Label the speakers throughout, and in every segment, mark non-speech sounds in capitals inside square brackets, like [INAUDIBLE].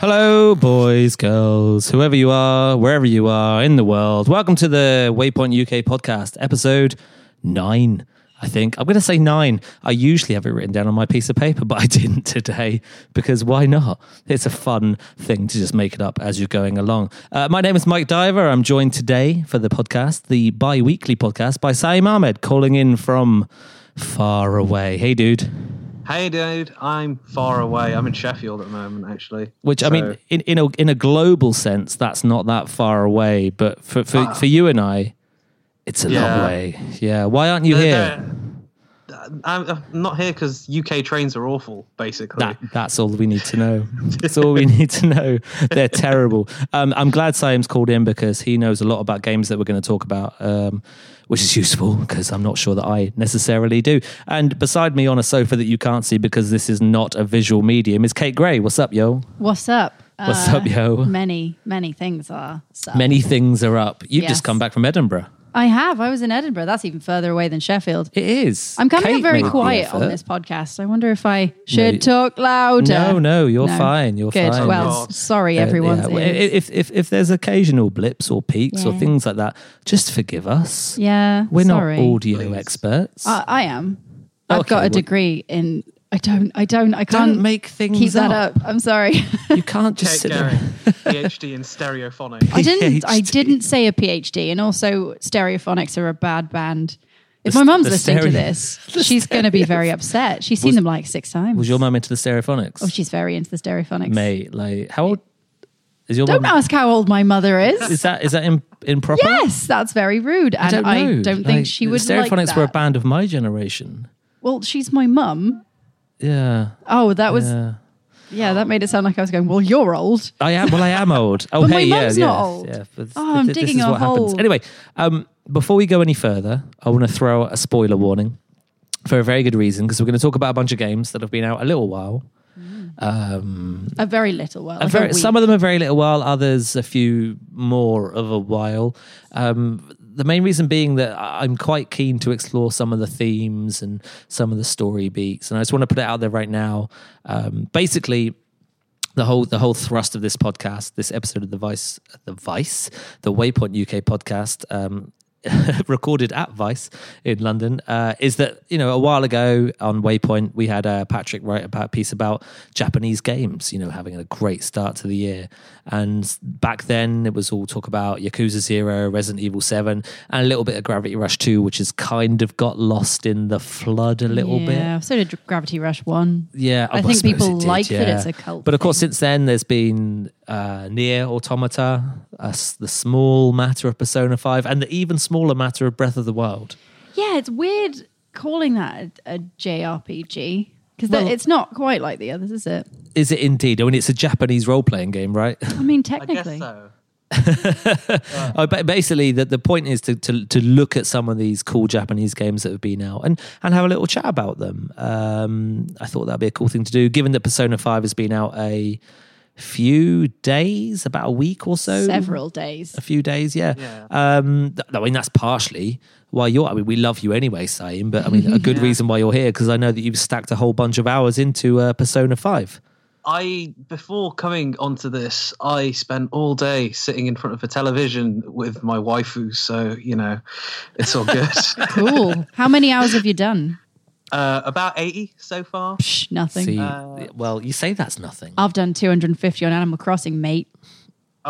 Speaker 1: Hello, boys, girls, whoever you are, wherever you are in the world. Welcome to the Waypoint UK podcast, episode nine. I think I'm going to say nine. I usually have it written down on my piece of paper, [LAUGHS] but I didn't today because why not? It's a fun thing to just make it up as you're going along. Uh, my name is Mike Diver. I'm joined today for the podcast, the bi weekly podcast, by Saeem Ahmed, calling in from far away. Hey, dude.
Speaker 2: Hey, dude, I'm far away. I'm in Sheffield at the moment, actually.
Speaker 1: Which I
Speaker 2: So,
Speaker 1: mean, in in a in a global sense, that's not that far away. But for for, for you and I, it's a long
Speaker 2: Ah. Yeah.
Speaker 1: way. Yeah. Why aren't you here?
Speaker 2: they're- I'm, I'm not here because UK trains are awful, basically.
Speaker 1: That that's all we need to know. That's all we [LAUGHS] need to know. They're terrible. Um, I'm glad Saim's called in because he knows a lot about games that we're going to talk about, um, which is useful because I'm not sure that I necessarily do. And beside me on a sofa that you can't see because this is not a visual medium is Kate Gray. What's up, yo?
Speaker 3: What's up? Uh,
Speaker 1: What's up, yo?
Speaker 3: Many, many things are. So.
Speaker 1: Many things are up. You've
Speaker 3: Yes.
Speaker 1: just come back from Edinburgh.
Speaker 3: I have. I was in Edinburgh. That's even further away than Sheffield.
Speaker 1: It is.
Speaker 3: I'm coming
Speaker 1: Kate
Speaker 3: up very
Speaker 1: made the
Speaker 3: quiet on
Speaker 1: effort.
Speaker 3: this podcast. I wonder if I should
Speaker 1: you-
Speaker 3: talk louder.
Speaker 1: No, no, you're fine, you're
Speaker 3: Good.
Speaker 1: fine.
Speaker 3: Well,
Speaker 2: Oh,
Speaker 3: s- sorry,
Speaker 1: Uh,
Speaker 3: everyone's
Speaker 1: yeah, well,
Speaker 3: ears.
Speaker 1: i- If, if if there's occasional blips or peaks or
Speaker 3: Yeah.
Speaker 1: things like that, just forgive us.
Speaker 3: yeah,
Speaker 1: We're
Speaker 3: sorry. Uh,
Speaker 1: not audio experts.
Speaker 3: I, I am. I've
Speaker 1: Okay,
Speaker 3: got a
Speaker 1: well-
Speaker 3: degree in. I don't. I don't. I
Speaker 1: Don't
Speaker 3: can't
Speaker 1: make things
Speaker 3: Keep that
Speaker 1: up.
Speaker 3: up. I'm sorry. [LAUGHS]
Speaker 1: you can't just
Speaker 2: Kate
Speaker 1: sit
Speaker 2: Gary,
Speaker 1: there. [LAUGHS]
Speaker 2: PhD in stereophonics.
Speaker 3: I didn't. I
Speaker 1: PhD.
Speaker 3: didn't say a PhD, and also Stereophonics are a bad band. If my mum's
Speaker 1: the
Speaker 3: listening to
Speaker 1: stereo- [LAUGHS]
Speaker 3: this, she's going to be very upset. She's seen them like six times.
Speaker 1: Was your mum into the stereophonics?
Speaker 3: Oh, she's very into the Stereophonics.
Speaker 1: Mate, like how old is your
Speaker 3: Don't
Speaker 1: mum?
Speaker 3: ask how old my mother
Speaker 1: Is
Speaker 3: is.
Speaker 1: that is that im- improper?
Speaker 3: yes, that's very rude, and
Speaker 1: I don't, know.
Speaker 3: think
Speaker 1: Like,
Speaker 3: she
Speaker 1: the
Speaker 3: would
Speaker 1: Stereophonics
Speaker 3: like that.
Speaker 1: were a band of my generation.
Speaker 3: Well, she's my mum.
Speaker 1: Yeah.
Speaker 3: Oh, that was yeah.
Speaker 1: yeah.
Speaker 3: That made it sound like I was going. Well, you're old.
Speaker 1: I am. Well, I am old. Oh,
Speaker 3: But my
Speaker 1: hey, yeah,
Speaker 3: mum's
Speaker 1: yeah,
Speaker 3: not old.
Speaker 1: Yeah, but this-
Speaker 3: Oh, I'm
Speaker 1: this
Speaker 3: digging
Speaker 1: is
Speaker 3: a
Speaker 1: what happens.
Speaker 3: hole.
Speaker 1: Anyway, um, before we go any further, I want to throw out a spoiler warning for a very good reason because we're going to talk about a bunch of games that have been out a little while.
Speaker 3: A very little while.
Speaker 1: A
Speaker 3: like a
Speaker 1: very, some
Speaker 3: week.
Speaker 1: of them a very little while, others a few more of a while. Um, the main reason being that I- I'm quite keen to explore some of the themes and some of the story beats, and I just want to put it out there right now. Um, basically, the whole the whole thrust of this podcast, this episode of the Vice, the Vice, the Waypoint UK podcast, um, [LAUGHS] recorded at Vice in London, uh, is that you know a while ago on Waypoint we had uh, Patrick write a pa- piece about Japanese games, you know, having a great start to the year, and back then it was all talk about Yakuza Zero, Resident Evil Seven, and a little bit of Gravity Rush Two, which has kind of got lost in the flood a little bit.
Speaker 3: Yeah. So did Gravity Rush One.
Speaker 1: Yeah,
Speaker 3: I
Speaker 1: well,
Speaker 3: think
Speaker 1: suppose
Speaker 3: people
Speaker 1: it did,
Speaker 3: like that
Speaker 1: yeah.
Speaker 3: it's a cult.
Speaker 1: But of course,
Speaker 3: thing.
Speaker 1: since then, there's been uh, near Automata, uh, s- the small matter of Persona Five, and the even smaller matter of Breath of the Wild.
Speaker 3: yeah, it's weird calling that a, a JRPG because it's not quite like the others, is it?
Speaker 1: Is it indeed? I mean, it's a Japanese role playing game,
Speaker 3: [LAUGHS]
Speaker 1: right?
Speaker 3: I mean,
Speaker 2: I guess
Speaker 3: technically,
Speaker 2: so.
Speaker 1: Oh, ba- basically, the, the point is to, to to look at some of these cool Japanese games that have been out and and have a little chat about them. Um, I thought that'd be a cool thing to do, given that Persona Five has been out a few days, about a week or so,
Speaker 3: several days.
Speaker 1: a few days. Yeah. Um, th- I mean, that's partially why you're. I mean, we love you anyway, Saim, but I mean, a good reason why you're here because I know that you've stacked a whole bunch of hours into uh, Persona Five.
Speaker 2: I before coming onto this, I spent all day sitting in front of a television with my waifu, so you know, it's
Speaker 1: [LAUGHS]
Speaker 2: all good.
Speaker 3: Cool. How many hours have you done?
Speaker 2: uh, about eighty so far.
Speaker 3: Psh, nothing.
Speaker 1: See, well, you say that's nothing.
Speaker 3: I've done 250 on Animal Crossing, mate.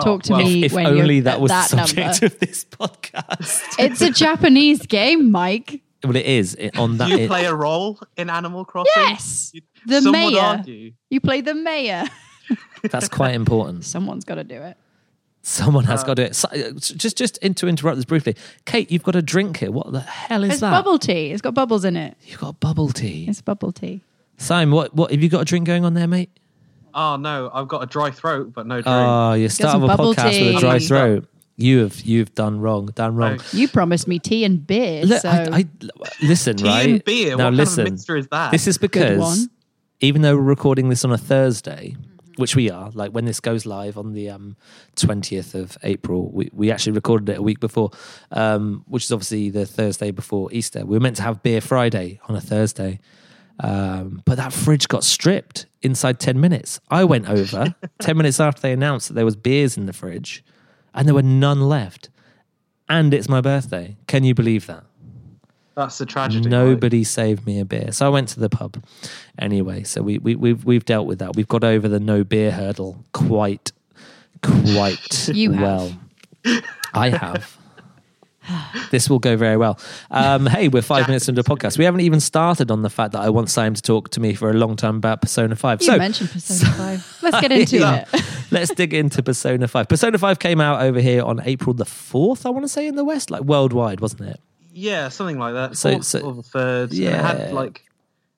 Speaker 3: Talk to
Speaker 2: Oh, well,
Speaker 3: me
Speaker 1: If
Speaker 3: when
Speaker 1: only
Speaker 3: you're
Speaker 1: that
Speaker 3: at
Speaker 1: was
Speaker 3: that
Speaker 1: the subject
Speaker 3: number.
Speaker 1: of this
Speaker 3: [LAUGHS]
Speaker 1: podcast.
Speaker 3: it's a Japanese game, Mike.
Speaker 1: well, it is it, on that.
Speaker 2: Do you
Speaker 1: it-
Speaker 2: play a role in Animal Crossing?
Speaker 3: Yes. The
Speaker 2: Some would
Speaker 3: mayor.
Speaker 2: argue.
Speaker 3: You play the mayor.
Speaker 1: that's quite important.
Speaker 3: Someone's got to do it.
Speaker 1: Someone has got to do it. So- uh, just, just in, to interrupt this briefly, Kate, you've got a drink here. What the hell is
Speaker 3: It's
Speaker 1: that?
Speaker 3: bubble tea. It's got bubbles in it.
Speaker 1: You've got bubble tea.
Speaker 3: It's bubble tea.
Speaker 1: Simon, what, what have you got a drink going on there, mate?
Speaker 2: Oh no, I've got a dry throat, but no drink.
Speaker 1: Oh, you start
Speaker 3: some
Speaker 1: of a
Speaker 3: bubble
Speaker 1: podcast with a
Speaker 3: tea.
Speaker 1: dry
Speaker 3: Messed
Speaker 2: up.
Speaker 1: throat. You have you've done wrong. Done wrong.
Speaker 2: Right.
Speaker 3: You promised me tea and beer.
Speaker 1: Look,
Speaker 3: so
Speaker 1: I, I listen
Speaker 2: Tea
Speaker 1: right
Speaker 2: and beer.
Speaker 1: now.
Speaker 2: what
Speaker 1: listen,
Speaker 2: kind of mixture is that?
Speaker 1: this is because
Speaker 3: one.
Speaker 1: even though we're recording this on a Thursday, which we are, like when this goes live on the um twentieth of April, we we actually recorded it a week before, um, which is obviously the Thursday before Easter. We were meant to have beer Friday on a Thursday. Um, but that fridge got stripped inside 10 minutes. I went
Speaker 2: [LAUGHS]
Speaker 1: over 10 minutes after they announced that there was beers in the fridge and there were none left. And it's my birthday. Can you believe that?
Speaker 2: that's the tragedy. right?
Speaker 1: Nobody saved me a beer. So I went to the pub anyway. So we, we, we've, we've dealt with that. We've got over the no beer hurdle quite, quite
Speaker 3: [LAUGHS] You have.
Speaker 1: well. I have. This will go very well. Um, hey, we're five minutes into the podcast. We haven't even started on the fact that I want Sam to talk to me for a long time about Persona 5.
Speaker 3: you
Speaker 1: so
Speaker 3: mentioned Persona 5. Let's get into
Speaker 1: [LAUGHS] Yeah.
Speaker 3: [LAUGHS] it.
Speaker 1: Let's dig into Persona 5. Persona 5 came out over here on April the 4th, I want to say, in the West, like worldwide, wasn't it?
Speaker 2: Yeah, something like that.
Speaker 1: So-
Speaker 2: Fourth
Speaker 1: so-
Speaker 2: or the third. Yeah, it
Speaker 1: Yeah.
Speaker 2: had like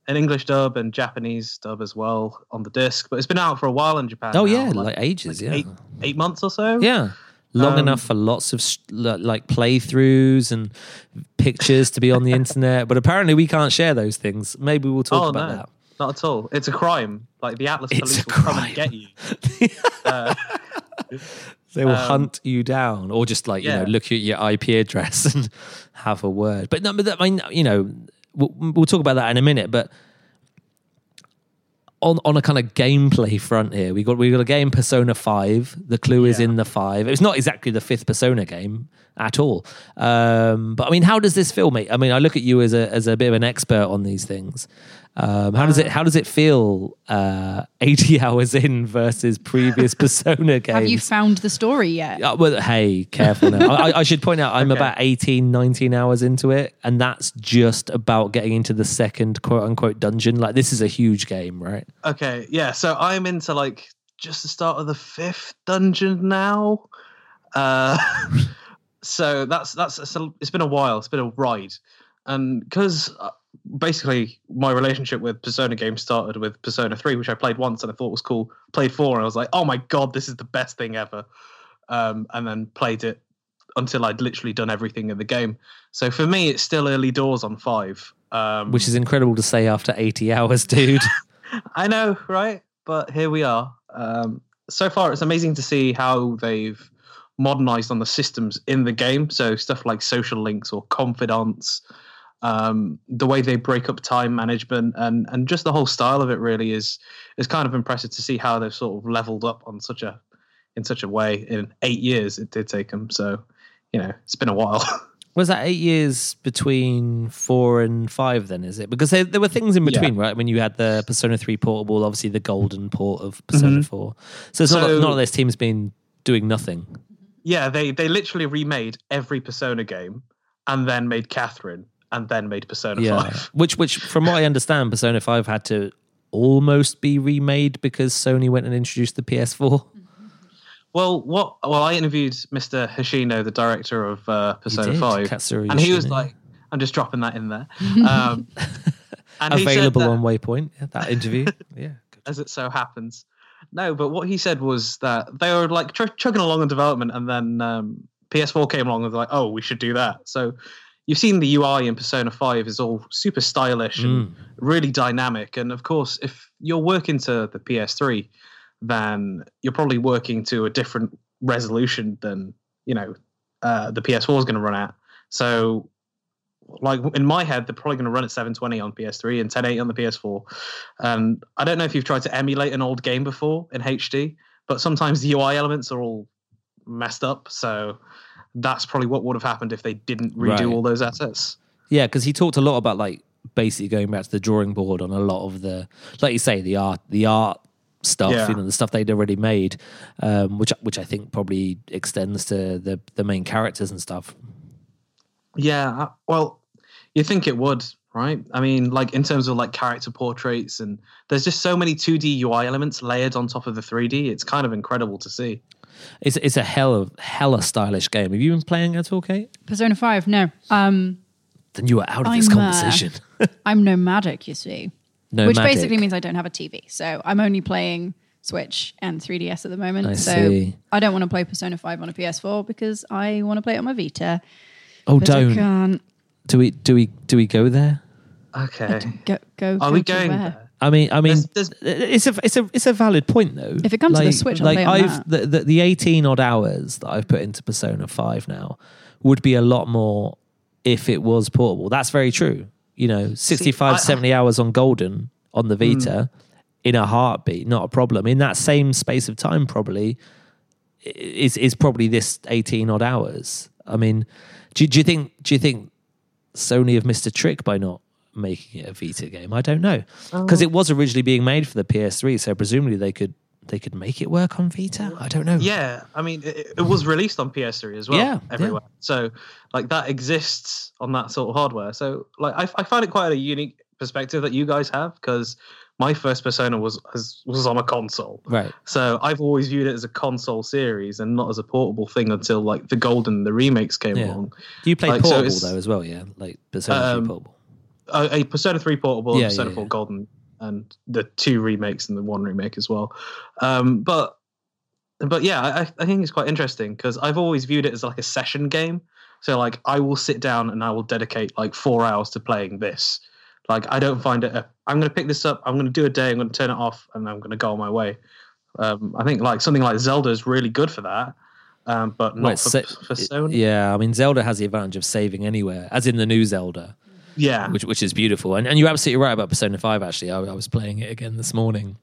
Speaker 2: an English dub and Japanese dub as well on the disc, but it's been out for a while in Japan.
Speaker 1: Oh,
Speaker 2: now,
Speaker 1: yeah, like, ages, yeah.
Speaker 2: eight, eight months or so.
Speaker 1: Yeah. Long
Speaker 2: Um,
Speaker 1: enough for lots of st- li- like playthroughs and pictures to be on the [LAUGHS] internet, but apparently we can't share those things. Maybe we'll talk
Speaker 2: Oh
Speaker 1: about
Speaker 2: no,
Speaker 1: that.
Speaker 2: not at all. It's a crime. Like the Atlas
Speaker 1: It's
Speaker 2: police
Speaker 1: a
Speaker 2: will come
Speaker 1: crime.
Speaker 2: and get you.
Speaker 1: They will hunt you down, or just like you
Speaker 2: yeah.
Speaker 1: know, look at your IP address [LAUGHS] and have a word. But no, but that, I mean, you know, we'll, we'll talk about that in a minute. But on on a kind of gameplay front here, we got we got a game Persona Five. The clue is in the five. It's not exactly the fifth Persona game at all. Um, but I mean, how does this feel, mate? I mean, I look at you as a as a bit of an expert on these things. Um, how does it how does it feel uh, [LAUGHS] eighty hours in versus previous Persona games?
Speaker 3: Have you found the story yet?
Speaker 1: Uh, well, hey, careful now. I, I- I should point out I'm about 18, 19 hours into it, and that's just about getting into the second quote unquote dungeon. Like, this is a huge game, right?
Speaker 2: Okay, yeah. So I'm into like just the start of the fifth dungeon now. Uh, [LAUGHS] so that's that's it's, a, it's been a while. It's been a ride, and because basically my relationship with Persona games started with Persona Three, which I played once and I thought was cool. Played four and I was like, oh my god, this is the best thing ever. Um, and then played it until I'd literally done everything in the game. So for me, it's still early doors on five. Um,
Speaker 1: Which is incredible to say after 80 hours, dude.
Speaker 2: [LAUGHS] I know, right? But here we are. Um, so far, it's amazing to see how they've modernized on the systems in the game. So stuff like social links or confidants, um, the way they break up time management, and and just the whole style of it really is is kind of impressive to see how they've sort of leveled up on such a in such a way in eight years. It did take them, so you know it's been a while.
Speaker 1: [LAUGHS]
Speaker 2: [LAUGHS]
Speaker 1: Was that eight years between four and five, then, is it? Because there, there were things in
Speaker 2: Yeah.
Speaker 1: between, right? When you had the Persona 3 portable, obviously the golden port of Persona 4. Mm-hmm. So it's not,
Speaker 2: So-
Speaker 1: not that this team's been doing nothing.
Speaker 2: Yeah, they they literally remade every Persona game, and then made Catherine, and then made Persona Five.
Speaker 1: [LAUGHS] Which, which, from what I understand, Persona Five had to almost be remade because Sony went and introduced the PS4.
Speaker 2: Well, what? Well, I interviewed Mr. Hoshino, the director of uh, Persona
Speaker 1: did,
Speaker 2: Five,
Speaker 1: Katsuri
Speaker 2: and he was
Speaker 1: Hoshino.
Speaker 2: like, "I'm just dropping that in there." Um, and he said
Speaker 1: Available
Speaker 2: that-
Speaker 1: on Waypoint. Yeah, that
Speaker 2: [LAUGHS]
Speaker 1: interview. yeah. Good.
Speaker 2: as it so happens. No, but what he said was that they were like tr- chugging along in development, and then um, PS4 came along and was like, "Oh, we should do that." So you've seen the UI in Persona Five is all super stylish
Speaker 1: Mm.
Speaker 2: and really dynamic, and of course, if you're working to the PS3, then you're probably working to a different resolution than you know uh, the PS4 is going to run at. So like in my head, they're probably going to run at 720 on PS3 and 1080 on the PS4. And I don't know if you've tried to emulate an old game before in HD, but sometimes the UI elements are all messed up. So that's probably what would have happened if they didn't redo
Speaker 1: Right.
Speaker 2: all those assets.
Speaker 1: Yeah, because he talked a lot about like basically going back to the drawing board on a lot of the, like you say, the art, the art stuff,
Speaker 2: Yeah.
Speaker 1: you know, the stuff they'd already made, um, which which I think probably extends to the the main characters and stuff.
Speaker 2: Yeah, I- well, you think it would, right? I mean, like in terms of like character portraits, and there's just so many 2D UI elements layered on top of the 3D. It's kind of incredible to see.
Speaker 1: It's it's a hell of hella stylish game. Have you been playing at all, Kate?
Speaker 3: Persona 5, no. Um,
Speaker 1: Then you are out of this
Speaker 3: I'm, uh,
Speaker 1: conversation. [LAUGHS]
Speaker 3: I'm nomadic, you see.
Speaker 1: no,
Speaker 3: Which basically means I don't have a TV. So I'm only playing Switch and 3DS at the moment.
Speaker 1: I
Speaker 3: so
Speaker 1: see.
Speaker 3: I don't want to play Persona 5 on a PS4 because I want to play it on my Vita.
Speaker 1: oh,
Speaker 3: But I
Speaker 1: don't
Speaker 3: can't.
Speaker 1: do we do we do we go there?
Speaker 2: Okay.
Speaker 3: Go, go,
Speaker 2: [LAUGHS] Are
Speaker 3: go
Speaker 2: we
Speaker 3: to
Speaker 2: going
Speaker 3: where?
Speaker 2: there?
Speaker 1: I mean, I mean, uh,
Speaker 2: There's-
Speaker 1: it's a it's a it's a valid point though.
Speaker 3: If it comes to the Switch, I'll
Speaker 1: like
Speaker 3: play on
Speaker 1: I've the, the the eighteen odd hours that I've put into Persona Five now would be a lot more if it was portable. That's very true. You know, 65,
Speaker 2: I- Hmm.
Speaker 1: 70 hours on Golden on the Vita in a heartbeat, not a problem. In that same space of time, probably i- is is probably this eighteen odd hours. I mean, do, do you think do you think Sony have missed a trick by not making it a Vita game. I don't know because it was originally being made for the PS3, so presumably they could they could make it work on Vita. I don't know.
Speaker 2: Yeah, I mean, it, it was released on PS3 as well,
Speaker 1: Yeah,
Speaker 2: everywhere. So, like, that exists on that sort of hardware. So, like, I, I find it quite a unique perspective that you guys have because my first Persona was was, was on a console.
Speaker 1: right.
Speaker 2: So I've always viewed it as a console series and not as a portable thing until like the Golden, the remakes came
Speaker 1: Yeah.
Speaker 2: along.
Speaker 1: Do you play
Speaker 2: Like, so
Speaker 1: portable
Speaker 2: it's-
Speaker 1: though as well? Yeah, like Persona 3
Speaker 2: Um,
Speaker 1: portable.
Speaker 2: A, a Persona 3 portable,
Speaker 1: Yeah,
Speaker 2: and Persona
Speaker 1: yeah,
Speaker 2: 4
Speaker 1: yeah.
Speaker 2: Golden, and the two remakes and the one remake as well. Um, but but yeah, I, I think it's quite interesting because I've always viewed it as like a session game. So like I will sit down and I will dedicate like four hours to playing this. Like I don't find it. A, I'm going to pick this up. I'm going to do a day. I'm going to turn it off, and I'm going to go on my way. Um, I think like something like Zelda is really good for that, um, but not
Speaker 1: Well, it's
Speaker 2: for,
Speaker 1: sa-
Speaker 2: for Sony.
Speaker 1: Yeah, I mean Zelda has the advantage of saving anywhere, as in the new Zelda,
Speaker 2: yeah.
Speaker 1: which which is beautiful. And and you're absolutely right about Persona 5. Actually, I, I was playing it again this morning,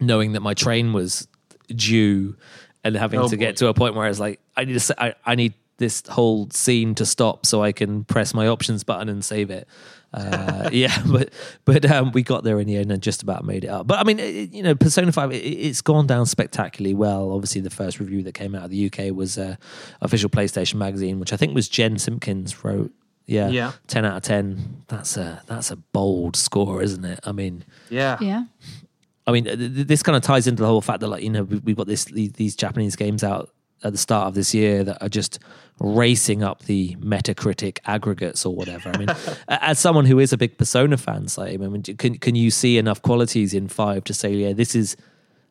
Speaker 1: knowing that my train was due, and having
Speaker 2: Oh,
Speaker 1: to get
Speaker 2: boy.
Speaker 1: to a point where I was like, I need to, sa- I, I need this whole scene to stop so I can press my options button and save it. Uh, [LAUGHS] yeah, but but um, we got there in the end and just about made it up. But I mean, it, you know, Persona Five, it, it's gone down spectacularly well. Obviously, the first review that came out of the UK was uh, official PlayStation magazine, which I think was Jen Simpkins wrote. Yeah,
Speaker 2: Yeah.
Speaker 1: ten out of ten. That's a that's a bold score, isn't it? I mean,
Speaker 2: yeah,
Speaker 3: Yeah. [LAUGHS]
Speaker 1: I mean, th- th- this kind of ties into the whole fact that, like, you know, we- we've got this the- these Japanese games out at the start of this year that are just racing up the Metacritic aggregates or whatever. I mean, a- as someone who is a big Persona fan, Saeed, I mean, d- can can you see enough qualities in Five to say, yeah, this is.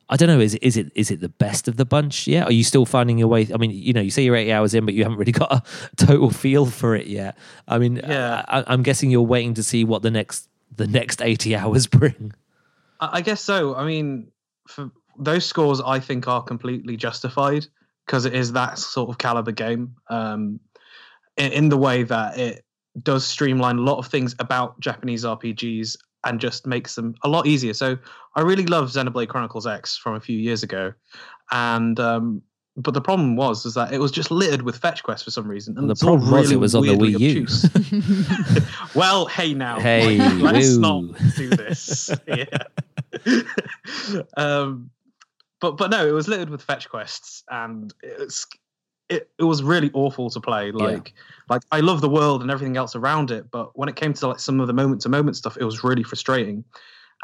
Speaker 1: I don't know. Is it, is it is it the best of the bunch? Yeah. Are you still finding your way? I mean, you know, you say you're eight hours in, but you haven't really [LAUGHS] got a total feel for it yet. I mean,
Speaker 2: Yeah.
Speaker 1: I, I- I'm guessing you're waiting to see what the next the next eighty hours [LAUGHS] bring.
Speaker 2: I I guess so. I mean, for those scores, I think are completely justified because it is that sort of caliber game. Um, in, in the way that it does streamline a lot of things about Japanese RPGs and just makes them a lot easier. So I really love Xenoblade Chronicles X from a few years ago, and um, but the problem was is that it was just littered with fetch quests for some reason. And
Speaker 1: The
Speaker 2: it's all
Speaker 1: problem was it
Speaker 2: really
Speaker 1: was on the
Speaker 2: weirdly
Speaker 1: Wii U. [LAUGHS]
Speaker 2: obtuse. [LAUGHS] well, hey now.
Speaker 1: Hey,
Speaker 2: [LAUGHS] let's
Speaker 1: woo.
Speaker 2: not do this. [LAUGHS] yeah. um, but but no, it was littered with fetch quests, and it's it, it was really awful to play. Like like I love the world and everything else around it, but when it came to like some of the moment to moment stuff, it was really frustrating.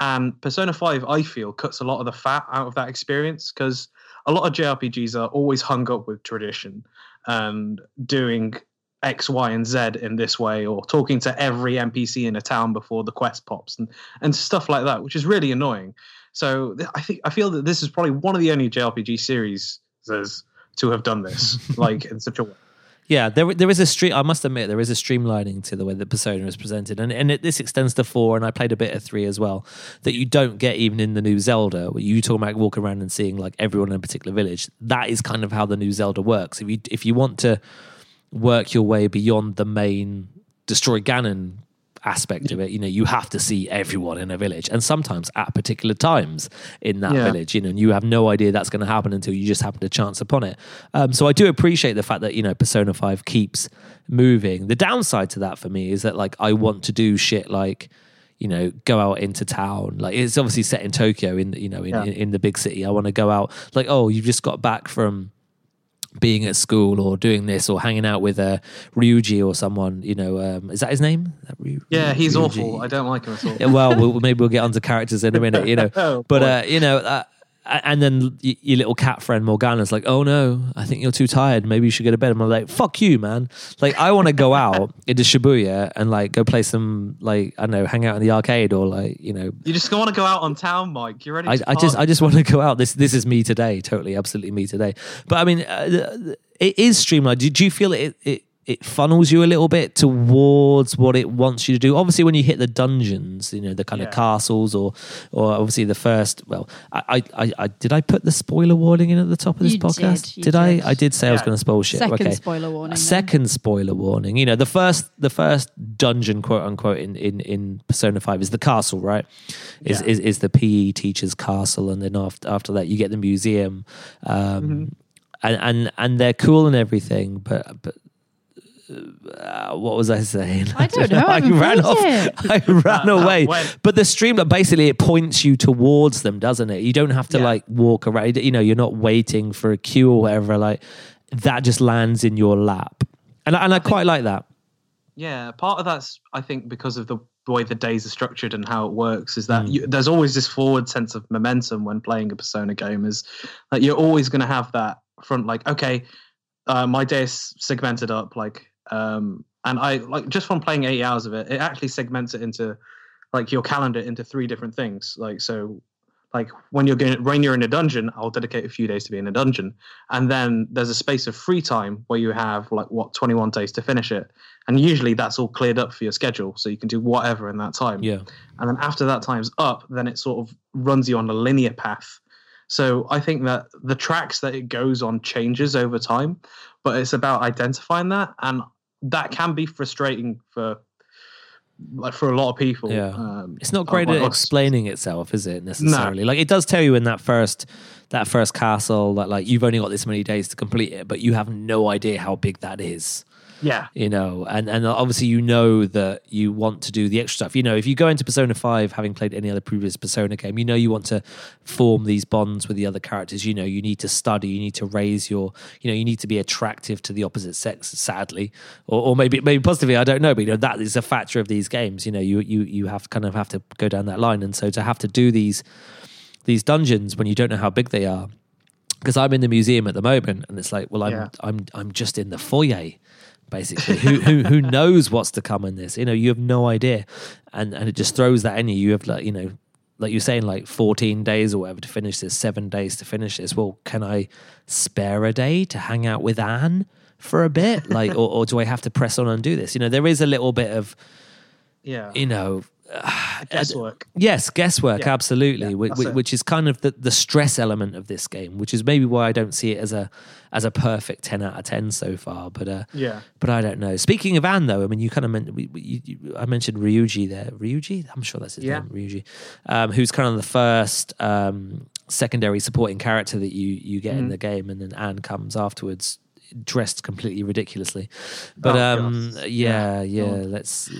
Speaker 2: And Persona Five, I feel, cuts a lot of the fat out of that experience because a lot of JRPGs are always hung up with tradition and doing X, Y, and Z in this way, or talking to every NPC in a town before the quest pops, and and stuff like that, which is really annoying. So th- I think I feel that this is probably one of the only JRPG series to have
Speaker 1: [LAUGHS]
Speaker 2: done this, like in such a way.
Speaker 1: Yeah, there there is a stream. I must admit, there is a streamlining to the way that Persona is presented, and and it, this extends to four. And I played a bit of three as well that you don't get even in the new Zelda. Where you talk about walking around and seeing like everyone in a particular village. That is kind of how the new Zelda works. If you if you want to work your way beyond the main destroy Ganon aspect of it, you know, you have to see everyone in a village, and sometimes at particular times in that
Speaker 2: Yeah.
Speaker 1: village village, you know, and you have no idea that's going to happen until you just happen to chance upon it. Um, so I do appreciate the fact that you know Persona Five keeps moving. The downside to that for me is that like I want to do shit like. you know, go out into town. Like it's obviously set in Tokyo, in you know, in,
Speaker 2: Yeah.
Speaker 1: in, in the big city. I want to go out. Like, oh, you've just got back from being at school or doing this or hanging out with uh, Ryuji or someone. You know, um, is that his name? Is that Ryu-
Speaker 2: Yeah, he's
Speaker 1: Ryuji?
Speaker 2: awful. I don't like him at all.
Speaker 1: Yeah, well, we'll, maybe we'll get onto characters in a minute, you know.
Speaker 2: [LAUGHS] Oh,
Speaker 1: but
Speaker 2: boy.
Speaker 1: uh, you know, uh, and then y- your little cat friend Morgana's like, "Oh no, I think you're too tired. Maybe you should go to bed." And I'm like, "Fuck you, man! Like, I want to go out into Shibuya and like go play some like I don't know, hang out in the arcade or like you know."
Speaker 2: You just want to go out on town, Mike. You're ready.
Speaker 1: I,
Speaker 2: to
Speaker 1: I just,
Speaker 2: party.
Speaker 1: I just want to go out. This, this is me today. Totally, absolutely me today. But I mean, uh, th- it is streamlined. Do, do you feel it, it, it funnels you a little bit towards what it wants you to do? Obviously, when you hit the dungeons, you know the kind
Speaker 2: Yeah.
Speaker 1: of castles, or, or obviously the first. Well, I, I, I, I did I put the spoiler warning in at the top of this
Speaker 3: You did,
Speaker 1: podcast?
Speaker 3: you
Speaker 1: I?
Speaker 3: did.
Speaker 1: I did say I was
Speaker 2: Yeah.
Speaker 1: going to spoil shit.
Speaker 3: Second
Speaker 1: okay.
Speaker 3: spoiler warning
Speaker 1: A
Speaker 3: then.
Speaker 1: second spoiler warning. You know, the first, the first dungeon, quote unquote, in in in Persona Five is the castle, right? Is
Speaker 2: Yeah.
Speaker 1: is, is the PE teacher's castle, and then after after that you get the museum, um,
Speaker 3: Mm-hmm.
Speaker 1: and and and they're cool and everything, but but. Uh, what was I saying? [LAUGHS]
Speaker 3: I don't know. I haven't
Speaker 1: ran
Speaker 3: played
Speaker 1: off.
Speaker 3: it.
Speaker 1: [LAUGHS] I ran away.
Speaker 2: went-
Speaker 1: But the stream, basically, it points you towards them, doesn't it? You don't have to
Speaker 2: Yeah.
Speaker 1: like walk around. You know, you're not waiting for a queue or whatever. Like that just lands in your lap, and I- and I quite like that.
Speaker 2: Yeah, part of that's I think because of the way the days are structured and how it works is
Speaker 1: Hmm.
Speaker 2: that you, there's always this forward sense of momentum when playing a Persona game. Is that you're always going to have that front, like okay, uh, my day is segmented up, like, um, and I like just from playing eight hours of it, it actually segments it into like your calendar into three different things. Like so, like when you're going when you're in a dungeon, I'll dedicate a few days to be in a dungeon, and then there's a space of free time where you have like what 21 days to finish it and usually that's all cleared up for your schedule so you can do whatever in that time
Speaker 1: Yeah.
Speaker 2: and then after that time's up then it sort of runs you on a linear path so i think that the tracks that it goes on changes over time but it's about identifying that and that can be frustrating for like for a lot of people
Speaker 1: Yeah.
Speaker 2: um,
Speaker 1: It's not great
Speaker 2: oh,
Speaker 1: at
Speaker 2: well,
Speaker 1: explaining itself, is it necessarily? Like it does tell you in that first that first castle that like you've only got this many days to complete it, but you have no idea how big that is.
Speaker 2: yeah
Speaker 1: You know, and and obviously you know that you want to do the extra stuff. You know, if you go into Persona Five, having played any other previous Persona game, you know you want to form these bonds with the other characters. You know, you need to study, you need to raise your, you know, you need to be attractive to the opposite sex. Sadly, or, or maybe maybe positively, I don't know. But you know, that is a factor of these games. You know, you you you have kind of have to go down that line, and so to have to do these these dungeons when you don't know how big they are because I'm in the museum at the moment, and it's like, well, I'm
Speaker 2: Yeah.
Speaker 1: I'm I'm just in the foyer, basically. who, who who knows what's to come in this? You know, you have no idea, and and it just throws that in you. You have like you know, like you're saying, like 14 days or whatever to finish this, seven days to finish this. Well, can I spare a day to hang out with Anne for a bit, like, or, or do I have to press on and do this? You know, there is a little bit of
Speaker 2: yeah
Speaker 1: you know
Speaker 2: guesswork
Speaker 1: Yes, guesswork,
Speaker 2: Yeah.
Speaker 1: absolutely,
Speaker 2: Yeah,
Speaker 1: whi-
Speaker 2: that's
Speaker 1: whi-
Speaker 2: it.
Speaker 1: which, is kind of the, the stress element of this game, which is maybe why I don't see it as a as a perfect ten out of ten so far. But uh,
Speaker 2: Yeah.
Speaker 1: but I don't know. Speaking of Anne, though, I mean, you kind of meant we, we, you, you- I mentioned Ryuji there. Ryuji, I'm sure that's his
Speaker 2: Yeah.
Speaker 1: name, Ryuji, um, who's kind of the first um, secondary supporting character that you you get
Speaker 2: Mm-hmm.
Speaker 1: in the game, and then Anne comes afterwards. Dressed completely ridiculously, but
Speaker 2: Oh,
Speaker 1: um,
Speaker 2: God.
Speaker 1: yeah, yeah. Let's,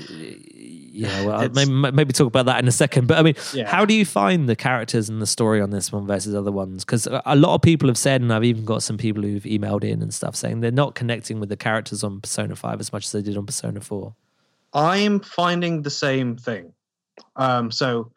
Speaker 1: yeah. Well,
Speaker 2: It's-
Speaker 1: maybe, maybe talk about that in a second. But I mean,
Speaker 2: Yeah.
Speaker 1: how do you find the characters and the story on this one versus other ones? Because a lot of people have said, and I've even got some people who've emailed in and stuff saying they're not connecting with the characters on Persona 5 as much as they did on Persona 4.
Speaker 2: I'm finding the same thing. Um, so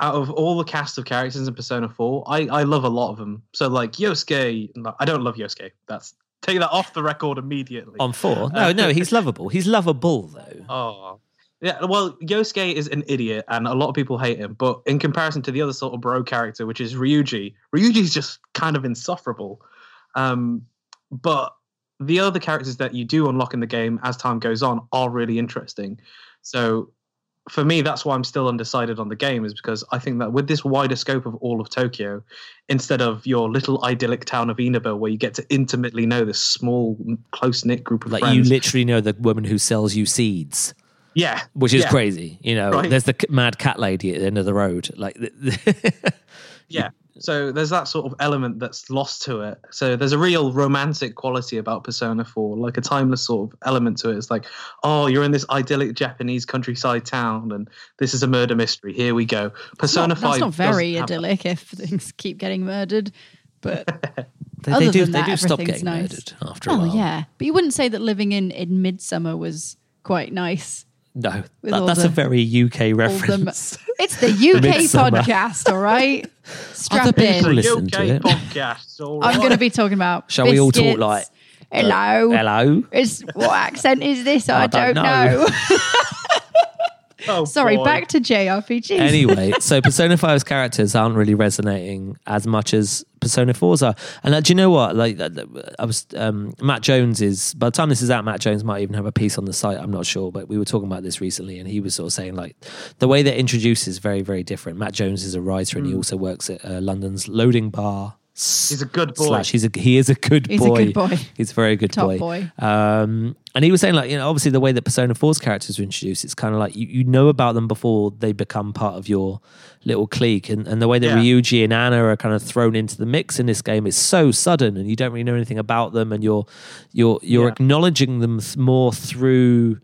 Speaker 2: out of all the cast of characters in Persona 4, I, I love a lot of them. So like Yosuke, no, I don't love Yosuke. That's take that off the record immediately.
Speaker 1: On 4? No, no, he's lovable. He's lovable, though.
Speaker 2: oh. Yeah, well, Yosuke is an idiot and a lot of people hate him, but in comparison to the other sort of bro character, which is Ryuji, Ryuji's just kind of insufferable. Um, but the other characters that you do unlock in the game as time goes on are really interesting. So for me, that's why I'm still undecided on the game, is because I think that with this wider scope of all of Tokyo, instead of your little idyllic town of Inaba, where you get to intimately know this small, close knit group of
Speaker 1: Like,
Speaker 2: friends,
Speaker 1: you literally know the woman who sells you seeds.
Speaker 2: yeah,
Speaker 1: Which is
Speaker 2: yeah,
Speaker 1: crazy, you know.
Speaker 2: Right.
Speaker 1: [LAUGHS] There's the c- mad cat lady at the end of the road. Like,
Speaker 2: Yeah, So there's that sort of element that's lost to it. So there's a real romantic quality about Persona 4, like a timeless sort of element to it. It's like, oh, you're in this idyllic Japanese countryside town, and this is a murder mystery. Here we go. Persona
Speaker 3: Not-
Speaker 2: 5.
Speaker 3: that's not very
Speaker 2: doesn't have that.
Speaker 3: idyllic if things keep getting murdered.
Speaker 2: [LAUGHS]
Speaker 3: But
Speaker 1: They,
Speaker 3: Other
Speaker 1: they do.
Speaker 3: than
Speaker 1: they
Speaker 3: that,
Speaker 1: do stop
Speaker 3: everything's
Speaker 1: getting
Speaker 3: nice.
Speaker 1: murdered after a
Speaker 3: oh
Speaker 1: while.
Speaker 3: yeah, but you wouldn't say that living in in midsummer was quite nice.
Speaker 1: No,
Speaker 3: With
Speaker 1: that-
Speaker 3: all
Speaker 1: that's
Speaker 3: the-
Speaker 1: a very UK
Speaker 3: All the m-
Speaker 1: reference.
Speaker 3: it's
Speaker 1: [LAUGHS]
Speaker 3: the UK
Speaker 1: Midsummer.
Speaker 3: podcast,
Speaker 1: [LAUGHS]
Speaker 3: all right. Strap
Speaker 1: people
Speaker 3: in.
Speaker 1: li- listen
Speaker 2: It's
Speaker 1: to
Speaker 2: a
Speaker 1: it.
Speaker 2: UK podcast.
Speaker 3: [LAUGHS]
Speaker 2: all
Speaker 3: I'm
Speaker 2: right.
Speaker 3: going to be talking about.
Speaker 1: Shall we all talk
Speaker 3: biscuits.
Speaker 1: like-
Speaker 3: Hello.
Speaker 1: Hello.
Speaker 3: It's what accent
Speaker 1: [LAUGHS]
Speaker 3: is this? I,
Speaker 1: don't
Speaker 3: don't,
Speaker 1: know.
Speaker 3: know.
Speaker 2: Oh,
Speaker 3: Sorry,
Speaker 2: boy.
Speaker 3: back to JRPGs.
Speaker 1: anyway, so Persona 5's characters aren't really resonating as much as Persona 4's are. And uh, do you know what? Like, uh, I was, um, Matt Jones is, by the time this is out, Matt Jones might even have a piece on the site. I'm not sure, but we were talking about this recently and he was sort of saying, like, the way they're introduced is very, very different. Matt Jones is a writer
Speaker 3: Hmm.
Speaker 1: and he also works at uh, London's Loading Bar.
Speaker 2: He's a good boy.
Speaker 1: Slash, he's a he is a good
Speaker 3: He's a
Speaker 1: boy.
Speaker 3: good boy.
Speaker 1: He's a very good
Speaker 3: Top
Speaker 1: boy.
Speaker 3: boy.
Speaker 1: Um, and he was saying like you know obviously the way that Persona 4's characters were introduced, it's kind of like you, you know about them before they become part of your little clique, and, and the way that
Speaker 2: Yeah.
Speaker 1: Ryuji and Anna are kind of thrown into the mix in this game is so sudden, and you don't really know anything about them, and you're you're you're
Speaker 2: Yeah.
Speaker 1: acknowledging them th- more through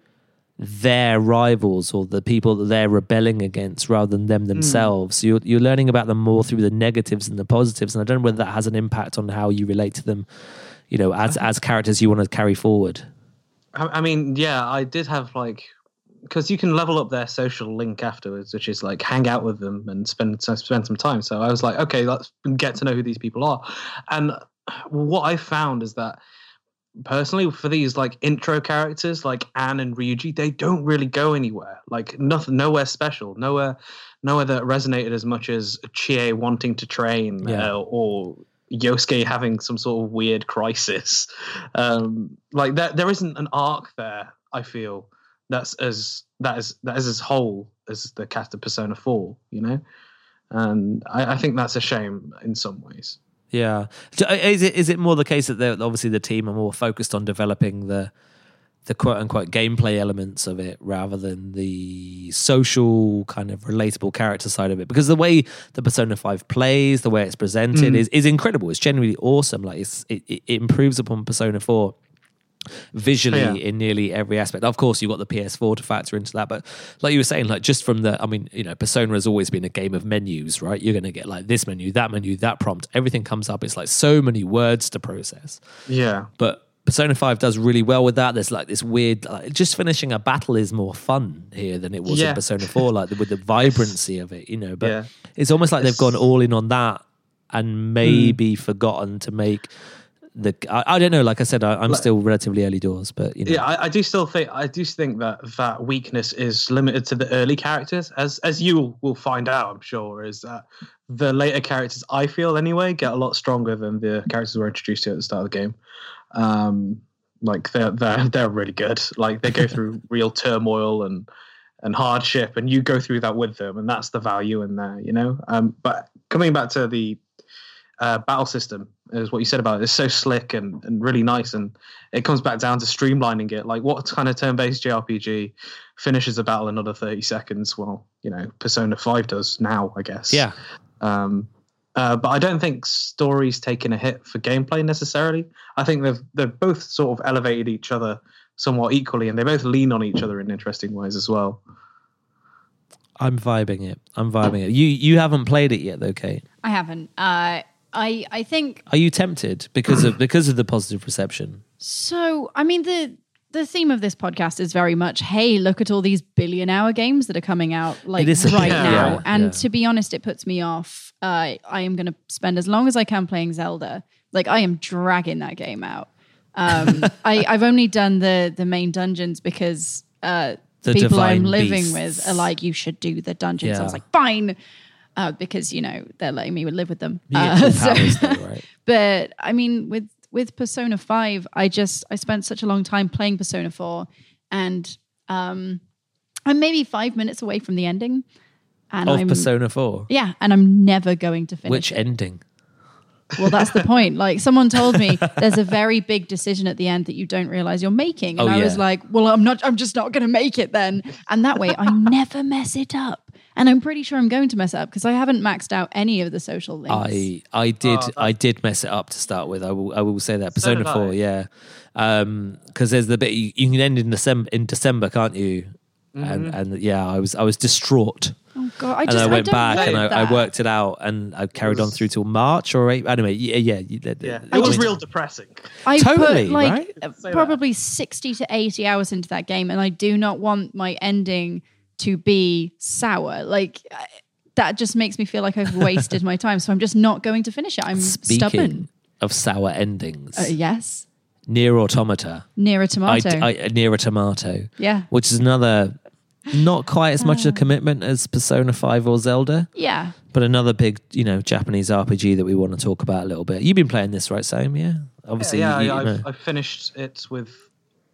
Speaker 1: their rivals or the people that they're rebelling against rather than them themselves. You're, you're learning about them more through the negatives and the positives. And I don't know whether that has an impact on how you relate to them, you know, as, as characters you want to carry forward.
Speaker 2: I I mean, yeah, I did have like because you can level up their social link afterwards, which is like hang out with them and spend so spend some time. So I was like, okay, let's get to know who these people are. And what I found is that personally for these like intro characters like Anne and Ryuji, they don't really go anywhere. Like nothing, nowhere special, nowhere, nowhere that resonated as much as Chie wanting to train
Speaker 1: Yeah.
Speaker 2: uh, or Yosuke having some sort of weird crisis. Um, like there, there isn't an arc there. I feel that's as that is that is as whole as the cast of Persona Four. You know, and I, I think that's a shame in some ways.
Speaker 1: Yeah. So, uh, Is it, is it more the case that they're, obviously the team are more focused on developing the, the quote unquote gameplay elements of it rather than the social kind of relatable character side of it. Because the way the Persona 5 plays, the way it's presented is, is incredible. It's genuinely awesome. Like it's, it, it improves upon Persona 4 visually
Speaker 2: Yeah.
Speaker 1: in nearly every aspect. Of course, you've got the PS4 to factor into that, but like you were saying, like just from the, I mean, you know, Persona has always been a game of menus, right? You're going to get like this menu, that menu, that prompt, everything comes up. It's like so many words to process
Speaker 2: Yeah.
Speaker 1: but Persona 5 does really well with that. There's like this weird, like, just finishing a battle is more fun here than it was in
Speaker 2: Yeah.
Speaker 1: Persona 4, like with the vibrancy of it, you know. But
Speaker 2: Yeah.
Speaker 1: it's almost like they've
Speaker 2: It's-
Speaker 1: gone all in on that and maybe forgotten to make the. I, I don't know. Like I said, I, I'm still relatively early doors, but you know.
Speaker 2: Yeah, I, I do still think I do think that that weakness is limited to the early characters, as as you will find out, I'm sure, is that the later characters I feel anyway get a lot stronger than the characters who were introduced to at the start of the game. Um, like they're they're they're really good. Like they
Speaker 1: [LAUGHS]
Speaker 2: go through real turmoil and and hardship, and you go through that with them, and that's the value in there, you know. Um, but coming back to the uh, battle system is what you said about it. It's so slick and, and really nice, and it comes back down to streamlining it. Like, what kind of turn-based JRPG finishes a battle in under thirty seconds? Well, you know, Persona Five does now, I guess.
Speaker 1: Yeah.
Speaker 2: Um, uh, but I don't think story's taken a hit for gameplay necessarily. I think they've they've both sort of elevated each other somewhat equally, and they both lean on each other in interesting ways as well.
Speaker 1: I'm vibing it. I'm vibing it. You you haven't played it yet, though, Kate.
Speaker 3: I haven't. Uh, I I think
Speaker 1: Are you tempted because of because of the positive reception?
Speaker 3: so. I mean the the theme of this podcast is very much hey look at all these billion hour games that are coming out like
Speaker 1: It is a
Speaker 3: right
Speaker 2: billion
Speaker 3: now
Speaker 1: hour,
Speaker 3: and
Speaker 1: yeah.
Speaker 3: to be honest it puts me off uh, i am going to spend as long as i can playing zelda like i am dragging that game out
Speaker 1: [LAUGHS]
Speaker 3: um, I, i've only done the the main dungeons because uh,
Speaker 1: The
Speaker 3: people i'm
Speaker 1: divine
Speaker 3: living
Speaker 1: beasts.
Speaker 3: with are like you should do the dungeons i was
Speaker 1: Yeah.
Speaker 3: like fine uh, because you know they're letting me live with them Uh, [LAUGHS]
Speaker 1: Your
Speaker 3: so-
Speaker 1: powers, though, right?
Speaker 3: but I mean, with with Persona Five, I just I spent such a long time playing Persona Four, and um, I'm maybe five minutes away from the ending, and
Speaker 1: Of
Speaker 3: I'm
Speaker 1: Persona Four,
Speaker 3: yeah, and I'm never going to finish.
Speaker 1: which
Speaker 3: it.
Speaker 1: ending?
Speaker 3: Well, that's the point. [LAUGHS] Like someone told me, there's a very big decision at the end that you don't realize you're making, and
Speaker 1: Oh,
Speaker 3: I was
Speaker 1: yeah.
Speaker 3: like, well, I'm not. I'm just not going to make it then, and that way I never mess it up. And I'm pretty sure I'm going to mess it up because I haven't maxed out any of the social links.
Speaker 1: I I did I did mess it up to start with. I will I will say that Persona
Speaker 2: did I.
Speaker 1: Four, yeah, because there's the bit you, you can end in December in December, can't you? And and yeah, I was I was distraught.
Speaker 3: oh God, I
Speaker 1: and
Speaker 3: just
Speaker 1: I went
Speaker 3: don't
Speaker 1: back
Speaker 3: like
Speaker 1: and I, I
Speaker 3: that.
Speaker 1: worked it out and I carried on through till March or April. Anyway, yeah, yeah, you- that-
Speaker 2: Yeah,
Speaker 1: I
Speaker 2: it was
Speaker 1: mean,
Speaker 2: real depressing.
Speaker 3: I
Speaker 1: Totally,
Speaker 3: put like
Speaker 1: right?
Speaker 3: uh,
Speaker 2: Say that.
Speaker 3: probably 60 to 80 hours into that game, and I do not want my ending to be sour. Like, I- that just makes me feel like I've wasted my time. So I'm just not going to finish it. I'm
Speaker 1: Speaking
Speaker 3: stubborn.
Speaker 1: of sour endings,
Speaker 3: Uh, yes.
Speaker 1: near automata.
Speaker 3: Near a tomato.
Speaker 1: I, I, near a tomato.
Speaker 3: Yeah.
Speaker 1: which is another not quite as much a commitment as Persona Five or Zelda,
Speaker 3: yeah.
Speaker 1: but another big you know Japanese RPG that we want to talk about a little bit. You've been playing this, right, Sam? Yeah, obviously.
Speaker 2: yeah,
Speaker 1: you-
Speaker 2: I,
Speaker 1: you know.
Speaker 2: I've, I've finished it with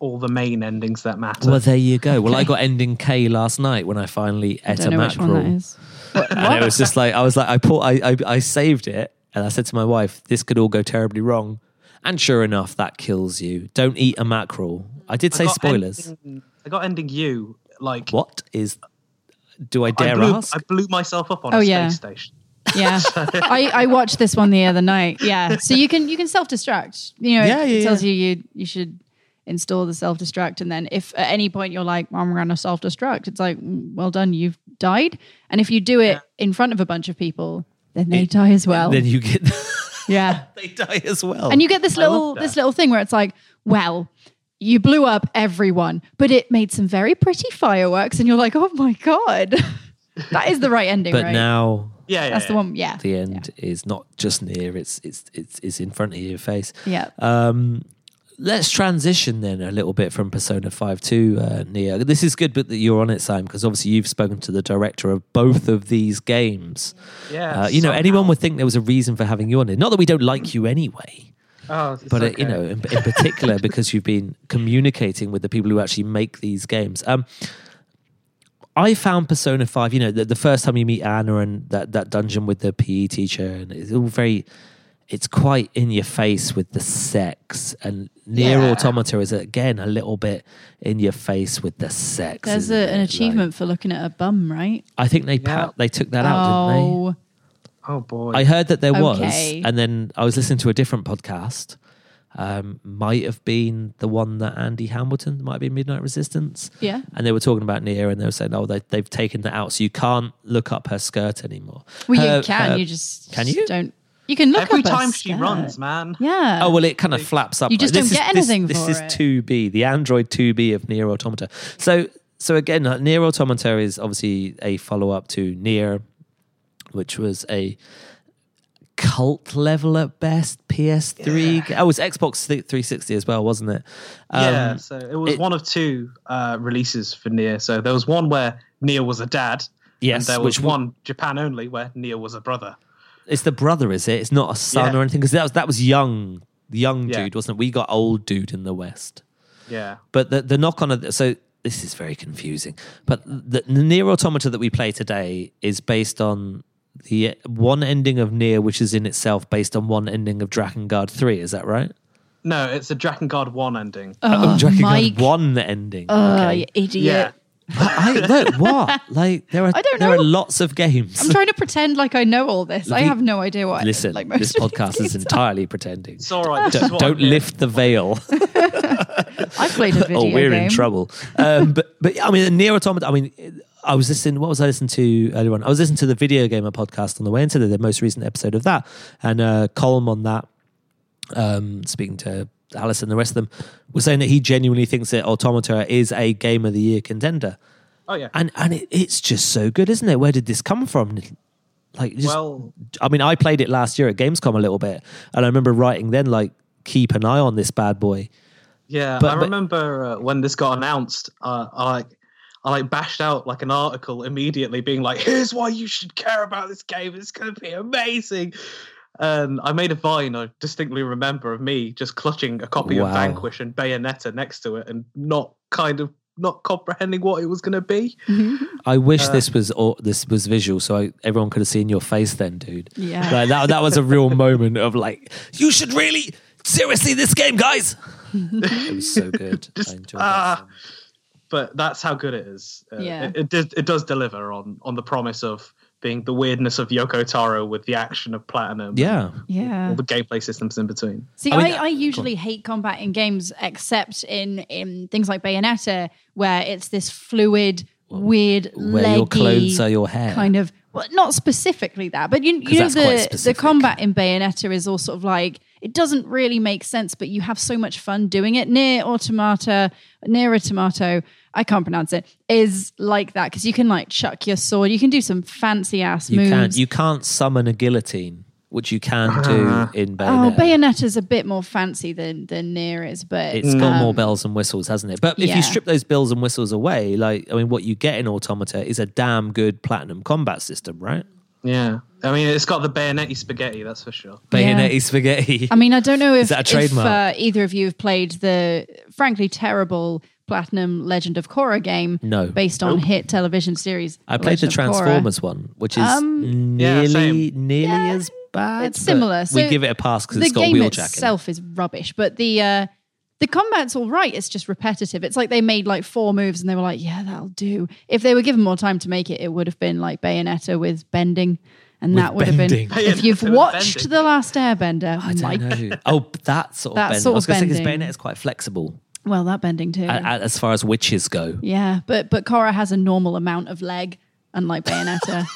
Speaker 2: all the main endings that matter.
Speaker 1: well, there you go. Well, I got ending K last night when I finally ate
Speaker 3: Don't
Speaker 1: a
Speaker 3: know which one that
Speaker 1: mackerel.
Speaker 3: is. What-
Speaker 1: and it was just like I was like I pull, I, I I saved it and I said to my wife, "This could all go terribly wrong," and sure enough, that kills you. Don't eat a mackerel. I did say
Speaker 2: got
Speaker 1: spoilers.
Speaker 2: ending- I got ending you like
Speaker 1: What is? Do I
Speaker 2: I
Speaker 1: dare
Speaker 2: blew,
Speaker 1: ask?
Speaker 2: I blew myself up on
Speaker 3: Oh,
Speaker 2: a
Speaker 3: yeah.
Speaker 2: space station.
Speaker 1: [LAUGHS]
Speaker 3: yeah. I, I watched this one the other night. Yeah. So you can you can self destruct. You know,
Speaker 1: Yeah,
Speaker 3: it,
Speaker 1: yeah,
Speaker 3: it tells
Speaker 1: yeah.
Speaker 3: you you you should install the self destruct and then if at any point you're like, well, I'm gonna self destruct, it's like, mm, well done, you've died. And if you do it in front of a bunch of people, then they die as well.
Speaker 1: Then you get [LAUGHS]
Speaker 3: yeah.
Speaker 1: they die as well.
Speaker 3: And you get this little
Speaker 2: that.
Speaker 3: this little thing where it's like, well, you blew up everyone, but it made some very pretty fireworks, and you're like, oh my god, [LAUGHS] that is the right ending,
Speaker 1: but
Speaker 3: right?
Speaker 1: now
Speaker 2: Yeah, yeah.
Speaker 3: That's the
Speaker 2: yeah.
Speaker 3: one. Yeah,
Speaker 1: the end is not just near; it's it's it's it's in front of your face.
Speaker 3: yeah.
Speaker 1: Let's transition then a little bit from Persona Five to uh, Neo. This is good, but that you're on it, Sam, because obviously you've spoken to the director of both of these games.
Speaker 2: Yeah,
Speaker 1: Uh, you know,
Speaker 2: somehow.
Speaker 1: anyone would think there was a reason for having you on it. Not that we don't like you anyway,
Speaker 2: Oh, it's
Speaker 1: but uh,
Speaker 2: okay.
Speaker 1: you know, in, in
Speaker 3: [LAUGHS]
Speaker 1: particular because you've been communicating with the people who actually make these games. Um, I found Persona Five. You know, the, the first time you meet Anna and that that dungeon with the PE teacher, and it's all very. It's quite in your face with the sex, and near
Speaker 2: Yeah.
Speaker 1: automata is again a little bit in your face with the sex.
Speaker 3: There's
Speaker 1: isn't
Speaker 3: a, an
Speaker 1: it?
Speaker 3: achievement for looking at a bum, right?
Speaker 1: Like, I think they
Speaker 2: Yeah.
Speaker 1: pat, they took that out, didn't they?
Speaker 3: oh,
Speaker 2: Oh boy.
Speaker 1: I heard that there was,
Speaker 3: Okay.
Speaker 1: and then I was listening to a different podcast. Um, might have been the one that Andy Hamilton might have been Midnight Resistance.
Speaker 3: Yeah.
Speaker 1: and they were talking about Nia, and they were saying, "Oh, they, they've taken that out, so you can't look up her skirt anymore."
Speaker 3: well, you
Speaker 1: Her-
Speaker 3: can.
Speaker 1: her-
Speaker 3: you just
Speaker 1: can
Speaker 3: just
Speaker 1: you?
Speaker 3: don't. You can look
Speaker 2: Every
Speaker 3: up a
Speaker 2: time she
Speaker 3: skirt.
Speaker 2: runs, man.
Speaker 3: Yeah.
Speaker 1: Oh well, it kind of flaps up.
Speaker 3: You just
Speaker 1: This
Speaker 3: don't
Speaker 1: is-
Speaker 3: get
Speaker 1: this-
Speaker 3: anything
Speaker 1: This,
Speaker 3: for
Speaker 1: is
Speaker 3: it.
Speaker 1: two B, the Android two B of Near Automata. So so again, like, Near Automata is obviously a follow up to Near, which was a cult level at best PS3. ga- Oh, it was Xbox 360 as well, wasn't it? Um,
Speaker 2: yeah, so it was one of two uh, releases for Nia. So there was one where Nia was a dad.
Speaker 1: Yes,
Speaker 2: and there was
Speaker 1: which
Speaker 2: one Japan only where Nia was a brother.
Speaker 1: It's the brother, is it? It's not a son
Speaker 2: Yeah.
Speaker 1: or anything because that was that was young, young
Speaker 2: Yeah.
Speaker 1: dude, wasn't it? We got old dude in the West.
Speaker 2: Yeah,
Speaker 1: But the, the knock on of so this is very confusing. But the, the near automata that we play today is based on the one ending of near, which is in itself based on one ending of Dragon Guard Three. Is that right?
Speaker 2: no, it's a Dragon Guard one ending.
Speaker 1: Oh, Dragon
Speaker 3: Uh, Mike.
Speaker 1: Guard One ending.
Speaker 3: Oh,
Speaker 1: okay.
Speaker 3: you idiot.
Speaker 2: yeah,
Speaker 1: I, I, look, what? [LAUGHS] Like there are
Speaker 3: I don't
Speaker 1: there are
Speaker 3: know.
Speaker 1: lots of games.
Speaker 3: I'm trying to pretend like I know all this. I
Speaker 1: The-
Speaker 3: have no idea what. I,
Speaker 1: Listen,
Speaker 3: like most
Speaker 1: this
Speaker 3: of
Speaker 1: podcast is
Speaker 3: these [LAUGHS]
Speaker 1: entirely pretending.
Speaker 2: it's all right. This is
Speaker 1: Don't,
Speaker 2: what
Speaker 1: don't
Speaker 2: I did.
Speaker 1: lift the veil.
Speaker 3: are. I played a
Speaker 1: [LAUGHS]
Speaker 3: video
Speaker 1: oh, we're
Speaker 3: game.
Speaker 1: in trouble. Um, but but I mean, near automata. I mean, I was listening. What was I listening to earlier on? I was listening to the video gamer podcast on the way into the, the most recent episode of that, and uh, Colm on that, um, speaking to Alice and the rest of them, was saying that he genuinely thinks that Automata is a game of the year contender,
Speaker 2: Oh yeah.
Speaker 1: and and it, it's just so good, isn't it? Where did this come from? Like, just,
Speaker 2: Well,
Speaker 1: I mean, I played it last year at Gamescom a little bit, and I remember writing then like, keep an eye on this bad boy.
Speaker 2: yeah,
Speaker 1: but-
Speaker 2: I
Speaker 1: but-
Speaker 2: remember uh, when this got announced. Uh, I like, I like bashed out like an article immediately, being like, "Here's why you should care about this game. It's going to be amazing." And I made a vine I distinctly remember of me just clutching a copy
Speaker 1: Wow.
Speaker 2: of Vanquish and Bayonetta next to it, and not kind of not comprehending what it was going to be.
Speaker 1: I wish this was au- this was visual, so I, everyone could have seen your face then, dude.
Speaker 3: Yeah.
Speaker 1: like, that that was a real moment of like, you should really
Speaker 3: [LAUGHS]
Speaker 1: seriously this game, guys. it was so good. I enjoyed that.
Speaker 2: ah.
Speaker 1: so much.
Speaker 2: but that's how good it is. Uh,
Speaker 3: Yeah.
Speaker 2: it, it, does, it does deliver on on the promise of being the weirdness of Yoko Taro with the action of Platinum.
Speaker 1: Yeah.
Speaker 3: Yeah.
Speaker 2: all the gameplay systems in between.
Speaker 3: See,
Speaker 1: I
Speaker 3: I,
Speaker 1: mean,
Speaker 3: I, usually hate combat in games, except in in things like Bayonetta, where it's this fluid, weird,
Speaker 1: Where
Speaker 3: leggy
Speaker 1: your clothes are your hair.
Speaker 3: kind of. Well, not specifically that, but you,
Speaker 1: 'Cause
Speaker 3: you know
Speaker 1: that's quite
Speaker 3: the the
Speaker 1: specific.
Speaker 3: combat in Bayonetta is all sort of like it doesn't really make sense, but you have so much fun doing it. Near Automata, near a tomato, I can't pronounce it. Is like that because you can like chuck your sword, you can do some fancy ass
Speaker 1: You
Speaker 3: moves.
Speaker 1: can't you can't summon a guillotine, which you can do in
Speaker 3: Oh,
Speaker 1: Bayonetta.
Speaker 3: Bayonetta's a bit more fancy than than Near is, but
Speaker 1: It's got more bells and whistles, hasn't it? But if
Speaker 3: Mm. yeah.
Speaker 1: you strip those bells and whistles away, like I mean, what you get in Automata is a damn good platinum combat system, right?
Speaker 2: Yeah, I mean, it's got the bayonetti spaghetti, that's for sure.
Speaker 1: Bayonetti spaghetti.
Speaker 3: I mean, I don't know if,
Speaker 1: that a
Speaker 3: if
Speaker 1: trademark?
Speaker 3: uh, either of you have played the frankly terrible Platinum Legend of Korra game.
Speaker 1: No.
Speaker 3: based on hit television series.
Speaker 1: I played the
Speaker 3: Legend of Korra. Um,
Speaker 1: Transformers one, which is
Speaker 2: Yeah,
Speaker 1: nearly
Speaker 2: same.
Speaker 1: nearly as bad.
Speaker 3: It's
Speaker 1: but
Speaker 3: similar.
Speaker 1: we
Speaker 3: So
Speaker 1: give it a pass because
Speaker 3: the
Speaker 1: it's got a
Speaker 3: game
Speaker 1: wheeljack.
Speaker 3: itself is rubbish, but the uh, the combat's all right. It's just repetitive. It's like they made like four moves and they were like, "Yeah, that'll do." If they were given more time to make it, it would have been like Bayonetta with bending, and that would
Speaker 1: bending.
Speaker 3: have been. If you've
Speaker 2: Bayonetta with
Speaker 3: watched
Speaker 2: bending.
Speaker 3: The Last Airbender,
Speaker 1: In it. I
Speaker 3: Mike,
Speaker 1: don't know. Oh, that sort of
Speaker 3: That
Speaker 1: bending.
Speaker 3: sort
Speaker 1: I was
Speaker 3: of
Speaker 1: going to say because
Speaker 3: bending.
Speaker 1: Bayonetta's quite flexible
Speaker 3: well, that bending too.
Speaker 1: a- a- as far as witches go.
Speaker 3: Yeah, but but Cora has a normal amount of leg, unlike Bayonetta.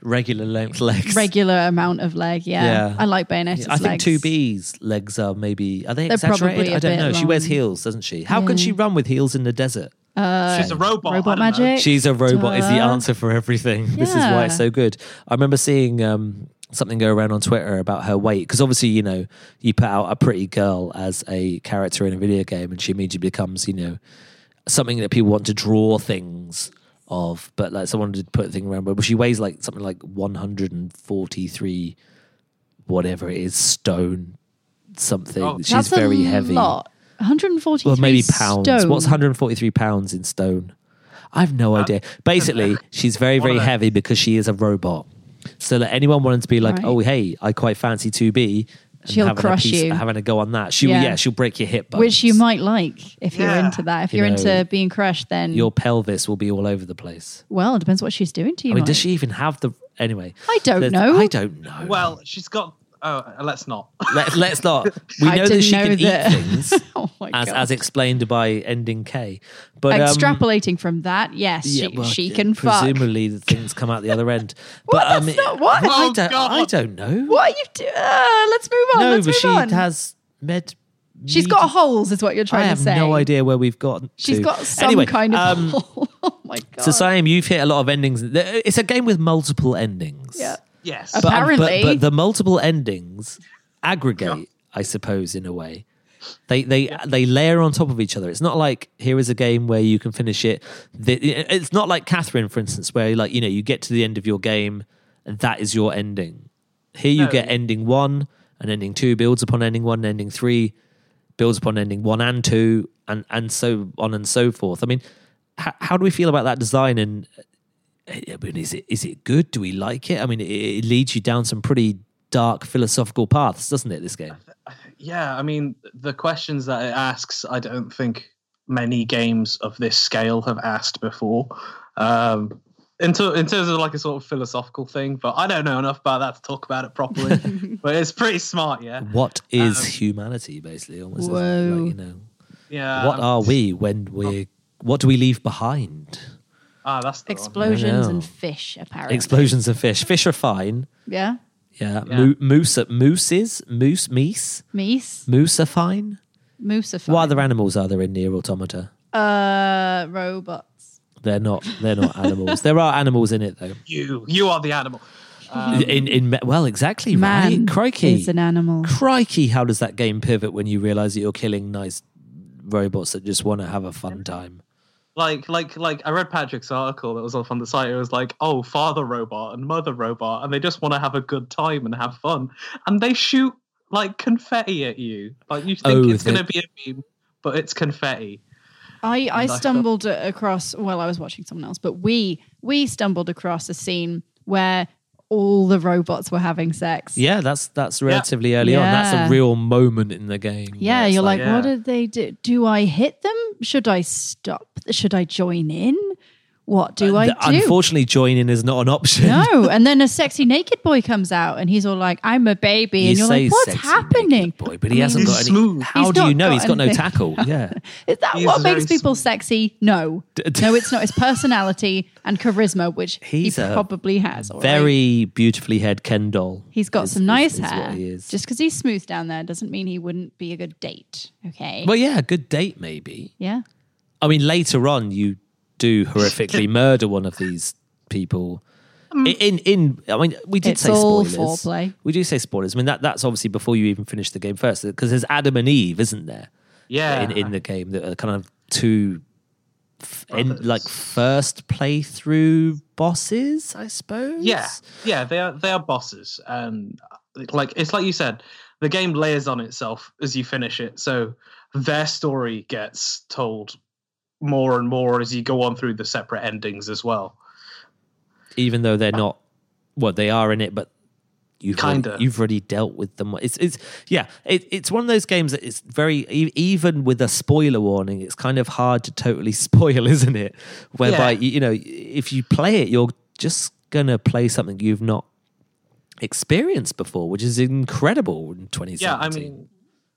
Speaker 1: Regular length legs.
Speaker 3: Regular amount of leg. Yeah,
Speaker 1: Yeah.
Speaker 3: I like Bayonetta's
Speaker 1: I think
Speaker 3: legs.
Speaker 1: two B's legs are maybe are they
Speaker 3: They're
Speaker 1: exaggerated?
Speaker 3: probably a
Speaker 1: I don't
Speaker 3: bit
Speaker 1: know. She wears
Speaker 3: long.
Speaker 1: heels, doesn't she? How can she run with heels in the desert?
Speaker 2: She's a robot. I
Speaker 3: Robot
Speaker 2: don't know.
Speaker 3: magic.
Speaker 1: She's a robot is the
Speaker 3: Duh.
Speaker 1: answer for everything. [LAUGHS] This is why it's
Speaker 3: Yeah.
Speaker 1: so good. I remember seeing um, something go around on Twitter about her weight because obviously you know you put out a pretty girl as a character in a video game and she immediately becomes you know something that people want to draw things of. But like someone did put a thing around, but she weighs like something like one hundred and forty three, whatever it is, stone something.
Speaker 2: Oh,
Speaker 1: She's
Speaker 3: That's
Speaker 1: very
Speaker 3: a
Speaker 1: heavy.
Speaker 3: Lot. 143
Speaker 1: Well, maybe pounds.
Speaker 3: Stone.
Speaker 1: What's 143 pounds in stone? I've no
Speaker 3: Uh,
Speaker 1: idea.
Speaker 3: [LAUGHS]
Speaker 1: Basically, she's very, very
Speaker 2: of them.
Speaker 1: heavy because she is a robot. So that anyone wanting to be like,
Speaker 3: Right.
Speaker 1: oh, hey, I quite fancy 2B. and
Speaker 3: She'll
Speaker 1: having
Speaker 3: crush
Speaker 1: a piece,
Speaker 3: you.
Speaker 1: Having a go on that. She, will- yeah.
Speaker 3: Yeah.
Speaker 1: she'll break your hip bones.
Speaker 3: Which you might like if you're
Speaker 2: Yeah.
Speaker 3: into that. If
Speaker 1: You
Speaker 3: you are
Speaker 1: know,
Speaker 3: into being crushed, then
Speaker 1: Your pelvis will be all over the place.
Speaker 3: well, it depends what she's doing to
Speaker 1: I
Speaker 3: you.
Speaker 1: mean,
Speaker 3: Mike.
Speaker 1: does she even have the. Anyway.
Speaker 3: I don't
Speaker 1: there's-
Speaker 3: know.
Speaker 1: I don't know.
Speaker 2: Well, she's got. Oh, let's not. [LAUGHS]
Speaker 1: Let, let's
Speaker 3: [LAUGHS]
Speaker 1: not. We
Speaker 3: I
Speaker 1: know that
Speaker 3: didn't
Speaker 1: she
Speaker 3: know
Speaker 1: can
Speaker 3: that.
Speaker 1: eat
Speaker 3: [LAUGHS]
Speaker 1: things,
Speaker 3: Oh my
Speaker 1: as,
Speaker 3: god.
Speaker 1: as explained by ending K. But um,
Speaker 3: Extrapolating from that, yes, she,
Speaker 1: well,
Speaker 3: she
Speaker 1: yeah,
Speaker 3: can fuck.
Speaker 1: Presumably, the things come out the other end.
Speaker 3: [LAUGHS] What?
Speaker 1: But, um,
Speaker 3: That's not what?
Speaker 1: I
Speaker 2: Oh,
Speaker 1: don't.
Speaker 2: God.
Speaker 1: I don't know.
Speaker 3: What are you doing? Uh, let's move on.
Speaker 1: No,
Speaker 3: let's
Speaker 1: but
Speaker 3: move
Speaker 1: she
Speaker 3: on.
Speaker 1: has med.
Speaker 3: She's
Speaker 1: med-
Speaker 3: got holes, is what you're
Speaker 1: I
Speaker 3: trying
Speaker 1: have
Speaker 3: to say.
Speaker 1: no idea where we've got.
Speaker 3: She's
Speaker 1: to.
Speaker 3: got some
Speaker 1: Anyway,
Speaker 3: kind [LAUGHS] of
Speaker 1: Um,
Speaker 3: hole. oh my god.
Speaker 1: so Siam, you've hit a lot of endings. It's a game with multiple endings.
Speaker 3: Yeah.
Speaker 2: Yes.
Speaker 1: But- um, but-
Speaker 3: Apparently.
Speaker 1: but, the multiple endings aggregate, I suppose, in a way. They they they layer on top of each other. It's not like here is a game where you can finish it. The- It's not like Catherine, for instance, where like you know you get to the end of your game and that is your ending. Here you get ending one and ending two builds upon ending one, and ending three builds upon ending one and two, and and so on and so forth. I mean, how, how do we feel about that design and I mean, is it is it good? Do we like it? I mean, it, it leads you down some pretty dark philosophical paths, doesn't it? This game.
Speaker 2: yeah, I mean, the questions that it asks, I don't think many games of this scale have asked before. Um, in, ter- in terms of like a sort of philosophical thing, but I don't know enough about that to talk about it properly.
Speaker 3: [LAUGHS]
Speaker 2: but it's pretty
Speaker 1: [LAUGHS]
Speaker 2: smart, yeah.
Speaker 1: What is humanity, basically? Almost, isn't it? Like,
Speaker 3: Whoa.
Speaker 1: you know,
Speaker 2: Yeah. um,
Speaker 1: what are we when we're what do we leave behind?
Speaker 2: Ah, that's the one.
Speaker 3: Explosions
Speaker 1: I know.
Speaker 3: and fish, apparently.
Speaker 1: Explosions of fish. Fish are fine.
Speaker 3: yeah.
Speaker 1: Yeah, Mo- moose, mooses, moose, meese,
Speaker 3: Meese.
Speaker 1: moose are fine.
Speaker 3: Moose are
Speaker 1: What
Speaker 3: fine.
Speaker 1: other animals are there in near automata?
Speaker 3: Uh, robots.
Speaker 1: They're not. They're not animals. there are animals in it though.
Speaker 2: you. You are the animal.
Speaker 1: in in me- well, exactly
Speaker 3: Man
Speaker 1: right. Crikey,
Speaker 3: is an animal.
Speaker 1: crikey, how does that game pivot when you realize that you're killing nice robots that just want to have a fun time?
Speaker 2: like like like I read Patrick's article that was off on the site. It was like, oh, father robot and mother robot, and they just want to have a good time and have fun, and they shoot like confetti at you. Like you think
Speaker 1: Oh,
Speaker 2: it's
Speaker 1: they-
Speaker 2: going to be a meme, but it's confetti.
Speaker 3: I, I
Speaker 2: And I thought-
Speaker 3: stumbled a- across, well, I was watching someone else, but we we stumbled across a scene where all the robots were having sex.
Speaker 1: Yeah, that's that's relatively early on. That's
Speaker 3: Yeah.
Speaker 1: a real moment in the game.
Speaker 3: Yeah,
Speaker 1: where it's
Speaker 3: you're like,
Speaker 2: yeah.
Speaker 3: what did they do? Do I hit them? Should I stop? Should I join in? What do I do?
Speaker 1: Th- Unfortunately, joining is not an option. [LAUGHS]
Speaker 3: no, and then a sexy naked boy comes out, and he's all like, "I'm a baby,"
Speaker 1: You
Speaker 3: and you're
Speaker 1: say
Speaker 3: like, "What's
Speaker 1: sexy
Speaker 3: happening?"
Speaker 1: naked Boy, but he hasn't
Speaker 2: He's
Speaker 1: got any.
Speaker 2: smooth.
Speaker 1: How
Speaker 3: He's
Speaker 1: do you
Speaker 3: not
Speaker 1: know
Speaker 3: got
Speaker 1: he's got no
Speaker 3: anything. [LAUGHS]
Speaker 1: tackle? Yeah.
Speaker 3: Is that
Speaker 2: He's
Speaker 3: what
Speaker 2: very
Speaker 3: makes people sexy? No, no, it's not. It's personality and charisma, which
Speaker 1: He's
Speaker 3: he
Speaker 1: a
Speaker 3: probably has. all
Speaker 1: [LAUGHS]
Speaker 3: right?
Speaker 1: Very beautifully haired Ken doll.
Speaker 3: He's got
Speaker 1: is-
Speaker 3: some
Speaker 1: is-
Speaker 3: nice
Speaker 1: is what
Speaker 3: hair.
Speaker 1: he is.
Speaker 3: Just because he's smooth down there doesn't mean he wouldn't be a good date. Okay.
Speaker 1: Well, yeah, a good date maybe.
Speaker 3: yeah.
Speaker 1: I mean, later on, you do horrifically
Speaker 3: [LAUGHS]
Speaker 1: murder one of these people. I- In in, I mean, we did
Speaker 3: Um, It's
Speaker 1: say
Speaker 3: all
Speaker 1: spoilers.
Speaker 3: foreplay.
Speaker 1: We do say spoilers. I mean, that that's obviously before you even finish the game first, because there's Adam and Eve, isn't there?
Speaker 2: Yeah.
Speaker 1: In in the game, that are kind of two, f- in, like first playthrough bosses, I suppose.
Speaker 2: Yeah, yeah, they are they are bosses, and uh, like it's like you said, the game layers on itself as you finish it. So their story gets told more and more as you go on through the separate endings as well.
Speaker 1: even though they're not well they are in it but you've
Speaker 2: Kinda.
Speaker 1: already, you've already dealt with them it's it's yeah it, it's one of those games that it's very e- even with a spoiler warning it's kind of hard to totally [LAUGHS] spoil isn't it whereby
Speaker 2: Yeah.
Speaker 1: you, you know if you play it you're just gonna play something you've not experienced before which is incredible in 2017
Speaker 2: Yeah, I mean,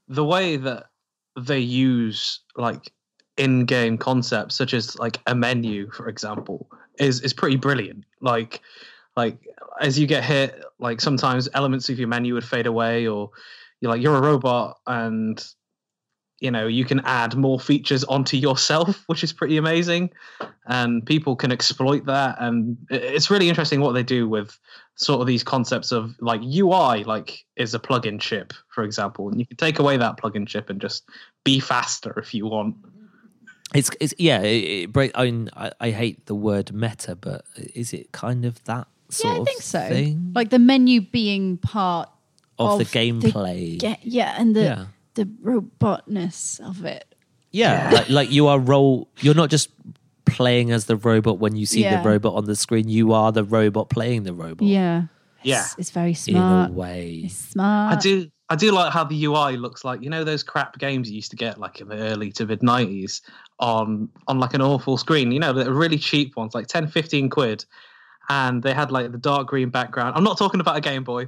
Speaker 2: the way that they use like in-game concepts such as like a menu, for example, is is pretty brilliant. Like, like as you get hit, like sometimes elements of your menu would fade away, or you're like you're a robot and you know you can add more features onto yourself [LAUGHS] which is pretty amazing and people can exploit that and i- it's really interesting what they do with sort of these concepts of like ui like is a plugin chip for example and you can take away that plugin chip and just be faster if you want
Speaker 1: it's, it's yeah it, it break, I, mean, I, I hate the word meta but is it kind of that sort
Speaker 3: Yeah, I
Speaker 1: of
Speaker 3: think so.
Speaker 1: thing
Speaker 3: Like the menu being part
Speaker 1: of, the
Speaker 3: of the
Speaker 1: gameplay
Speaker 3: Yeah, yeah, and the
Speaker 1: Yeah.
Speaker 3: the robotness of it.
Speaker 1: Yeah, Like, like you are role. You're not just playing as the robot when you see
Speaker 3: Yeah.
Speaker 1: the robot on the screen. You are the robot playing the robot.
Speaker 3: Yeah,
Speaker 2: yeah
Speaker 3: it's, it's very
Speaker 1: in a
Speaker 3: smart.
Speaker 1: way.
Speaker 3: It's smart.
Speaker 2: i do i do like how the ui looks like you know those crap games you used to get like in the early to mid 90s on on like an awful screen you know the really cheap ones like 10 15 quid and they had like the dark green background i'm not talking about a game boy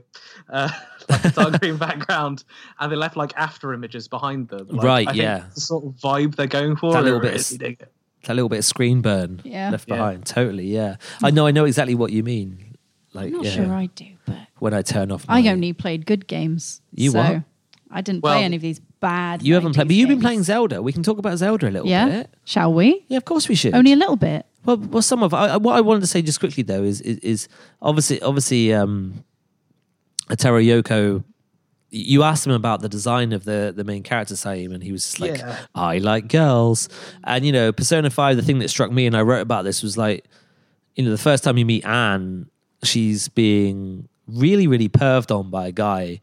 Speaker 2: uh, [LAUGHS] like
Speaker 1: [LAUGHS]
Speaker 2: a dark green background and they left like after images behind them Like,
Speaker 1: Right,
Speaker 2: I think
Speaker 1: yeah.
Speaker 2: that's the sort of vibe they're going for
Speaker 1: That
Speaker 2: and I
Speaker 1: little bit of
Speaker 2: really
Speaker 1: s-
Speaker 2: dig it.
Speaker 1: That little bit of screen burn
Speaker 3: Yeah.
Speaker 1: left
Speaker 2: Yeah.
Speaker 1: behind. Totally. Yeah. I know. I know exactly what you mean. Like
Speaker 3: I'm not
Speaker 1: yeah,
Speaker 3: sure I do, but
Speaker 1: when I turn off. My,
Speaker 3: I only played good games.
Speaker 1: You
Speaker 3: so
Speaker 1: what?
Speaker 3: I didn't
Speaker 2: Well,
Speaker 3: play any of these bad.
Speaker 1: You haven't played,
Speaker 3: 90s
Speaker 1: but you've been
Speaker 3: games.
Speaker 1: playing Zelda. We can talk about Zelda a little
Speaker 3: Yeah,
Speaker 1: bit.
Speaker 3: shall we?
Speaker 1: Yeah, of course we should.
Speaker 3: Only a little bit.
Speaker 1: Well, well, some of I, I- what I wanted to say just quickly though is is, is obviously obviously um, Atero Yoko. You asked him about the design of the the main character, Saeem, and he was just like,
Speaker 2: Yeah.
Speaker 1: "I like girls," and you know, Persona Five. The thing that struck me, and I wrote about this, was like, you know, the first time you meet Anne, she's being really, really perved on by a guy,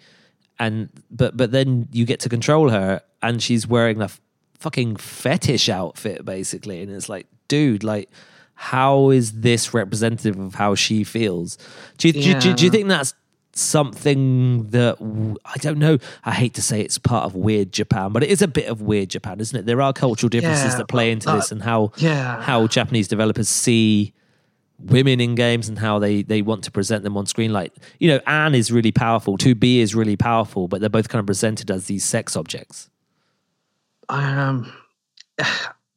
Speaker 1: and but but then you get to control her, and she's wearing a f- fucking fetish outfit basically, and it's like, dude, like, how is this representative of how she feels? Do you, do you- do, you- do you
Speaker 2: Yeah.
Speaker 1: think that's something that w- I don't know? I hate to say it's part of weird Japan, but it is a bit of weird Japan, isn't it? There are cultural differences
Speaker 2: Yeah,
Speaker 1: that play into
Speaker 2: uh,
Speaker 1: this and how
Speaker 2: yeah.
Speaker 1: how Japanese developers see women in games and how they they want to present them on screen like you know Anne is really powerful 2B is really powerful but they're both kind of presented as these sex objects
Speaker 2: I um, [SIGHS]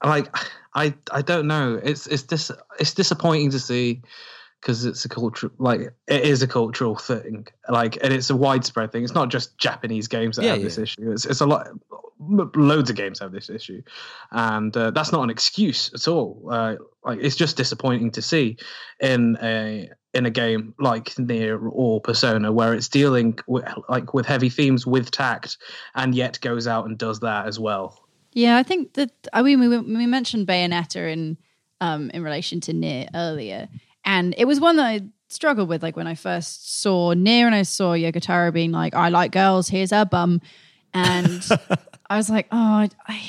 Speaker 2: like I I don't know. It's it's dis- it's disappointing to see because it's a culture like it is a cultural thing. Like and it's a widespread thing. It's not just Japanese games that
Speaker 1: Yeah,
Speaker 2: have this
Speaker 1: yeah.
Speaker 2: issue. It's it's a lot. m- Loads of games have this issue, and uh, that's not an excuse at all. Uh, like it's just disappointing to see in a in a game like near or persona where it's dealing with, like with heavy themes with tact and yet goes out and does that as well
Speaker 3: Yeah, I think that I mean we, we mentioned Bayonetta in um, in relation to Near earlier, and it was one that I struggled with. Like when I first saw Near, and I saw
Speaker 1: [LAUGHS]
Speaker 3: Yogotaro being like, "I like girls, here's her bum," and I was like, "Oh, I, I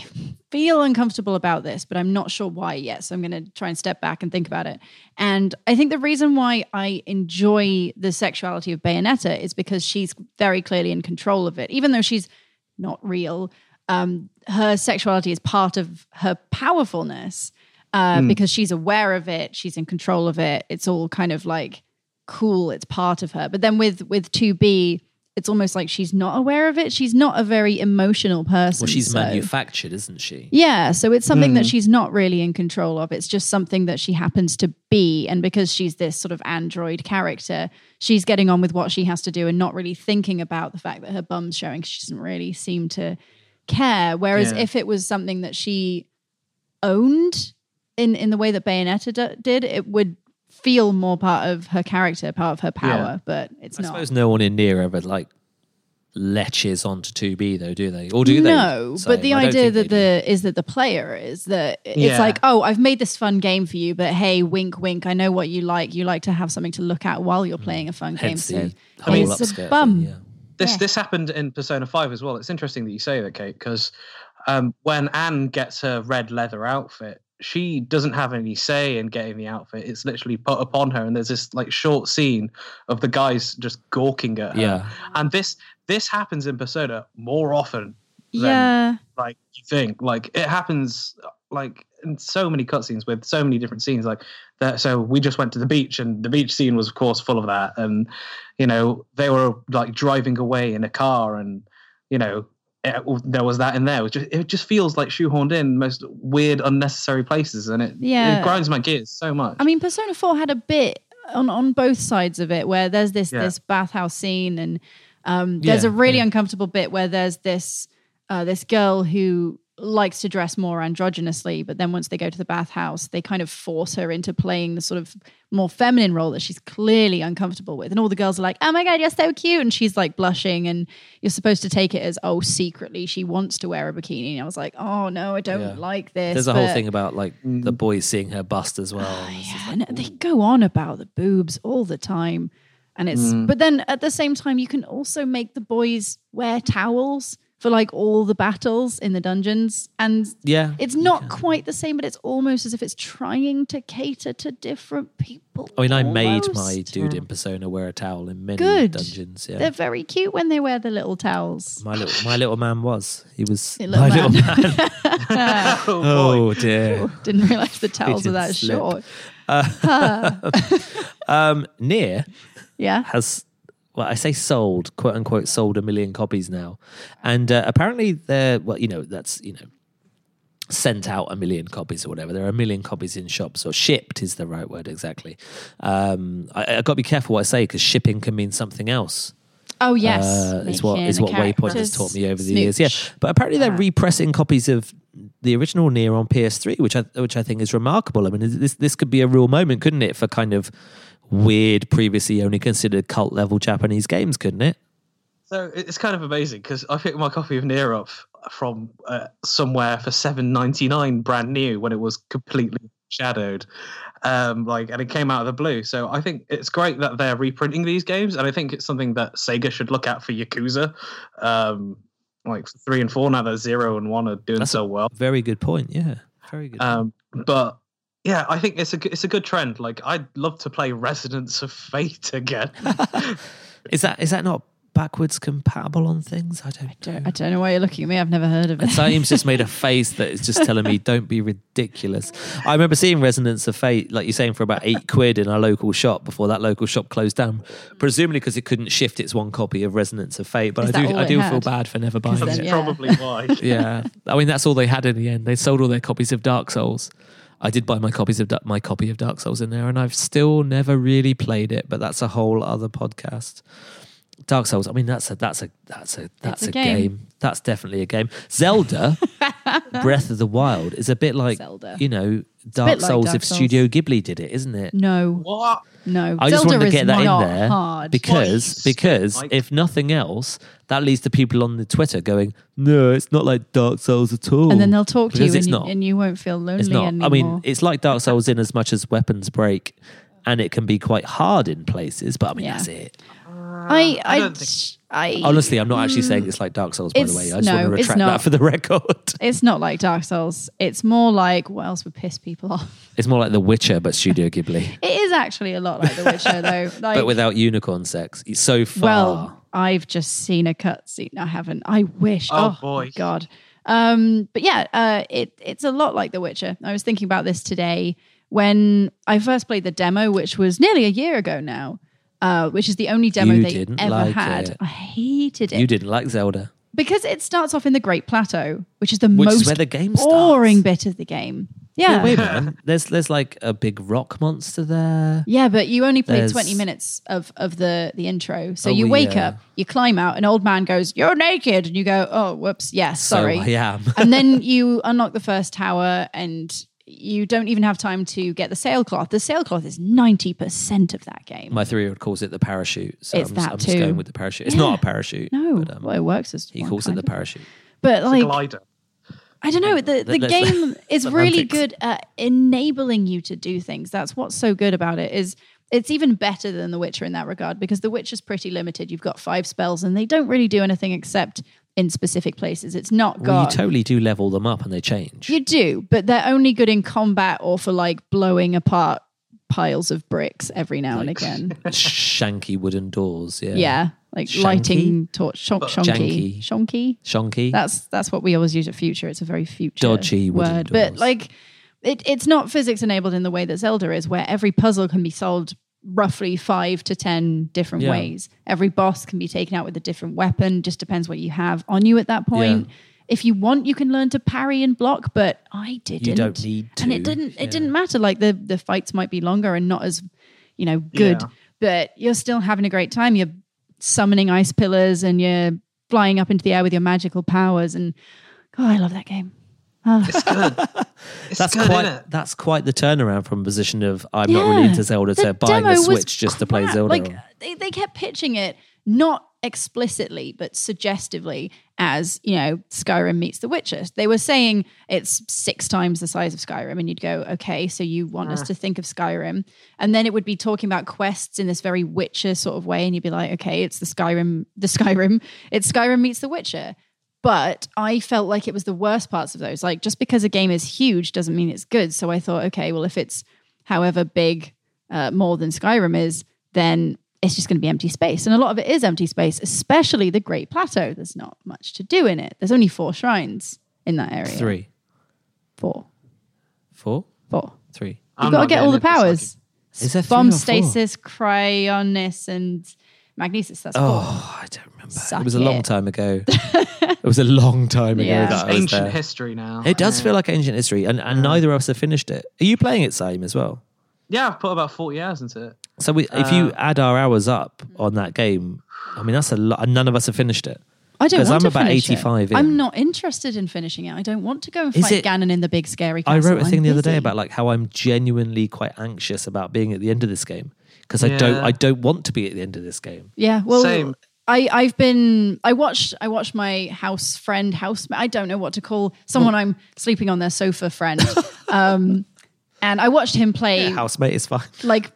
Speaker 3: feel uncomfortable about this, but I'm not sure why yet. So I'm going to try and step back and think about it. And I think the reason why I enjoy the sexuality of Bayonetta is because she's very clearly in control of it, even though she's not real. Um, her sexuality is part of her powerfulness uh, because she's aware of it, she's in control of it. It's all kind of like cool it's part of her but then with with 2b it's almost like she's not aware of it she's not a very emotional person
Speaker 1: Well, she's
Speaker 3: so-
Speaker 1: manufactured, isn't she?
Speaker 3: yeah so it's something
Speaker 1: Hmm.
Speaker 3: that she's not really in control of it's just something that she happens to be and because she's this sort of android character she's getting on with what she has to do and not really thinking about the fact that her bum's showing she doesn't really seem to care whereas
Speaker 2: Yeah.
Speaker 3: if it was something that she owned in in the way that Bayonetta d- did, it would feel more part of her character, part of her power. But it's
Speaker 1: I
Speaker 3: not.
Speaker 1: suppose no one in near ever like leches onto 2B though, do they? Or do they?
Speaker 3: no,
Speaker 1: Same.
Speaker 3: but the
Speaker 1: I don't
Speaker 3: idea
Speaker 1: think they
Speaker 3: that
Speaker 1: do.
Speaker 3: the is that the player is that it's
Speaker 2: Yeah.
Speaker 3: like, oh, I've made this fun game for you, but hey, wink, wink, I know what you like. You like to have something to look at while
Speaker 1: Hmm.
Speaker 3: you're playing a fun
Speaker 1: Hence
Speaker 3: game.
Speaker 1: the
Speaker 3: So
Speaker 1: whole
Speaker 3: it's
Speaker 1: upskirt
Speaker 3: a
Speaker 1: thing,
Speaker 3: bum.
Speaker 1: yeah.
Speaker 2: This
Speaker 3: Yeah.
Speaker 2: this happened in Persona Five as well. It's interesting that you say that, Kate, because um, when Anne gets her red leather outfit, she doesn't have any say in getting the outfit. It's literally put upon her, and there's this like short scene of the guys just gawking at her.
Speaker 1: Yeah.
Speaker 2: And this this happens in Persona more often than
Speaker 3: Yeah.
Speaker 2: like you think. Like it happens like in so many cutscenes with so many different scenes. Like that. So we just went to the beach, and the beach scene was, of course, full of that. And you know, they were like driving away in a car, and you know, it, there was that in there. It was just, it just feels like shoehorned in the most weird, unnecessary places, and it
Speaker 3: Yeah.
Speaker 2: it grinds my gears so much.
Speaker 3: I mean, Persona Four had a bit on on both sides of it where there's this
Speaker 2: Yeah.
Speaker 3: this bathhouse scene, and um, there's
Speaker 1: Yeah,
Speaker 3: a really
Speaker 1: yeah.
Speaker 3: uncomfortable bit where there's this uh, this girl who likes to dress more androgynously, but then once they go to the bathhouse, they kind of force her into playing the sort of more feminine role that she's clearly uncomfortable with, and all the girls are like, "Oh my god, you're so cute," and she's like blushing, and you're supposed to take it as, "Oh, secretly she wants to wear a bikini." And I was like, "Oh no, I don't
Speaker 1: Yeah.
Speaker 3: like this."
Speaker 1: There's a whole
Speaker 3: but-
Speaker 1: thing about like the boys seeing her bust as well. and it's just
Speaker 3: yeah,
Speaker 1: like,
Speaker 3: and they go on about the boobs all the time. And it's,
Speaker 1: Mm.
Speaker 3: but then at the same time, you can also make the boys wear towels for like all the battles in the dungeons. And
Speaker 1: yeah.
Speaker 3: it's not quite the same, but it's almost as if it's trying to cater to different people.
Speaker 1: I mean, I made my
Speaker 3: almost.
Speaker 1: dude in persona wear a towel in many
Speaker 3: Good.
Speaker 1: dungeons. Yeah.
Speaker 3: They're very cute when they wear the
Speaker 1: [LAUGHS]
Speaker 3: little towels.
Speaker 1: my little my little man was. He was
Speaker 3: [LAUGHS] Your little
Speaker 1: my little
Speaker 3: man.
Speaker 1: man.
Speaker 3: [LAUGHS]
Speaker 1: [LAUGHS]
Speaker 2: oh, boy.
Speaker 1: oh dear.
Speaker 3: Didn't realize the towels were
Speaker 1: did
Speaker 3: that
Speaker 1: slip.
Speaker 3: short.
Speaker 1: [LAUGHS] Um near
Speaker 3: Yeah.
Speaker 1: has well, I say sold, quote unquote, sold a million copies now, and uh, apparently they're well, you know, that's you know, sent out a million copies or whatever. There are a million copies in shops or shipped is the right word exactly. Um, I, I got to be careful what I say because shipping can mean something else.
Speaker 3: Oh, yes.
Speaker 1: uh, is what
Speaker 3: Making
Speaker 1: is
Speaker 3: the
Speaker 1: what Waypoint has
Speaker 3: characters
Speaker 1: taught me over the years. Yeah,
Speaker 3: smooch.
Speaker 1: but apparently they're repressing copies of the original Near on PS3, which I which I think is remarkable. I mean, this this could be a real moment, couldn't it, for kind of weird, previously only considered cult level Japanese games, couldn't it?
Speaker 2: So it- it's kind of amazing because I picked my copy of Near Up from uh, somewhere for seven ninety nine, brand new, when it was completely shadowed, um, like, and it came out of the blue. So I think it's great that they're reprinting these games, and I think it's something that Sega should look out for Yakuza, um, like three and four. Now that zero and one are doing
Speaker 1: That's
Speaker 2: so well.
Speaker 1: Very good point. Yeah, very good.
Speaker 2: Um, but yeah, I think it's a g- it's a good trend. Like I'd love to play Residents of Fate
Speaker 3: [LAUGHS]
Speaker 2: again.
Speaker 1: is that is that not backwards compatible on things? I don't. know.
Speaker 3: I don't know why you're looking at me. I've never heard of
Speaker 1: [LAUGHS]
Speaker 3: it.
Speaker 1: And Saeem's just made a face that is just telling me, don't be ridiculous. I remember seeing Resonance of Fate, like you're saying, for about eight quid in our local shop before that local shop closed down, presumably because it couldn't shift its one copy of Resonance of Fate. But
Speaker 3: Is
Speaker 1: I
Speaker 3: that
Speaker 1: do,
Speaker 3: all
Speaker 1: I
Speaker 3: it
Speaker 1: do
Speaker 3: had?
Speaker 1: feel bad for never buying
Speaker 3: Because
Speaker 1: it.
Speaker 3: then-
Speaker 2: That's probably
Speaker 3: Yeah. [LAUGHS]
Speaker 2: why.
Speaker 1: Yeah. I mean, that's all they had in the end. They sold all their copies of Dark Souls. I did buy my copies of Da- my copy of Dark Souls in there, and I've still never really played it. But that's a whole other podcast. Dark Souls. I mean, that's a that's a that's a that's
Speaker 3: a
Speaker 1: a,
Speaker 3: game.
Speaker 1: game. That's definitely a game.
Speaker 3: [LAUGHS]
Speaker 1: Zelda, Breath of the Wild, is a bit like
Speaker 3: Zelda.
Speaker 1: you know Dark
Speaker 3: bit like
Speaker 1: Souls
Speaker 3: Dark
Speaker 1: if
Speaker 3: Souls.
Speaker 1: Studio Ghibli did it, isn't it?
Speaker 3: no.
Speaker 2: What?
Speaker 3: No,
Speaker 1: I just
Speaker 3: Zelda
Speaker 1: wanted to
Speaker 3: is
Speaker 1: get that
Speaker 3: not
Speaker 1: in there
Speaker 3: hard.
Speaker 1: because
Speaker 2: Why?
Speaker 1: because
Speaker 2: Like-
Speaker 1: if nothing else, that leads to people on the Twitter going, "No, it's not like Dark Souls at all."
Speaker 3: and then they'll talk to you
Speaker 1: Because
Speaker 3: and,
Speaker 1: it's
Speaker 3: you
Speaker 1: not.
Speaker 3: and you won't feel lonely
Speaker 1: it's not.
Speaker 3: anymore.
Speaker 1: I mean, it's like Dark Souls in as much as weapons break, and it can be quite hard in places. But I mean,
Speaker 3: Yeah.
Speaker 1: that's it.
Speaker 3: I, I,
Speaker 2: I don't think-
Speaker 3: sh- I,
Speaker 1: Honestly, I'm not actually saying it's like Dark Souls, by the
Speaker 3: It's-
Speaker 1: way. I just
Speaker 3: no,
Speaker 1: want to
Speaker 3: it's
Speaker 1: retract
Speaker 3: not.
Speaker 1: that for the [LAUGHS] record.
Speaker 3: it's not like Dark Souls. It's more like what else would piss people [LAUGHS] off.
Speaker 1: It's more like The Witcher, but Studio Ghibli,
Speaker 3: It is actually a lot like The Witcher, though. Like,
Speaker 1: but without unicorn sex. It's So far,
Speaker 3: Well, I've just seen a cutscene. I haven't. I wish.
Speaker 2: Oh,
Speaker 3: Oh,
Speaker 2: boy.
Speaker 3: my God. Um, but yeah, uh, it it's a lot like The Witcher. I was thinking about this today when I first played the demo, which was nearly a year ago now. Uh, which is the only demo
Speaker 1: You
Speaker 3: they
Speaker 1: didn't
Speaker 3: ever
Speaker 1: like
Speaker 3: had.
Speaker 1: it.
Speaker 3: I hated it
Speaker 1: you didn't like Zelda.
Speaker 3: because it starts off in the Great Plateau, which is the
Speaker 1: Which is
Speaker 3: most
Speaker 1: where the game starts.
Speaker 3: boring bit of the game. Yeah,
Speaker 1: Wait, man. There's there's like a big rock monster there.
Speaker 3: Yeah, but you only played
Speaker 1: There's-
Speaker 3: 20 minutes of, of the, the intro. So
Speaker 1: Oh,
Speaker 3: you wake
Speaker 1: yeah.
Speaker 3: up, you climb out, an old man goes, You're naked. And you go, Oh, whoops. Yes, sorry.
Speaker 1: So I am. [LAUGHS]
Speaker 3: and then you unlock the first tower and you don't even have time to get the sailcloth. The sailcloth is 90% of that game.
Speaker 1: My three-year-old calls it the parachute. So
Speaker 3: It's
Speaker 1: I'm,
Speaker 3: that
Speaker 1: I'm just
Speaker 3: too.
Speaker 1: going with the parachute. It's not a parachute.
Speaker 3: no,
Speaker 1: but, um,
Speaker 3: well, it works as
Speaker 1: he
Speaker 3: one
Speaker 1: calls it
Speaker 3: kind
Speaker 1: the
Speaker 3: of-
Speaker 1: parachute.
Speaker 3: But like,
Speaker 2: glider.
Speaker 3: I don't know. The, the
Speaker 1: Let's- [LAUGHS]
Speaker 3: game is really
Speaker 1: semantics.
Speaker 3: good at enabling you to do things. That's what's so good about it is it's even better than The Witcher in that regard because The Witcher's pretty limited. You've got five spells and they don't really do anything except in specific places. It's not
Speaker 1: Well, you
Speaker 3: got
Speaker 1: totally do level them up and they change.
Speaker 3: you do, but they're only good in combat or for like blowing apart piles of bricks every now
Speaker 1: [LAUGHS]
Speaker 3: and again.
Speaker 1: Shanky wooden doors. Yeah.
Speaker 3: Yeah. Like
Speaker 1: Shanky?
Speaker 3: lighting torch shon-
Speaker 1: janky.
Speaker 3: shonky. Shonky.
Speaker 1: Shonky.
Speaker 3: That's that's what we always use at future. It's a very future
Speaker 1: Dodgy wooden
Speaker 3: word, but
Speaker 1: doors.
Speaker 3: like it, it's not physics enabled in the way that Zelda is, where every puzzle can be solved roughly five to ten different
Speaker 1: Yeah.
Speaker 3: ways. Every boss can be taken out with a different weapon. Just depends what you have on you at that point. If you want, you can learn to parry and block, but I didn't.
Speaker 1: don't need
Speaker 3: and it
Speaker 1: to,
Speaker 3: didn't. It
Speaker 1: yeah.
Speaker 3: didn't matter. Like the the fights might be longer and not as you know good,
Speaker 2: Yeah.
Speaker 3: but you're still having a great time. You're summoning ice pillars and you're flying up into the air with your magical powers. And oh, I love that game.
Speaker 2: It's good. It's
Speaker 1: That's
Speaker 2: good,
Speaker 1: quite
Speaker 2: innit?
Speaker 1: that's quite the turnaround from a position of I'm not really
Speaker 3: Yeah.
Speaker 1: into Zelda
Speaker 3: The
Speaker 1: to buying a
Speaker 3: demo was
Speaker 1: Switch just to play
Speaker 3: crap.
Speaker 1: Zelda.
Speaker 3: Like
Speaker 1: on.
Speaker 3: they, they kept pitching it not explicitly but suggestively as you know Skyrim meets The Witcher. They were saying it's six times the size of Skyrim, and you'd go, okay, so you want us to think of Skyrim, and then it would be talking about quests in this very Witcher sort of way, and you'd be like, okay, it's the Skyrim, the Skyrim, it's Skyrim meets The Witcher. But I felt like it was the worst parts of those. Like just because a game is huge doesn't mean it's good. So I thought, okay, well if it's however big uh, more than Skyrim is, then it's just going to be empty space. And a lot of it is empty space, especially the Great Plateau. There's not much to do in it. There's only four shrines in that area.
Speaker 1: Three,
Speaker 3: Four.
Speaker 1: four,
Speaker 3: Four.
Speaker 1: three.
Speaker 3: You've
Speaker 2: I'm
Speaker 3: got to
Speaker 2: not
Speaker 3: get all the
Speaker 2: getting it,
Speaker 3: powers.
Speaker 1: Is there three
Speaker 3: Bomb
Speaker 1: or four?
Speaker 3: stasis, cryonis, and magnesis. That's four.
Speaker 1: Oh, I don't remember.
Speaker 3: Suck
Speaker 1: it was a long
Speaker 3: it.
Speaker 1: time ago.
Speaker 3: [LAUGHS]
Speaker 1: it was a long time ago
Speaker 3: Yeah.
Speaker 1: that I
Speaker 2: It's
Speaker 1: was
Speaker 2: ancient
Speaker 1: there.
Speaker 2: history now.
Speaker 1: It does
Speaker 2: Yeah.
Speaker 1: feel like ancient history, and, and neither of us have finished it. Are you playing it, Saim, as well?
Speaker 2: Yeah, I've put about 40 hours into it.
Speaker 1: So we, if you add our hours up on that game, I mean that's a lot. And none of us have finished it.
Speaker 3: I don't
Speaker 1: 'Cause
Speaker 3: want
Speaker 1: I'm
Speaker 3: to
Speaker 1: about
Speaker 3: finish it.
Speaker 1: 85 in.
Speaker 3: I'm not interested in finishing it. I don't want to go and
Speaker 1: Is
Speaker 3: fight
Speaker 1: it-
Speaker 3: Ganon in the big scary
Speaker 1: I
Speaker 3: castle.
Speaker 1: wrote a
Speaker 3: I'm
Speaker 1: thing the other day
Speaker 3: busy.
Speaker 1: about like how I'm genuinely quite anxious about being at the end of this game because I don't
Speaker 2: Yeah.
Speaker 1: I don't want to be at the end of this game.
Speaker 3: Yeah, well,
Speaker 2: Same.
Speaker 3: I I've been I watched I watched my house friend house I don't know what to call someone I'm sleeping on their sofa friend, [LAUGHS] um, and I watched him play
Speaker 1: Housemate is fine.
Speaker 3: like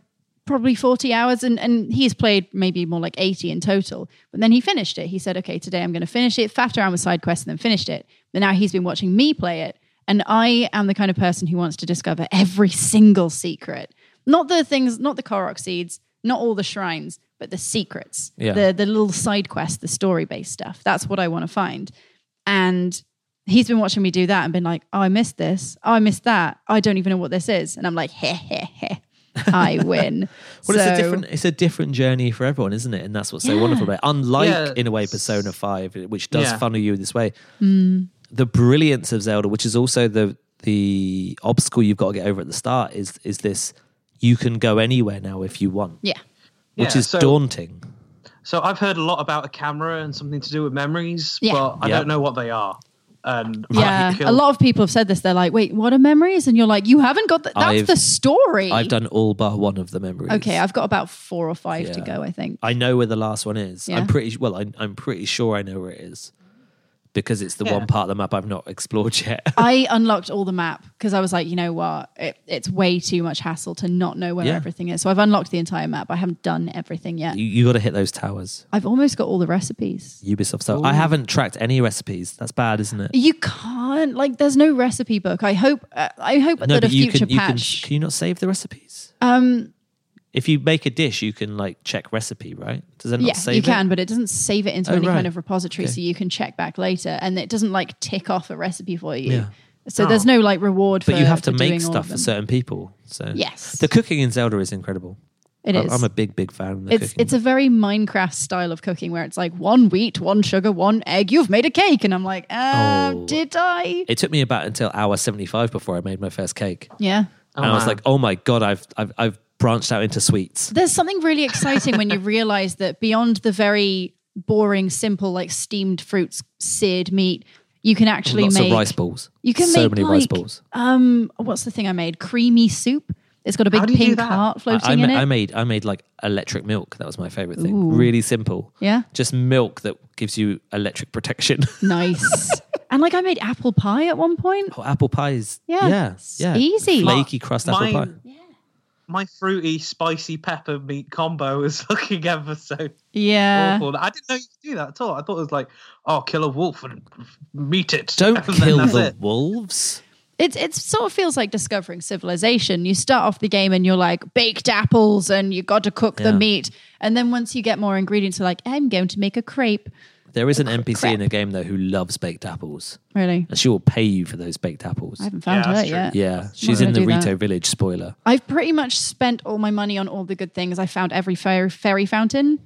Speaker 3: probably 40 hours and, and he's played maybe more like 80 in total but then he finished it he said okay today i'm going to finish it faffed around with side quests and then finished it but now he's been watching me play it and i am the kind of person who wants to discover every single secret not the things not the korok seeds not all the shrines but the secrets
Speaker 1: Yeah.
Speaker 3: the the little side quests the story based stuff that's what i want to find and he's been watching me do that and been like, oh, I missed this. Oh, I missed that. I don't even know what this is. And I'm like, heh, heh, heh. I win.
Speaker 1: Well,
Speaker 3: so,
Speaker 1: it's a different it's a different journey for everyone, isn't it? And that's what's so wonderful about it. Unlike
Speaker 2: Yeah.
Speaker 1: in a way Persona Five, which does
Speaker 2: Yeah.
Speaker 1: funnel you in this way, the brilliance of Zelda, which is also the the obstacle you've got to get over at the start, is is this you can go anywhere now if you want,
Speaker 3: Yeah.
Speaker 1: which
Speaker 2: Yeah,
Speaker 1: is
Speaker 2: so-
Speaker 1: daunting.
Speaker 2: So I've heard a lot about a camera and something to do with memories,
Speaker 3: Yeah.
Speaker 2: but I
Speaker 1: Yeah.
Speaker 2: don't know what they are. And I
Speaker 3: Yeah.
Speaker 2: feel-
Speaker 3: A lot of people have said this. They're like, wait, what are memories? And you're like, you haven't got the, that's
Speaker 1: I've-
Speaker 3: the story.
Speaker 1: I've done all bar one of the memories.
Speaker 3: Okay. I've got about four or five to go, I think.
Speaker 1: I know where the last one is.
Speaker 3: Yeah.
Speaker 1: I'm pretty well. I, I'm pretty sure I know where it is because it's the
Speaker 2: Yeah.
Speaker 1: one part of the map I've not explored [LAUGHS] yet.
Speaker 3: I unlocked all the map because I was like, you know what? It, it's way too much hassle to not know where
Speaker 1: Yeah.
Speaker 3: everything is. So I've unlocked the entire map. I haven't done everything yet.
Speaker 1: you, you got to hit those towers.
Speaker 3: I've almost got all the recipes.
Speaker 1: Ubisoft. So I haven't tracked any recipes. That's bad, isn't it?
Speaker 3: You can't like. There's no recipe book. I hope. Uh, I hope that a
Speaker 1: you
Speaker 3: future
Speaker 1: can, you can.
Speaker 3: patch.
Speaker 1: Can you not save the recipes?
Speaker 3: um.
Speaker 1: If you make a dish, you can like check recipe, right? Does that
Speaker 3: Yeah,
Speaker 1: not save
Speaker 3: you
Speaker 1: it?
Speaker 3: can, but it doesn't save it into
Speaker 1: Oh,
Speaker 3: any
Speaker 1: right.
Speaker 3: kind of repository, so you can check back later, and it doesn't like tick off a recipe for you.
Speaker 1: Yeah. Oh.
Speaker 3: So there's no like reward.
Speaker 1: But
Speaker 3: for,
Speaker 1: you have to
Speaker 3: for
Speaker 1: make
Speaker 3: doing all of
Speaker 1: stuff for
Speaker 3: them.
Speaker 1: certain people. So
Speaker 3: Yes.
Speaker 1: the cooking in Zelda is incredible.
Speaker 3: It
Speaker 1: I'm-
Speaker 3: is.
Speaker 1: I'm a big, big fan of the
Speaker 3: it's
Speaker 1: cooking.
Speaker 3: it's a very Minecraft style of cooking where it's like one wheat, one sugar, one egg. You've made a cake, and I'm like, uh,
Speaker 1: Oh.
Speaker 3: did I?
Speaker 1: it took me about until hour 75 before I made my first cake.
Speaker 3: Yeah.
Speaker 2: Oh,
Speaker 1: and I was
Speaker 2: wow.
Speaker 1: like, oh my God, I've, I've, I've branched out into sweets.
Speaker 3: There's something really exciting when
Speaker 1: [LAUGHS]
Speaker 3: you realize that beyond the very boring, simple like steamed fruits, seared meat, you can actually
Speaker 1: Lots
Speaker 3: make
Speaker 1: of rice balls.
Speaker 3: You can
Speaker 1: so
Speaker 3: make
Speaker 1: many
Speaker 3: like,
Speaker 1: rice balls.
Speaker 3: Um, what's the thing I made? Creamy soup. It's got a big
Speaker 2: do you do
Speaker 3: pink
Speaker 2: that?
Speaker 3: heart floating
Speaker 1: I, I, ma-
Speaker 3: in it.
Speaker 1: I made I made like electric milk. That was my favorite thing. Really simple.
Speaker 3: Yeah.
Speaker 1: Just milk that gives you electric
Speaker 3: [LAUGHS]
Speaker 1: protection. [LAUGHS]
Speaker 3: nice. and like I made apple pie at one point.
Speaker 1: oh, apple pies.
Speaker 3: Yeah,
Speaker 1: Yeah.
Speaker 3: it's
Speaker 1: yeah.
Speaker 3: easy.
Speaker 1: Flaky crust apple pie.
Speaker 2: Mine- My fruity, spicy pepper meat combo [LAUGHS] is looking ever so
Speaker 3: Yeah.
Speaker 2: awful. I didn't know you could do that at all. I thought it was like, oh, kill a wolf and meat it.
Speaker 1: Don't
Speaker 2: [LAUGHS] and then
Speaker 1: kill
Speaker 2: that's
Speaker 1: the
Speaker 2: it.
Speaker 1: wolves.
Speaker 3: It's it's sort of feels like discovering civilization. You start off the game and you're like baked apples and you got to cook the
Speaker 1: Yeah.
Speaker 3: meat. And then once you get more ingredients, you're like, I'm going to make a crepe.
Speaker 1: There is an NPC
Speaker 3: crap.
Speaker 1: in the game though who loves baked apples,
Speaker 3: Really?
Speaker 1: and she will pay you for those baked apples.
Speaker 3: I haven't found
Speaker 2: Yeah,
Speaker 3: her
Speaker 2: that's true.
Speaker 3: yet.
Speaker 1: yeah, she's
Speaker 3: gonna
Speaker 1: in the
Speaker 3: do that.
Speaker 1: Rito Village. Spoiler.
Speaker 3: I've pretty much spent all my money on all the good things. I found every fairy, fairy fountain.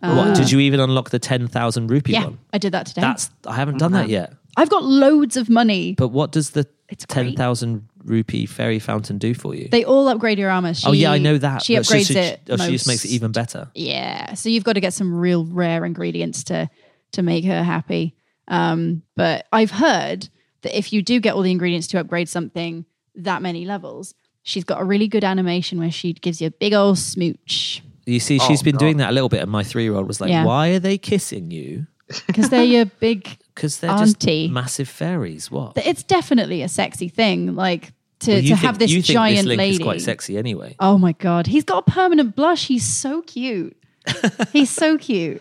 Speaker 1: what did you even unlock the ten thousand rupee
Speaker 3: Ah. Yeah,
Speaker 1: one?
Speaker 3: I did that today.
Speaker 1: That's I haven't done that yet.
Speaker 3: I've got loads of money.
Speaker 1: But what does the
Speaker 3: It's great.
Speaker 1: ten thousand rupee fairy fountain do for you?
Speaker 3: They all upgrade your armor. She,
Speaker 1: oh yeah, I know that.
Speaker 3: She
Speaker 1: but
Speaker 3: upgrades
Speaker 1: she,
Speaker 3: it.
Speaker 1: oh, she just makes it
Speaker 3: most.
Speaker 1: even better.
Speaker 3: Yeah, so you've got to get some real rare ingredients to to make her happy. Um, but I've heard that if you do get all the ingredients to upgrade something that many levels, she's got a really good animation where she gives you a big old smooch
Speaker 1: You see, she's been doing that a little bit, and my three-year-old was like,
Speaker 3: Yeah.
Speaker 1: "Why are they kissing you?
Speaker 3: because they're
Speaker 1: [LAUGHS]
Speaker 3: your big.
Speaker 1: Because they're
Speaker 3: Auntie.
Speaker 1: just massive fairies. What?
Speaker 3: It's definitely a sexy thing, like to
Speaker 1: Well,
Speaker 3: to
Speaker 1: you
Speaker 3: have
Speaker 1: think-
Speaker 3: this
Speaker 1: you think
Speaker 3: giant
Speaker 1: this link
Speaker 3: lady.
Speaker 1: is quite sexy anyway.
Speaker 3: Oh my god, he's got a permanent blush. He's
Speaker 1: [LAUGHS]
Speaker 3: so cute. he's so cute.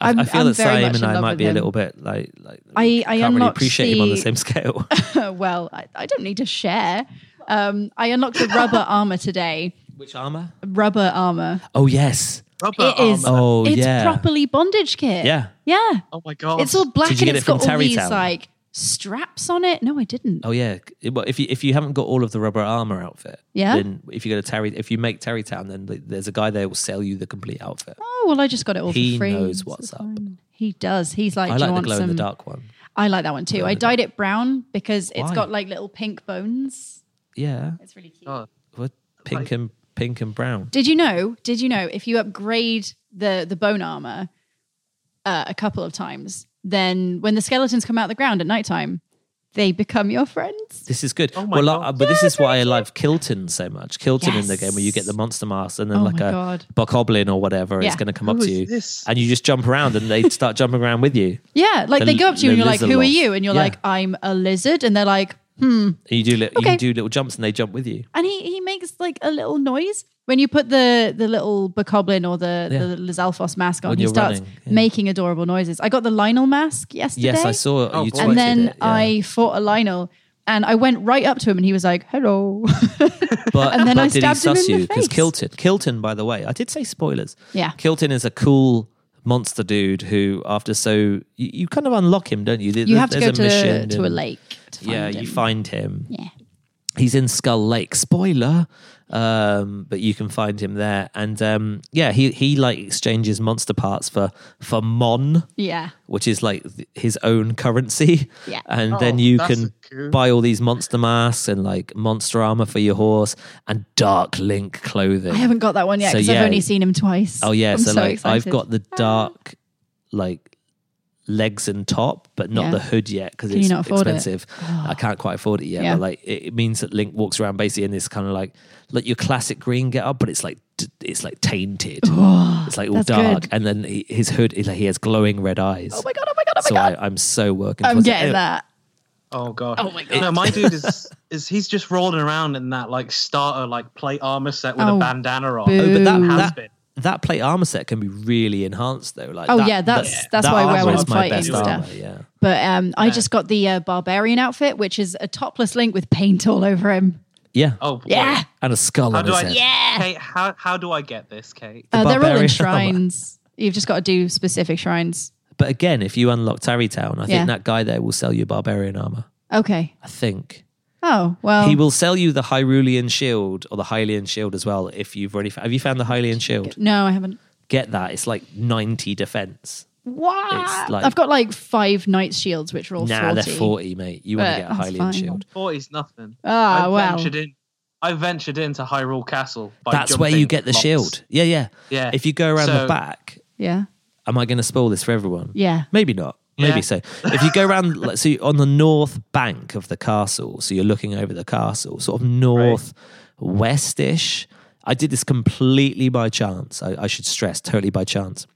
Speaker 1: I,
Speaker 3: I'm-
Speaker 1: I feel
Speaker 3: I'm
Speaker 1: that
Speaker 3: very
Speaker 1: Simon
Speaker 3: much in
Speaker 1: and I
Speaker 3: love
Speaker 1: might
Speaker 3: with
Speaker 1: be a
Speaker 3: him.
Speaker 1: little bit like, like
Speaker 3: I- I
Speaker 1: can't really
Speaker 3: unlocked
Speaker 1: appreciate him on the
Speaker 3: the-
Speaker 1: same scale.
Speaker 3: [LAUGHS] well, I, I don't need to share. Um, I unlocked the rubber
Speaker 1: [LAUGHS]
Speaker 3: armor today.
Speaker 1: Which armor?
Speaker 3: Rubber armor.
Speaker 1: Oh yes.
Speaker 2: Rubber
Speaker 3: It is.
Speaker 2: armor.
Speaker 1: Oh,
Speaker 3: it's
Speaker 1: yeah.
Speaker 3: properly bondage kit.
Speaker 1: Yeah.
Speaker 3: Yeah.
Speaker 2: Oh my god.
Speaker 3: It's all black
Speaker 1: Did you
Speaker 3: and
Speaker 1: get
Speaker 3: it's
Speaker 1: it from
Speaker 3: got all
Speaker 1: Tarrytown?
Speaker 3: these like straps on it. No, I didn't.
Speaker 1: Oh yeah. It- Well, if you if you haven't got all of the rubber armor outfit,
Speaker 3: Yeah.
Speaker 1: Then if you go to Terry, if you make Terrytown, then th- there's a guy there who will sell you the complete outfit.
Speaker 3: Oh, well, I just got it all
Speaker 1: He
Speaker 3: for free.
Speaker 1: knows
Speaker 3: so
Speaker 1: what's
Speaker 3: it's
Speaker 1: up.
Speaker 3: fine. He does. He's like,
Speaker 1: I
Speaker 3: do you
Speaker 1: like the
Speaker 3: want
Speaker 1: glow
Speaker 3: some?
Speaker 1: in the dark one.
Speaker 3: I like that one too. I dyed it brown because it's
Speaker 1: Why?
Speaker 3: got like little pink bones.
Speaker 1: Yeah.
Speaker 3: It's really cute.
Speaker 2: God.
Speaker 1: What pink and pink and brown.
Speaker 3: Did you know? Did you know if you upgrade the the bone armor uh, a couple of times, then when the skeletons come out of the ground at nighttime, they become your friends.
Speaker 1: This is good.
Speaker 2: Oh my
Speaker 1: well,
Speaker 2: God.
Speaker 1: uh, but this is why I love Kilton so much. Kilton in the game where you get the
Speaker 3: Yes.
Speaker 1: monster mask and then
Speaker 3: Oh
Speaker 1: like
Speaker 3: my
Speaker 1: a
Speaker 3: God.
Speaker 1: bokoblin or whatever is
Speaker 3: Yeah.
Speaker 1: going to come up
Speaker 2: Who
Speaker 1: to
Speaker 2: is
Speaker 1: you,
Speaker 2: this?
Speaker 1: and you just jump around and they start jumping around with you.
Speaker 3: Yeah, like
Speaker 1: The
Speaker 3: they go up to you
Speaker 1: li-
Speaker 3: and
Speaker 1: the
Speaker 3: you're like,
Speaker 1: lizard
Speaker 3: "Who are
Speaker 1: lost.
Speaker 3: you?" And you're
Speaker 1: Yeah.
Speaker 3: like, "I'm a lizard," and they're like, "Hmm."
Speaker 1: And you do li-
Speaker 3: Okay.
Speaker 1: you do little jumps and they jump with you.
Speaker 3: And he he makes like a little noise when you put the the little bokoblin or the
Speaker 1: Yeah.
Speaker 3: the Lizalfos mask on.
Speaker 1: When
Speaker 3: he
Speaker 1: you're
Speaker 3: starts
Speaker 1: running, yeah.
Speaker 3: making adorable noises. I got the Lionel mask yesterday.
Speaker 1: Yes, I saw
Speaker 2: Oh,
Speaker 1: you.
Speaker 2: boy.
Speaker 1: tweeted
Speaker 3: and then
Speaker 1: it, yeah.
Speaker 3: I fought a Lionel, and I went right up to him, and he was like, "Hello." [LAUGHS]
Speaker 1: but,
Speaker 3: and then
Speaker 1: but
Speaker 3: I
Speaker 1: did he
Speaker 3: stabbed him
Speaker 1: suss
Speaker 3: in the
Speaker 1: you? Because
Speaker 3: face.
Speaker 1: Kilton, Kilton, by the way, I did say spoilers.
Speaker 3: Yeah.
Speaker 1: Kilton is a cool monster dude who, after so, you, you kind of unlock him, don't you? There-
Speaker 3: you have to go
Speaker 1: there's
Speaker 3: to,
Speaker 1: mission
Speaker 3: to a
Speaker 1: and-
Speaker 3: lake. To find
Speaker 1: Yeah, you
Speaker 3: him.
Speaker 1: find him.
Speaker 3: Yeah.
Speaker 1: He's in Skull Lake. Spoiler, um, but you can find him there. And um, yeah, he he like exchanges monster parts for for Mon.
Speaker 3: Yeah.
Speaker 1: which is like th- his own currency.
Speaker 3: Yeah.
Speaker 1: [LAUGHS] And
Speaker 2: Oh,
Speaker 1: then you
Speaker 2: that's
Speaker 1: can
Speaker 2: cool.
Speaker 1: buy all these monster masks and like monster armor for your horse and dark link clothing.
Speaker 3: I haven't got that one yet
Speaker 1: So,
Speaker 3: because
Speaker 1: yeah.
Speaker 3: I've only seen him twice.
Speaker 1: oh yeah,
Speaker 3: I'm
Speaker 1: so,
Speaker 3: so
Speaker 1: like
Speaker 3: excited. Ah.
Speaker 1: I've got the dark like legs and top, but not
Speaker 3: Yeah.
Speaker 1: the hood yet because
Speaker 3: Can you
Speaker 1: it's
Speaker 3: not afford it? Ah.
Speaker 1: expensive. I can't quite afford it yet.
Speaker 3: Yeah.
Speaker 1: But like it, it means that Link walks around basically in this kind of like like your classic green get up, but it's like d- it's like tainted. it's like all
Speaker 3: Oh, that's
Speaker 1: dark,
Speaker 3: good.
Speaker 1: and then he, his hood is like he has glowing red eyes.
Speaker 3: Oh my god! Oh my god! Oh
Speaker 1: so I, I'm so working.
Speaker 3: I'm
Speaker 1: towards it.
Speaker 3: getting
Speaker 1: Anyway,
Speaker 3: that.
Speaker 2: Oh god.
Speaker 3: Oh, my God.
Speaker 2: No, my dude
Speaker 3: [LAUGHS]
Speaker 2: is is he's just rolling around in that like starter like plate armor set with
Speaker 3: Oh,
Speaker 2: a bandana on.
Speaker 3: boo.
Speaker 1: But that,
Speaker 3: Ooh.
Speaker 2: Has
Speaker 1: that,
Speaker 2: been.
Speaker 1: that plate armor set can be really enhanced though. Like
Speaker 3: Oh,
Speaker 1: that-
Speaker 3: yeah, that's-
Speaker 1: that-
Speaker 3: that's
Speaker 1: that
Speaker 3: why I wear
Speaker 1: armor
Speaker 3: when
Speaker 1: is
Speaker 3: I'm
Speaker 1: my
Speaker 3: fighting
Speaker 1: best
Speaker 3: stuff.
Speaker 1: armor, yeah.
Speaker 3: But um, I just got the uh, barbarian outfit, which is a topless link with paint all over him.
Speaker 1: Yeah.
Speaker 2: Oh boy.
Speaker 3: Yeah.
Speaker 1: And a skull
Speaker 2: How
Speaker 1: on
Speaker 2: do
Speaker 1: his
Speaker 2: I?
Speaker 1: head.
Speaker 3: Yeah.
Speaker 2: Kate, how how do I get this, Kate?
Speaker 1: The
Speaker 3: Uh, they're all
Speaker 1: barbarian [LAUGHS]
Speaker 3: in
Speaker 1: armor.
Speaker 3: shrines. You've just got to do specific shrines.
Speaker 1: But again, if you unlock Tarrytown, I
Speaker 3: Yeah.
Speaker 1: think that guy there will sell you barbarian armor.
Speaker 3: Okay.
Speaker 1: I think.
Speaker 3: Oh well.
Speaker 1: He will sell you the Hyrulean shield or the Hylian shield as well if you've already. Have you found the Hylian shield?
Speaker 3: No, I haven't.
Speaker 1: Get that. It's like 90 defense.
Speaker 3: Wow.
Speaker 1: It's like-
Speaker 3: I've got like five knight shields, which are all
Speaker 1: Nah,
Speaker 3: 40.
Speaker 1: they're 40, mate. You want
Speaker 3: But
Speaker 1: to get a
Speaker 3: that's
Speaker 1: Hylian
Speaker 3: fine.
Speaker 1: shield.
Speaker 2: Forty's nothing.
Speaker 3: Ah,
Speaker 2: I
Speaker 3: well.
Speaker 2: ventured in. I ventured into Hyrule Castle. By
Speaker 1: That's where you
Speaker 2: jumping
Speaker 1: get the
Speaker 2: blocks.
Speaker 1: shield. Yeah, yeah.
Speaker 2: Yeah.
Speaker 1: If you go around the
Speaker 2: So-
Speaker 1: back,
Speaker 3: Yeah.
Speaker 1: am I going to spoil this for everyone?
Speaker 3: Yeah.
Speaker 1: Maybe not. Maybe so.
Speaker 2: Yeah.
Speaker 1: If you go around, like, so you're on the north bank of the castle, so you're looking over the castle, sort of north westish. I did this completely by chance. I, I should stress, totally by chance.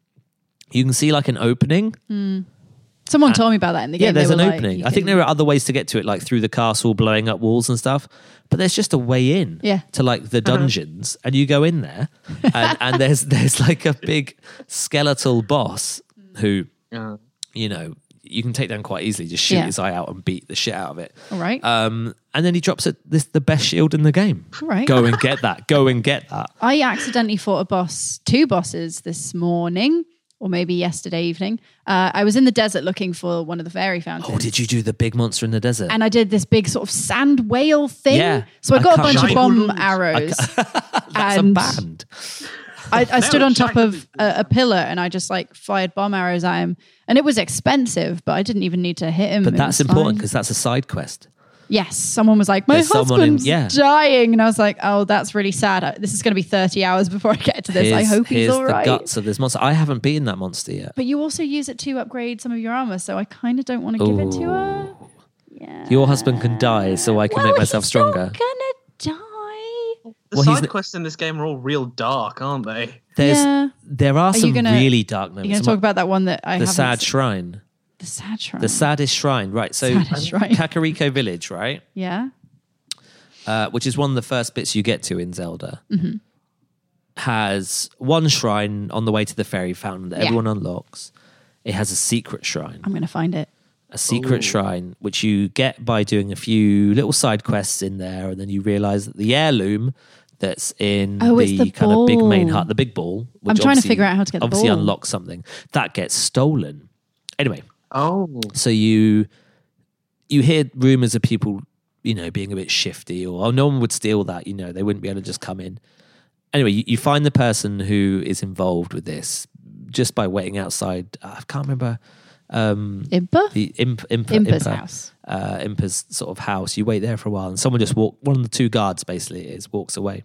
Speaker 1: You can see like an opening.
Speaker 3: Someone told me about that in the
Speaker 1: Uh,
Speaker 3: game.
Speaker 1: Yeah, there's
Speaker 3: Mm. They
Speaker 1: an
Speaker 3: were like,
Speaker 1: opening.
Speaker 3: you
Speaker 1: I think
Speaker 3: can-
Speaker 1: there are other ways to get to it, like through the castle, blowing up walls and stuff. But there's just a way in
Speaker 3: Yeah. Uh-huh.
Speaker 1: to like the dungeons, and you go in there, and,
Speaker 3: [LAUGHS]
Speaker 1: and there's there's like a big skeletal boss who,
Speaker 2: Yeah.
Speaker 1: you know, you can take down quite easily. Just shoot
Speaker 3: Yeah.
Speaker 1: his eye out and beat the shit out of it.
Speaker 3: All right.
Speaker 1: Um, and then he drops it this the best shield in the game.
Speaker 3: All right.
Speaker 1: Go
Speaker 3: [LAUGHS]
Speaker 1: and get that. Go and get that.
Speaker 3: I accidentally fought a boss, two bosses this morning, or maybe yesterday evening. Uh, I was in the desert looking for one of the fairy fountains.
Speaker 1: Oh, did you do the big monster in the desert?
Speaker 3: and I did this big sort of sand whale thing.
Speaker 1: Yeah.
Speaker 3: so I
Speaker 1: I
Speaker 3: got a
Speaker 1: can't-
Speaker 3: bunch of
Speaker 2: Giant
Speaker 3: bomb
Speaker 2: balloons.
Speaker 1: [LAUGHS]
Speaker 3: arrows.
Speaker 1: That's a
Speaker 3: and-
Speaker 1: band.
Speaker 3: I, I stood
Speaker 2: No,
Speaker 3: on top
Speaker 2: giant
Speaker 3: of a, a pillar and I just like fired bomb arrows at him. And it was expensive, but I didn't even need to hit him.
Speaker 1: But
Speaker 3: It
Speaker 1: that's
Speaker 3: was
Speaker 1: important
Speaker 3: fine.
Speaker 1: because that's a side quest.
Speaker 3: yes, someone was like, "My
Speaker 1: There's someone in-
Speaker 3: husband's
Speaker 1: yeah.
Speaker 3: dying," and I was like, "Oh, that's really sad. I- This is going to be thirty hours before I get to this. I
Speaker 1: Here's-
Speaker 3: hope he's
Speaker 1: here's
Speaker 3: all right."
Speaker 1: the guts of this monster. I haven't beaten that monster yet.
Speaker 3: But you also use it to upgrade some of your armor, so I kind of don't want to give it to her.
Speaker 1: Your husband can die, so I can
Speaker 3: Well,
Speaker 1: make myself
Speaker 3: he's
Speaker 1: stronger.
Speaker 3: Not gonna die.
Speaker 2: The
Speaker 1: Well, he's
Speaker 2: side
Speaker 1: the-
Speaker 2: quests in this game are all real dark, aren't they?
Speaker 1: There's
Speaker 3: Yeah.
Speaker 1: there are,
Speaker 3: you
Speaker 1: some
Speaker 3: gonna-
Speaker 1: really dark
Speaker 3: You're gonna
Speaker 1: moments.
Speaker 3: talk about that one that I
Speaker 1: the
Speaker 3: haven't
Speaker 1: sad
Speaker 3: seen.
Speaker 1: shrine,
Speaker 3: the sad shrine.
Speaker 1: the saddest shrine, right? So
Speaker 3: Saddest shrine.
Speaker 1: Kakariko Village, right?
Speaker 3: yeah.
Speaker 1: uh, which is one of the first bits you get to in Zelda,
Speaker 3: Mm-hmm.
Speaker 1: has one shrine on the way to the fairy fountain that
Speaker 3: Yeah.
Speaker 1: everyone unlocks. It has a secret shrine,
Speaker 3: I'm gonna find it.
Speaker 1: a secret shrine which you get by doing a few little side quests in there, and then you realize that the heirloom that's in
Speaker 3: Oh, it's
Speaker 1: the,
Speaker 3: the
Speaker 1: kind of big main
Speaker 3: ball.
Speaker 1: hut, the big ball. Which
Speaker 3: I'm trying to
Speaker 1: obviously-
Speaker 3: figure out how to get the
Speaker 1: obviously
Speaker 3: ball.
Speaker 1: unlocks something that gets stolen. Anyway,
Speaker 2: Oh,
Speaker 1: so you you hear rumors of people, you know, being a bit shifty or oh, no one would steal that, you know, they wouldn't be able to just come in. Anyway, you, you find the person who is involved with this just by waiting outside. I can't remember um,
Speaker 3: Impa.
Speaker 1: the imp, imp,
Speaker 3: Impa's house.
Speaker 1: uh, Impa's sort of house. You wait there for a while, and someone just walk. One of the two guards, basically, it is walks away.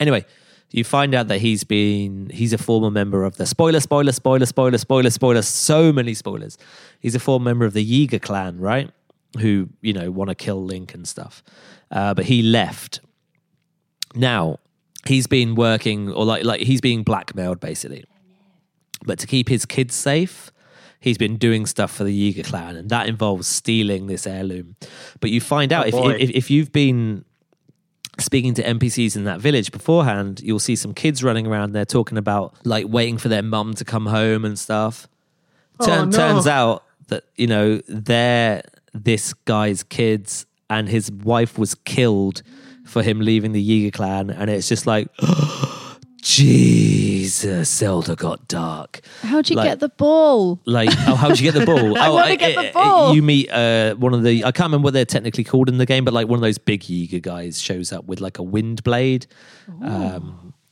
Speaker 1: Anyway, you find out that he's been he's a former member of the spoiler, spoiler, spoiler, spoiler, spoiler, spoiler. So many spoilers. He's a former member of the Yiga clan, right? Who you know want to kill Link and stuff, uh, but he left. Now he's been working, or like like he's being blackmailed, basically. But to keep his kids safe, he's been doing stuff for the Yiga clan, and that involves stealing this heirloom. But you find out
Speaker 2: boy.
Speaker 1: if, if if you've been speaking to NPCs in that village beforehand, you'll see some kids running around there talking about like waiting for their mum to come home and stuff.
Speaker 3: Oh,
Speaker 1: Turn,
Speaker 2: no.
Speaker 1: Turns out that you know they're this guy's kids, and his wife was killed for him leaving the Yiga clan, and it's just like. [GASPS] Jesus, Zelda got dark
Speaker 3: How'd you
Speaker 1: like-
Speaker 3: get the ball?
Speaker 1: like oh, how'd you get the
Speaker 3: [LAUGHS]
Speaker 1: ball? I oh,
Speaker 3: wanna
Speaker 1: I-
Speaker 3: get the
Speaker 1: I- I-
Speaker 3: ball.
Speaker 1: you meet uh, one of the I can't remember what they're technically called in the game, but like one of those big Yiga guys shows up with like a wind blade.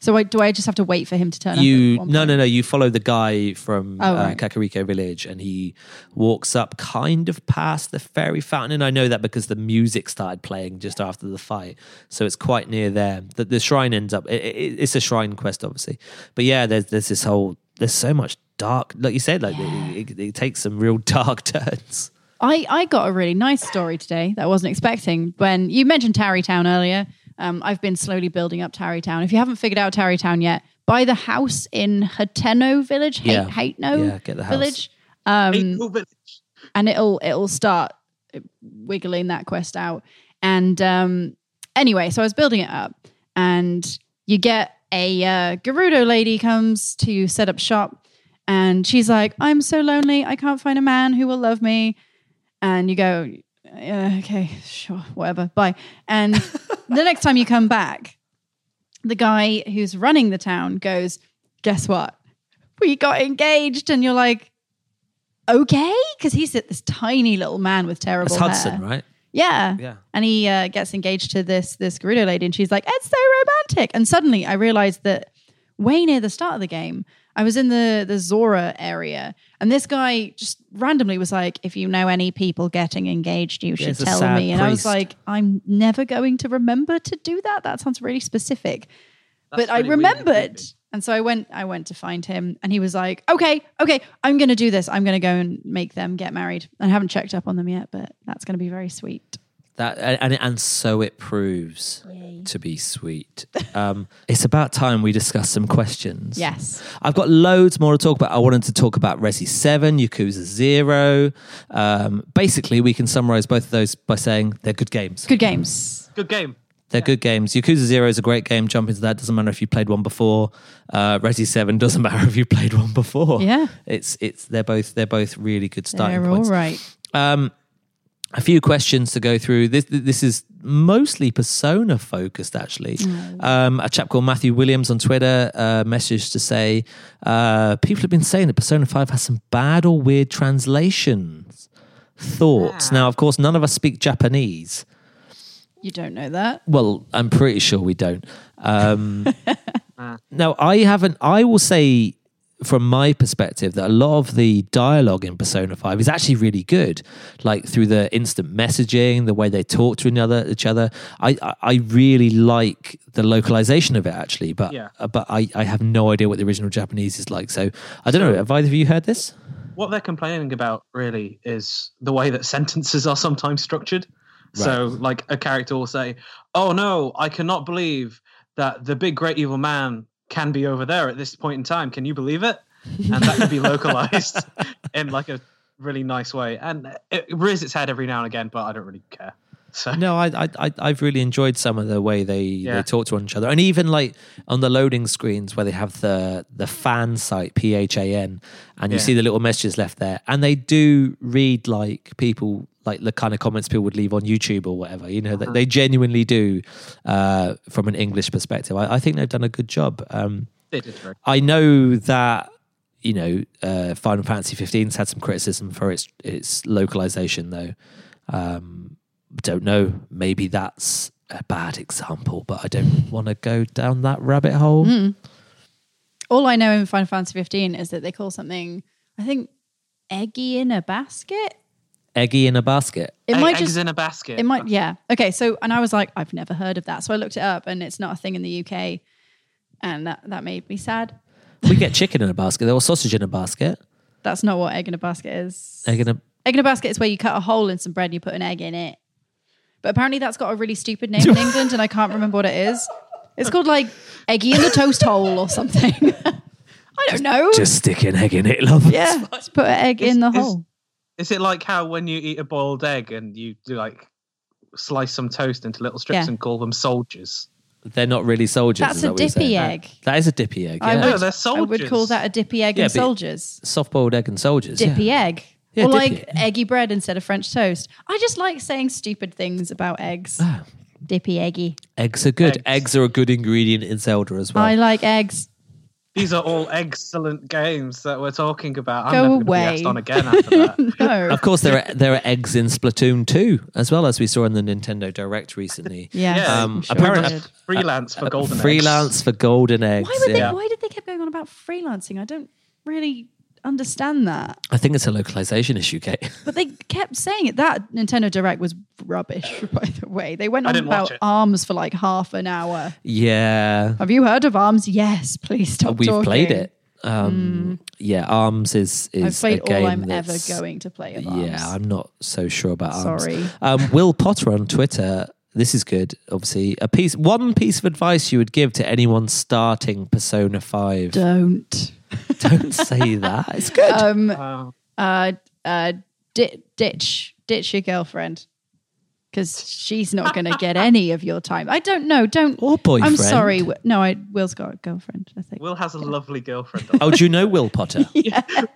Speaker 3: So I, do I just have to wait for him to turn
Speaker 1: You
Speaker 3: up?
Speaker 1: no no no. You follow the guy from
Speaker 3: Oh,
Speaker 1: uh,
Speaker 3: right.
Speaker 1: Kakariko Village, and he walks up kind of past the fairy fountain. And I know that because the music started playing just after the fight, so it's quite near there. That the shrine ends up. It, it, it's a shrine quest, obviously, but yeah, there's there's this whole there's so much dark. Like you said, like it, it, it takes some real [LAUGHS] dark turns.
Speaker 3: I, I got a really nice story today that I wasn't expecting. When you mentioned Tarrytown earlier, um, I've been slowly building up Tarrytown. If you haven't figured out Tarrytown yet, buy the house in Hateno Village,
Speaker 1: Yeah.
Speaker 3: Hateno
Speaker 1: Yeah, get the house.
Speaker 3: Village. Um,
Speaker 2: Hateful Village.
Speaker 3: and it'll it'll start wiggling that quest out. And um, anyway, so I was building it up, and you get a uh, Gerudo lady comes to set up shop, and she's like, "I'm so lonely. I can't find a man who will love me." And you go, "Yeah, "Okay, sure, whatever, bye." And the next time you come back, the guy who's running the town goes, "Guess what? We got engaged," and you're like okay because he's this tiny little man with terrible
Speaker 1: It's Hudson,
Speaker 3: hair.
Speaker 1: right?
Speaker 3: Yeah.
Speaker 1: Yeah.
Speaker 3: And he uh, gets engaged to this this Gerudo lady, and she's like, "It's so romantic." And suddenly, I realized that way near the start of the game, I was in the the Zora area, and this guy just randomly was like, "If you know any people getting engaged, you should
Speaker 1: it's a
Speaker 3: tell
Speaker 1: sad
Speaker 3: me." And I was
Speaker 1: priest.
Speaker 3: like, "I'm never going to remember to do that. That sounds really specific."
Speaker 2: That's
Speaker 3: but I
Speaker 2: really weird and
Speaker 3: remembered.
Speaker 2: creepy.
Speaker 3: And so I went I went to find him and he was like, "Okay, okay, I'm going to do this. I'm going to go and make them get married." I haven't checked up on them yet, but that's going to be very sweet.
Speaker 1: That and and so it proves to be sweet. Um, it's about time we discuss some questions.
Speaker 3: Yes.
Speaker 1: I've got loads more to talk about. I wanted to talk about Resi 7, Yakuza 0. Um, basically, we can summarize both of those by saying they're good games.
Speaker 3: Good games.
Speaker 2: Good game.
Speaker 1: They're good games. Yakuza 0 is a great game. Jump into that. Doesn't matter if you played one before. Uh, Resi 7 [LAUGHS] doesn't matter if you played one before.
Speaker 3: Yeah.
Speaker 1: It's, it's, they're both, they're both really good starting
Speaker 3: They're all
Speaker 1: points
Speaker 3: right.
Speaker 1: Um, a few questions to go through. This this is mostly persona focused, actually. Um, a chap called Matthew Williams on Twitter uh, messaged to say uh, people have been saying that Persona Five has some bad or weird translations. Thoughts. Now, of course, none of us speak Japanese.
Speaker 3: You don't know that.
Speaker 1: Well, I'm pretty sure we don't. Um, now, I haven't. I will say, from my perspective, that a lot of the dialogue in Persona Five is actually really good. Like through the instant messaging, the way they talk to another each other. I I, I really like the localization of it actually, but
Speaker 2: Yeah.
Speaker 1: uh, but I I have no idea what the original Japanese is like. So I don't know. Have either of you heard this?
Speaker 2: What they're complaining about really is the way that [LAUGHS] sentences are sometimes structured. So, like a character will say, "Oh no, I cannot believe that the big great evil man can be over there at this point in time. Can you believe it?" And that could be localized in like a really nice way, and it rears its head every now and again, but I don't really care. So, [LAUGHS]
Speaker 1: No, I, I, I I've really enjoyed some of the way they, they
Speaker 2: Yeah.
Speaker 1: talk to one each other, and even like on the loading screens where they have the the fan site P H A N, and you
Speaker 2: Yeah.
Speaker 1: see the little messages left there, and they do read like people like the kind of comments people would leave on YouTube or whatever. You know,
Speaker 2: Uh-huh.
Speaker 1: that they genuinely do uh, from an English perspective. I, I think they've done a good job. Um,
Speaker 2: they did very
Speaker 1: I know that you know uh, Final Fantasy 15's had some criticism for its its localization though. Um, don't know. Maybe that's a bad example, but I don't want to go down that rabbit hole.
Speaker 3: Mm. All I know in Final Fantasy 15 is that they call something I think eggy in a basket.
Speaker 1: Eggy in a basket.
Speaker 3: It
Speaker 2: Egg-
Speaker 3: might
Speaker 2: eggs
Speaker 3: just
Speaker 2: in a basket.
Speaker 3: It might, yeah. Okay, so and I was like, I've never heard of that. So I looked it up, and it's not a thing in the UK, and that that made me sad.
Speaker 1: We get chicken in a basket. There was sausage in a basket.
Speaker 3: That's not what egg in a basket is.
Speaker 1: Egg in a
Speaker 3: Egg in a basket is where you cut a hole in some bread and you put an egg in it. But apparently, that's got a really stupid name
Speaker 1: [LAUGHS]
Speaker 3: in England, and I can't remember what it is. It's called like Eggy in the Toast Hole or something. [LAUGHS] I don't know.
Speaker 1: just stick an egg in it, love.
Speaker 3: yeah, just put an egg in the hole.
Speaker 2: Is it like how when you eat a boiled egg and you do like slice some toast into little strips
Speaker 3: Yeah.
Speaker 2: and call them soldiers?
Speaker 1: They're not really soldiers.
Speaker 3: That's
Speaker 1: is
Speaker 3: a
Speaker 1: that what you're
Speaker 3: dippy
Speaker 1: saying?
Speaker 3: egg.
Speaker 1: That is a dippy egg.
Speaker 3: I
Speaker 1: Yeah.
Speaker 2: No,
Speaker 3: would,
Speaker 2: they're
Speaker 3: I would call
Speaker 2: soldiers.
Speaker 3: that a dippy egg
Speaker 1: Yeah,
Speaker 3: and
Speaker 1: but-
Speaker 3: soldiers.
Speaker 1: Soft boiled egg and soldiers. yeah.
Speaker 3: dippy egg.
Speaker 1: Yeah,
Speaker 3: or
Speaker 1: dippy
Speaker 3: like
Speaker 1: egg.
Speaker 3: eggy bread instead of French toast. I just like saying stupid things about eggs.
Speaker 1: Ah.
Speaker 3: Dippy eggy.
Speaker 1: Eggs are good.
Speaker 2: Eggs.
Speaker 1: Eggs. are a good ingredient in Zelda as well.
Speaker 3: I like eggs. [LAUGHS]
Speaker 2: These are all excellent games that we're talking about. I'm
Speaker 3: Go
Speaker 2: never gonna be asked
Speaker 3: away.
Speaker 2: on again after
Speaker 3: [LAUGHS]
Speaker 2: that.
Speaker 3: No.
Speaker 1: Of course, there are there are eggs in Splatoon 2, as well as we saw in the Nintendo Direct recently.
Speaker 3: [LAUGHS] yes.
Speaker 2: Yeah,
Speaker 3: I'm sure
Speaker 1: apparent-
Speaker 3: we
Speaker 1: uh,
Speaker 3: did.
Speaker 2: freelance for golden eggs.
Speaker 1: Freelance for golden eggs.
Speaker 3: Why, would they,
Speaker 1: yeah.
Speaker 3: why did they keep going on about freelancing? I don't really understand that.
Speaker 1: I think it's a localization issue, Kate.
Speaker 3: But they kept saying it. That Nintendo Direct was rubbish, [LAUGHS] by the way. They went
Speaker 2: I
Speaker 3: on
Speaker 2: didn't watch
Speaker 3: about
Speaker 2: it.
Speaker 3: arms for like half an hour.
Speaker 1: [LAUGHS] yeah,
Speaker 3: Have you heard of arms? Yes, please stop
Speaker 1: we've
Speaker 3: talking. Hmm.
Speaker 1: played it. Um, Yeah, Arms is is
Speaker 3: I've played
Speaker 1: a game
Speaker 3: all I'm ever
Speaker 1: that's-
Speaker 3: going to play of arms.
Speaker 1: Yeah, I'm not so sure about Arms.
Speaker 3: Sorry.
Speaker 1: Um, Will Potter on Twitter. This is good. Obviously, a piece, one piece of advice you would give to anyone [LAUGHS] starting Persona Five.
Speaker 3: Don't. [LAUGHS] Um,
Speaker 1: Don't say that. It's good.
Speaker 2: Wow.
Speaker 3: uh, uh, di- ditch ditch your girlfriend because she's not going to
Speaker 1: [LAUGHS]
Speaker 3: get any of your time. I don't know. Don't.
Speaker 1: Or boyfriend.
Speaker 3: I'm sorry. Wi- No, I Will's got a girlfriend. I think.
Speaker 2: Will has a lovely
Speaker 3: [LAUGHS]
Speaker 2: girlfriend.
Speaker 1: Oh, do you know Will Potter?
Speaker 2: I,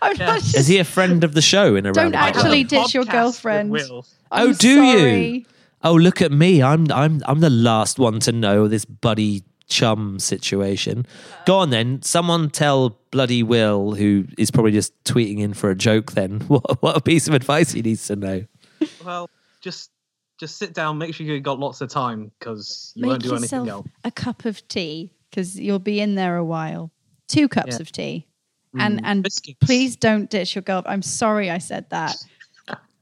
Speaker 3: I'm
Speaker 2: Yeah.
Speaker 3: not just,
Speaker 1: Is he a friend of the show in a
Speaker 3: Don't
Speaker 1: roundabout
Speaker 3: actually
Speaker 1: way?
Speaker 2: I have a
Speaker 3: ditch your
Speaker 2: podcast with
Speaker 3: girlfriend.
Speaker 2: Will.
Speaker 3: I'm
Speaker 1: oh, do you?
Speaker 3: sorry.
Speaker 1: Oh, look at me. I'm I'm I'm the last one to know this buddy chum situation. Go on then. Someone tell bloody Will, who is probably just tweeting in for a joke. Then [LAUGHS] what what a piece of advice he needs to know.
Speaker 2: Well, just just sit down. Make sure you got lots of time because you won't
Speaker 3: Make
Speaker 2: do anything
Speaker 3: yourself
Speaker 2: else.
Speaker 3: a cup of tea because you'll be in there a while. Two cups of tea,
Speaker 2: Mm.
Speaker 3: and and
Speaker 2: Biscuits.
Speaker 3: please don't ditch your girlfriend. I'm sorry I said that.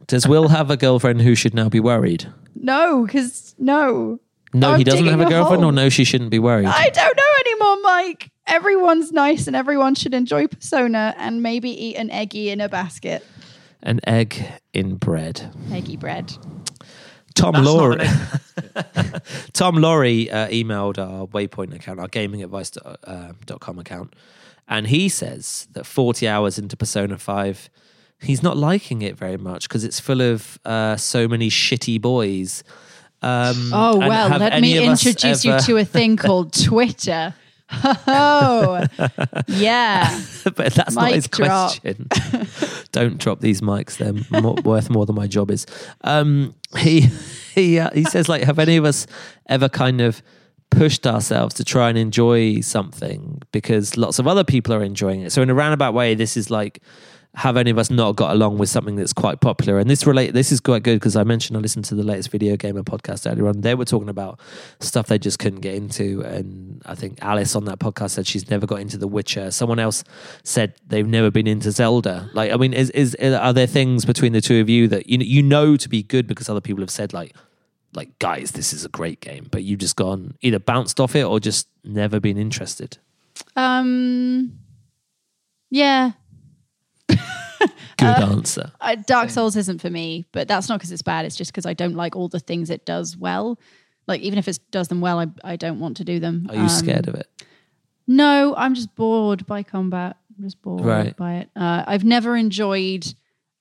Speaker 1: Does Will have a girlfriend who should now be worried?
Speaker 3: No, because no,
Speaker 1: No,
Speaker 3: I'm
Speaker 1: he doesn't
Speaker 3: digging
Speaker 1: have a
Speaker 3: a
Speaker 1: girlfriend, or
Speaker 3: hole.
Speaker 1: no, she shouldn't be worried.
Speaker 3: I don't know anymore, Mike. Everyone's nice and everyone should enjoy Persona and maybe eat an eggy in a basket.
Speaker 1: An egg in bread.
Speaker 3: Eggy bread.
Speaker 1: Tom
Speaker 2: That's not
Speaker 1: Laurie.
Speaker 2: an egg.
Speaker 1: [LAUGHS] Tom Laurie uh, emailed our Waypoint account, our gamingadvice.com uh, dot com account, and he says that 40 hours into Persona 5, he's not liking it very much because it's full of uh, so many shitty boys. Um,
Speaker 3: Oh,
Speaker 1: and
Speaker 3: well,
Speaker 1: have
Speaker 3: let
Speaker 1: any
Speaker 3: me
Speaker 1: of us
Speaker 3: introduce you
Speaker 1: ever-
Speaker 3: to a thing [LAUGHS] called Twitter. Oh, yeah.
Speaker 1: [LAUGHS] but that's not
Speaker 3: Mic
Speaker 1: his
Speaker 3: drop.
Speaker 1: question. [LAUGHS] Don't drop these mics; they're more, [LAUGHS] worth more than my job is. Um, he [LAUGHS] he uh, he says, like, have any of us ever kind of pushed ourselves to try and enjoy something because lots of other people are enjoying it? So in a roundabout way, this is like. Have any of us not got along with something that's quite popular? And this relate this is quite good because I mentioned I listened to the latest video gamer podcast earlier on. They were talking about stuff they just couldn't get into, and I think Alice on that podcast said she's never got into The Witcher. Someone else said they've never been into Zelda. Like, I mean, is, is are there things between the two of you that you you know to be good because other people have said like, like guys, this is a great game, but you've just gone either bounced off it or just never been interested.
Speaker 3: Um, yeah.
Speaker 1: Good
Speaker 3: Uh,
Speaker 1: answer.
Speaker 3: I, Dark Souls isn't for me, but that's not because it's bad. It's just because I don't like all the things it does well. Like, even if it does them well, I, I don't want to do them. Um,
Speaker 1: Are you scared of it?
Speaker 3: No, I'm just bored by combat. I'm just bored
Speaker 1: Right.
Speaker 3: by it. Uh, I've never enjoyed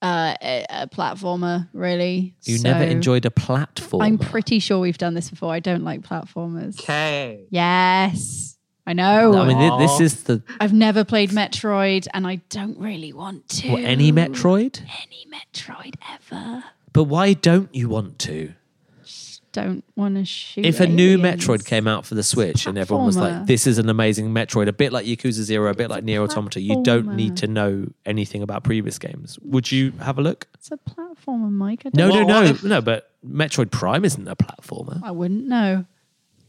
Speaker 3: uh, a, a platformer, really.
Speaker 1: You
Speaker 3: so
Speaker 1: never enjoyed a platform.
Speaker 3: I'm pretty sure we've done this before. I don't like platformers.
Speaker 2: Okay.
Speaker 3: Yes, I know.
Speaker 1: I mean, thi- this
Speaker 2: Aw.
Speaker 1: is the
Speaker 3: I've never played Metroid, and I don't really want to.
Speaker 1: what, any Metroid.
Speaker 3: Any Metroid ever.
Speaker 1: But why don't you want to?
Speaker 3: Don't want to shoot.
Speaker 1: if a new
Speaker 3: aliens.
Speaker 1: Metroid came out for the Switch and everyone was like,
Speaker 3: platformer.
Speaker 1: "This is an amazing Metroid," a bit like Yakuza Zero, a bit like Nier Automata, you don't need
Speaker 3: platformer.
Speaker 1: to know anything about previous games. Would you have a look?
Speaker 3: it's a platformer, Mike. I don't
Speaker 1: No,
Speaker 2: Well,
Speaker 1: no, no,
Speaker 2: what if-
Speaker 1: no. But Metroid Prime isn't a platformer.
Speaker 3: I wouldn't know.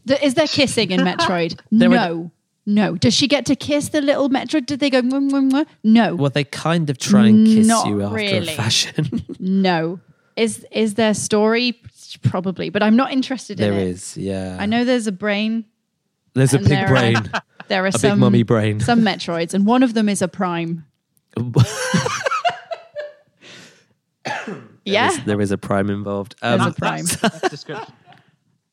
Speaker 3: Th- Is there kissing
Speaker 1: [LAUGHS]
Speaker 3: in Metroid?
Speaker 1: There
Speaker 3: no. No. Does she get to kiss the little Metroid? Did they go, mwah, mwah, mwah? no.
Speaker 1: Well, they kind of try and kiss
Speaker 3: Not
Speaker 1: you after a
Speaker 3: really.
Speaker 1: [LAUGHS]
Speaker 3: [LAUGHS]
Speaker 1: fashion.
Speaker 3: No. Is is there story? Probably, but I'm not interested
Speaker 1: there
Speaker 3: in it.
Speaker 1: is, yeah.
Speaker 3: I know there's a brain.
Speaker 1: There's a
Speaker 3: and
Speaker 1: big
Speaker 3: there are-
Speaker 1: brain.
Speaker 3: There are
Speaker 1: big
Speaker 3: some
Speaker 1: mummy brain.
Speaker 3: some Metroids, and one of them is a prime. [LAUGHS] yeah,
Speaker 1: [LAUGHS] there is a prime involved.
Speaker 3: There's
Speaker 1: Um,
Speaker 3: a prime.
Speaker 2: That's
Speaker 3: [LAUGHS]
Speaker 2: description.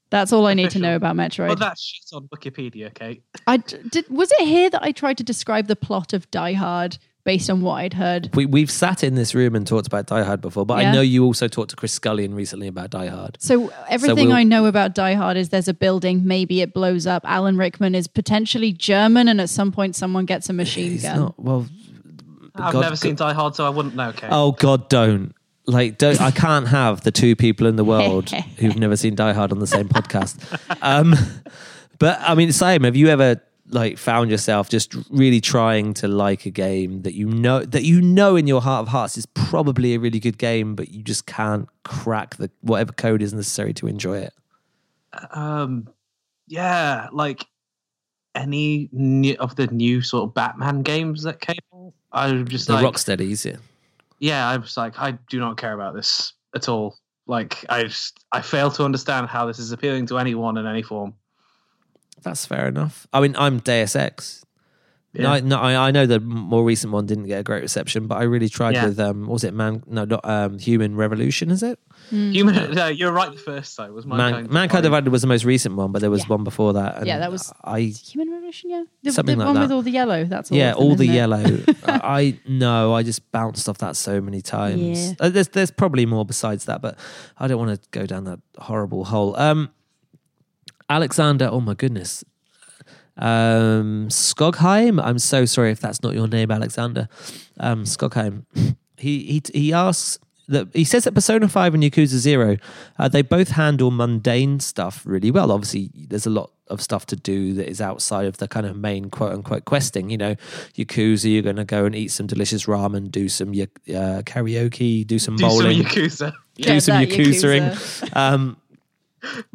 Speaker 3: That's all I need to know about Metroid.
Speaker 2: Well, that shit's on Wikipedia, Kate.
Speaker 3: I d- did. Was it here that I tried to describe the plot of Die Hard based on what I'd heard?
Speaker 1: [LAUGHS] we, we've sat in this room and talked about Die Hard before, but I
Speaker 3: Yeah.
Speaker 1: know you also talked to Chris Scullion recently about Die Hard.
Speaker 3: So everything
Speaker 1: we'll-
Speaker 3: I know about Die Hard is there's a building, maybe it blows up. Alan Rickman is potentially German, and at some point someone gets a machine
Speaker 1: He's
Speaker 3: gun.
Speaker 1: not well.
Speaker 2: I've
Speaker 1: God-
Speaker 2: never seen Die Hard, so I wouldn't know, Kate.
Speaker 1: Oh God, don't like don't. I can't have the two people in the world who've never seen Die Hard on the same podcast. Um, but I mean, same. Have you ever like found yourself just really trying to like a game that you know that you know in your heart of hearts is probably a really good game, but you just can't crack the whatever code is necessary to enjoy it?
Speaker 2: Um, yeah, like any new, of the new sort of Batman games that came out, I'm just
Speaker 1: The
Speaker 2: like,
Speaker 1: Rocksteadies, yeah.
Speaker 2: yeah, I was like, I do not care about this at all. Like, I just, I fail to understand how this is appealing to anyone in any form.
Speaker 1: That's fair enough. I mean, I'm Deus Ex. No, no, I, I know the more recent one didn't get a great reception, but I really tried
Speaker 2: Yeah.
Speaker 1: with um, what was it man? No, not um, Human Revolution, is it?
Speaker 2: Human, no, you're right the first time. Was
Speaker 1: Man,
Speaker 2: mankind,
Speaker 1: Mankind, Divided was the most recent one, but there was
Speaker 3: Yeah.
Speaker 1: one before that. and
Speaker 3: Yeah, that was-
Speaker 1: I.
Speaker 3: Human Revolution, yeah, the,
Speaker 1: Something
Speaker 3: the
Speaker 1: like
Speaker 3: one
Speaker 1: that.
Speaker 3: with all the yellow. That's all
Speaker 1: Yeah,
Speaker 3: of them,
Speaker 1: all the
Speaker 3: isn't it?
Speaker 1: yellow.
Speaker 3: [LAUGHS]
Speaker 1: I no, I just bounced off that so many times.
Speaker 3: Yeah.
Speaker 1: Uh, There's there's probably more besides that, but I don't want to go down that horrible hole. Um, Alexander, oh my goodness, um, Skogheim. I'm so sorry if that's not your name, Alexander. Um, Skogheim. He he he asks that he says that Persona Five and Yakuza Zero, uh, they both handle mundane stuff really well. Obviously, there's a lot of stuff to do that is outside of the kind of main quote unquote questing. You know, Yakuza, you're going to go and eat some delicious ramen, do some ya- uh, karaoke, do some
Speaker 2: Do some
Speaker 1: bowling, [LAUGHS]
Speaker 2: Yakuza. Yeah.
Speaker 1: do
Speaker 3: Yeah,
Speaker 1: some
Speaker 3: that
Speaker 1: yakuzaing.
Speaker 3: [LAUGHS]
Speaker 1: Um,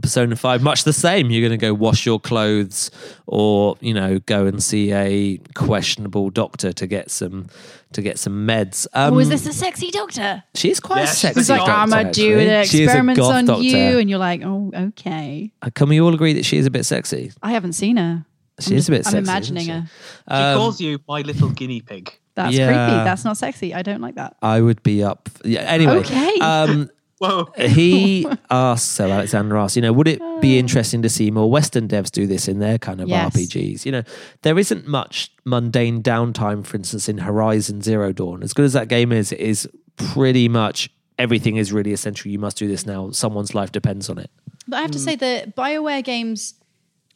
Speaker 1: Persona 5, much the same. You're going to go wash your clothes or, you know, go and see a questionable doctor to get some to get some meds. Um,
Speaker 3: Oh, is this a sexy doctor?
Speaker 1: she's quite
Speaker 2: Yeah,
Speaker 1: a
Speaker 2: she's
Speaker 1: sexy
Speaker 3: It's like,
Speaker 2: goth,
Speaker 3: I'm
Speaker 1: doctor,
Speaker 3: gonna do
Speaker 1: actually.
Speaker 3: the
Speaker 1: She is a
Speaker 3: experiments
Speaker 1: goth
Speaker 3: on
Speaker 1: doctor.
Speaker 3: you, and you're like, oh, okay.
Speaker 1: Uh, Can we all agree that she is a bit sexy?
Speaker 3: I haven't seen her.
Speaker 1: She is a bit
Speaker 3: I'm
Speaker 1: sexy.
Speaker 3: imagining
Speaker 1: isn't
Speaker 3: her.
Speaker 1: she?
Speaker 2: She
Speaker 1: Um,
Speaker 2: calls you my little guinea pig.
Speaker 3: That's
Speaker 1: Yeah.
Speaker 3: creepy. That's not sexy. I don't like that.
Speaker 1: I would be up. Yeah, anyway.
Speaker 3: Okay.
Speaker 1: Um,
Speaker 2: Whoa.
Speaker 3: [LAUGHS]
Speaker 1: he asks, so Alexander asks, you know, would it be interesting to see more Western devs do this in their kind of
Speaker 3: Oh. Yes.
Speaker 1: RPGs? You know, there isn't much mundane downtime, for instance, in Horizon Zero Dawn. As good as that game is, it is pretty much everything is really essential. You must do this now. Someone's life depends on it.
Speaker 3: But I have to say that Bioware games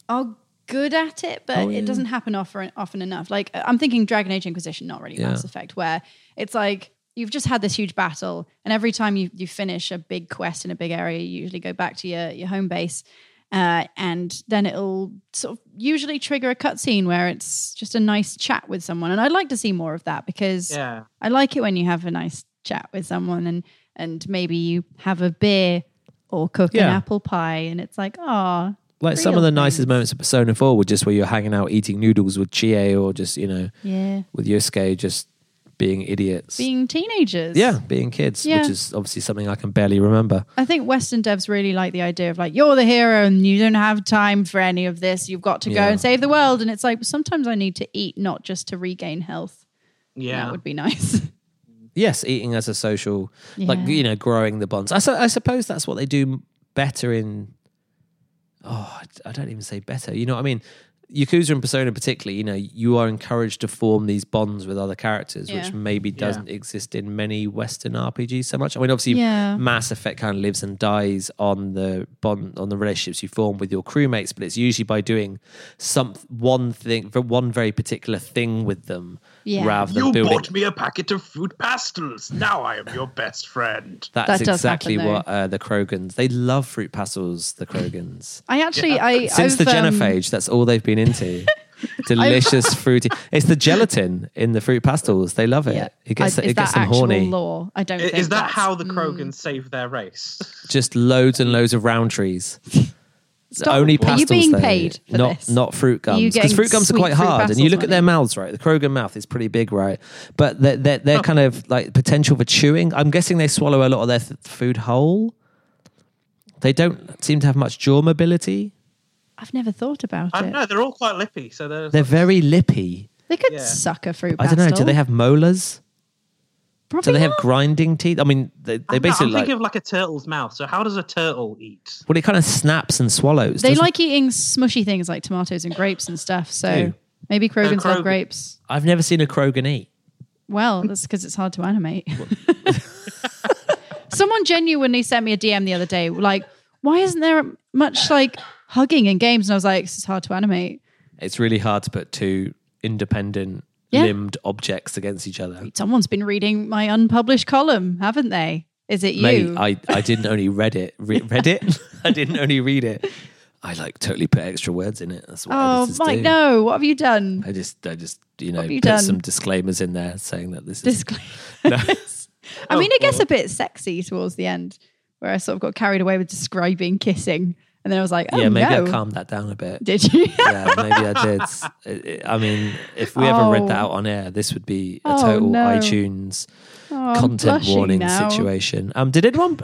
Speaker 3: are good at it, but it doesn't happen often, often enough. Like uh, I'm thinking Dragon Age Inquisition, not really
Speaker 1: Yeah.
Speaker 3: Mass Effect, where it's like you've just had this huge battle, and every time you you finish a big quest in a big area, you usually go back to your your home base. Uh, and then it'll sort of usually trigger a cutscene where it's just a nice chat with someone, and I'd like to see more of that because
Speaker 2: Yeah.
Speaker 3: I like it when you have a nice chat with someone and and maybe you have a beer or cook an
Speaker 1: Yeah.
Speaker 3: apple pie and it's like, oh,
Speaker 1: Like some of the nicest moments of Persona 4 were just where you're hanging out eating noodles with Chie or just, you know,
Speaker 3: yeah,
Speaker 1: with Yosuke just being idiots.
Speaker 3: being teenagers.
Speaker 1: yeah, being kids,
Speaker 3: Yeah.
Speaker 1: which is obviously something I can barely remember.
Speaker 3: I think Western devs really like the idea of like, you're the hero and you don't have time for any of this. You've got to go
Speaker 1: Yeah.
Speaker 3: and save the world. And it's like, sometimes I need to eat, not just to regain health.
Speaker 2: Yeah.
Speaker 3: That would be nice. [LAUGHS]
Speaker 1: yes, eating as a social, like
Speaker 3: Yeah.
Speaker 1: you know, growing the bonds. I, su- I suppose that's what they do better in. Oh, I I don't even say better. You know what I mean? Yakuza and Persona, particularly, you know, you are encouraged to form these bonds with other characters,
Speaker 3: Yeah.
Speaker 1: which maybe doesn't exist in many Western RPGs so much. I mean, obviously,
Speaker 3: Yeah.
Speaker 1: Mass Effect kind of lives and dies on the bond on the relationships you form with your crewmates, but it's usually by doing some one thing for one very particular thing with them,
Speaker 3: Yeah.
Speaker 1: rather than building
Speaker 2: me a packet of fruit pastels. Now I am your best friend.
Speaker 1: That's
Speaker 3: That does
Speaker 1: exactly
Speaker 3: happen, though.
Speaker 1: what uh, the Krogans. They love fruit pastels. The Krogans.
Speaker 3: I actually, I
Speaker 1: Since
Speaker 3: I've,
Speaker 1: the
Speaker 3: um,
Speaker 1: genophage, that's all they've been
Speaker 3: [LAUGHS]
Speaker 1: into. Delicious fruity. It's the gelatin in the fruit pastels. They love it.
Speaker 3: yeah.
Speaker 1: It gets
Speaker 3: I- is
Speaker 1: it gets
Speaker 3: that
Speaker 1: them
Speaker 3: actual
Speaker 1: horny.
Speaker 3: Law? I don't.
Speaker 2: Is,
Speaker 3: think
Speaker 2: that
Speaker 3: that's-
Speaker 2: how the Krogans save their race?
Speaker 1: Just loads and loads of round trees.
Speaker 3: Stop.
Speaker 1: Only
Speaker 3: Are
Speaker 1: pastels.
Speaker 3: you being
Speaker 1: though,
Speaker 3: paid for
Speaker 1: not
Speaker 3: this?
Speaker 1: not fruit
Speaker 3: Are you
Speaker 1: gums because
Speaker 3: getting
Speaker 1: fruit gums are
Speaker 3: sweet
Speaker 1: quite
Speaker 3: fruit
Speaker 1: hard, and you
Speaker 3: pastels
Speaker 1: look at
Speaker 3: on
Speaker 1: their
Speaker 3: it?
Speaker 1: mouths, right? The Krogan mouth is pretty big, right? But they're they're,
Speaker 3: Oh.
Speaker 1: they're kind of like potential for chewing. I'm guessing they swallow a lot of their th- food whole. They don't seem to have much jaw mobility.
Speaker 3: I've never thought about
Speaker 2: I don't
Speaker 3: it.
Speaker 2: know. They're all quite lippy, so they're,
Speaker 1: They're very lippy.
Speaker 3: They could
Speaker 2: Yeah.
Speaker 3: suck a fruit.
Speaker 1: I don't know. Do
Speaker 3: pastel.
Speaker 1: they have molars?
Speaker 3: Probably
Speaker 1: Do they have
Speaker 3: not.
Speaker 1: grinding teeth? I mean, they, they
Speaker 2: I'm not-
Speaker 1: basically
Speaker 2: I'm
Speaker 1: like,
Speaker 2: thinking of like a turtle's mouth. So how does a turtle eat?
Speaker 1: well, it kind of snaps and swallows.
Speaker 3: They
Speaker 1: doesn't it?
Speaker 3: like eating smushy things like tomatoes and grapes and stuff. So
Speaker 1: Ew.
Speaker 3: maybe Krogans
Speaker 2: Krogan-
Speaker 3: love grapes.
Speaker 1: I've never seen a Krogan eat.
Speaker 3: Well, that's because it's hard to animate. [LAUGHS] Someone genuinely sent me a DM the other day, like, why isn't there much like hugging in games? And I was like, it's hard to animate.
Speaker 1: It's really hard to put two independent
Speaker 3: Yeah.
Speaker 1: limbed objects against each other.
Speaker 3: Someone's been reading my unpublished column, haven't they? Is it
Speaker 1: Mate,
Speaker 3: you?
Speaker 1: I, I didn't only read it. Re- read
Speaker 3: [LAUGHS]
Speaker 1: it? [LAUGHS] I didn't only read it. I like totally put extra words in it. That's what
Speaker 3: oh,
Speaker 1: editors
Speaker 3: Mike,
Speaker 1: do.
Speaker 3: no. What have you done?
Speaker 1: I just, I just, you know,
Speaker 3: have you
Speaker 1: put
Speaker 3: done?
Speaker 1: some disclaimers in there saying that this is
Speaker 3: Disclaimer.
Speaker 1: [LAUGHS]
Speaker 3: I mean, I
Speaker 1: Oh,
Speaker 3: guess a bit sexy towards the end, where I sort of got carried away with describing kissing, and then I was like, "Oh
Speaker 1: yeah. Maybe
Speaker 3: no,
Speaker 1: I calmed that down a bit.
Speaker 3: [LAUGHS] did you?"
Speaker 1: yeah, maybe I did.
Speaker 3: [LAUGHS]
Speaker 1: I- I I mean, if we ever read
Speaker 3: Oh.
Speaker 1: that out on air, this would be a
Speaker 3: Oh,
Speaker 1: total
Speaker 3: no.
Speaker 1: iTunes
Speaker 3: Oh, I'm
Speaker 1: [LAUGHS] content
Speaker 3: blushing
Speaker 1: warning
Speaker 3: now.
Speaker 1: situation. Um, did anyone?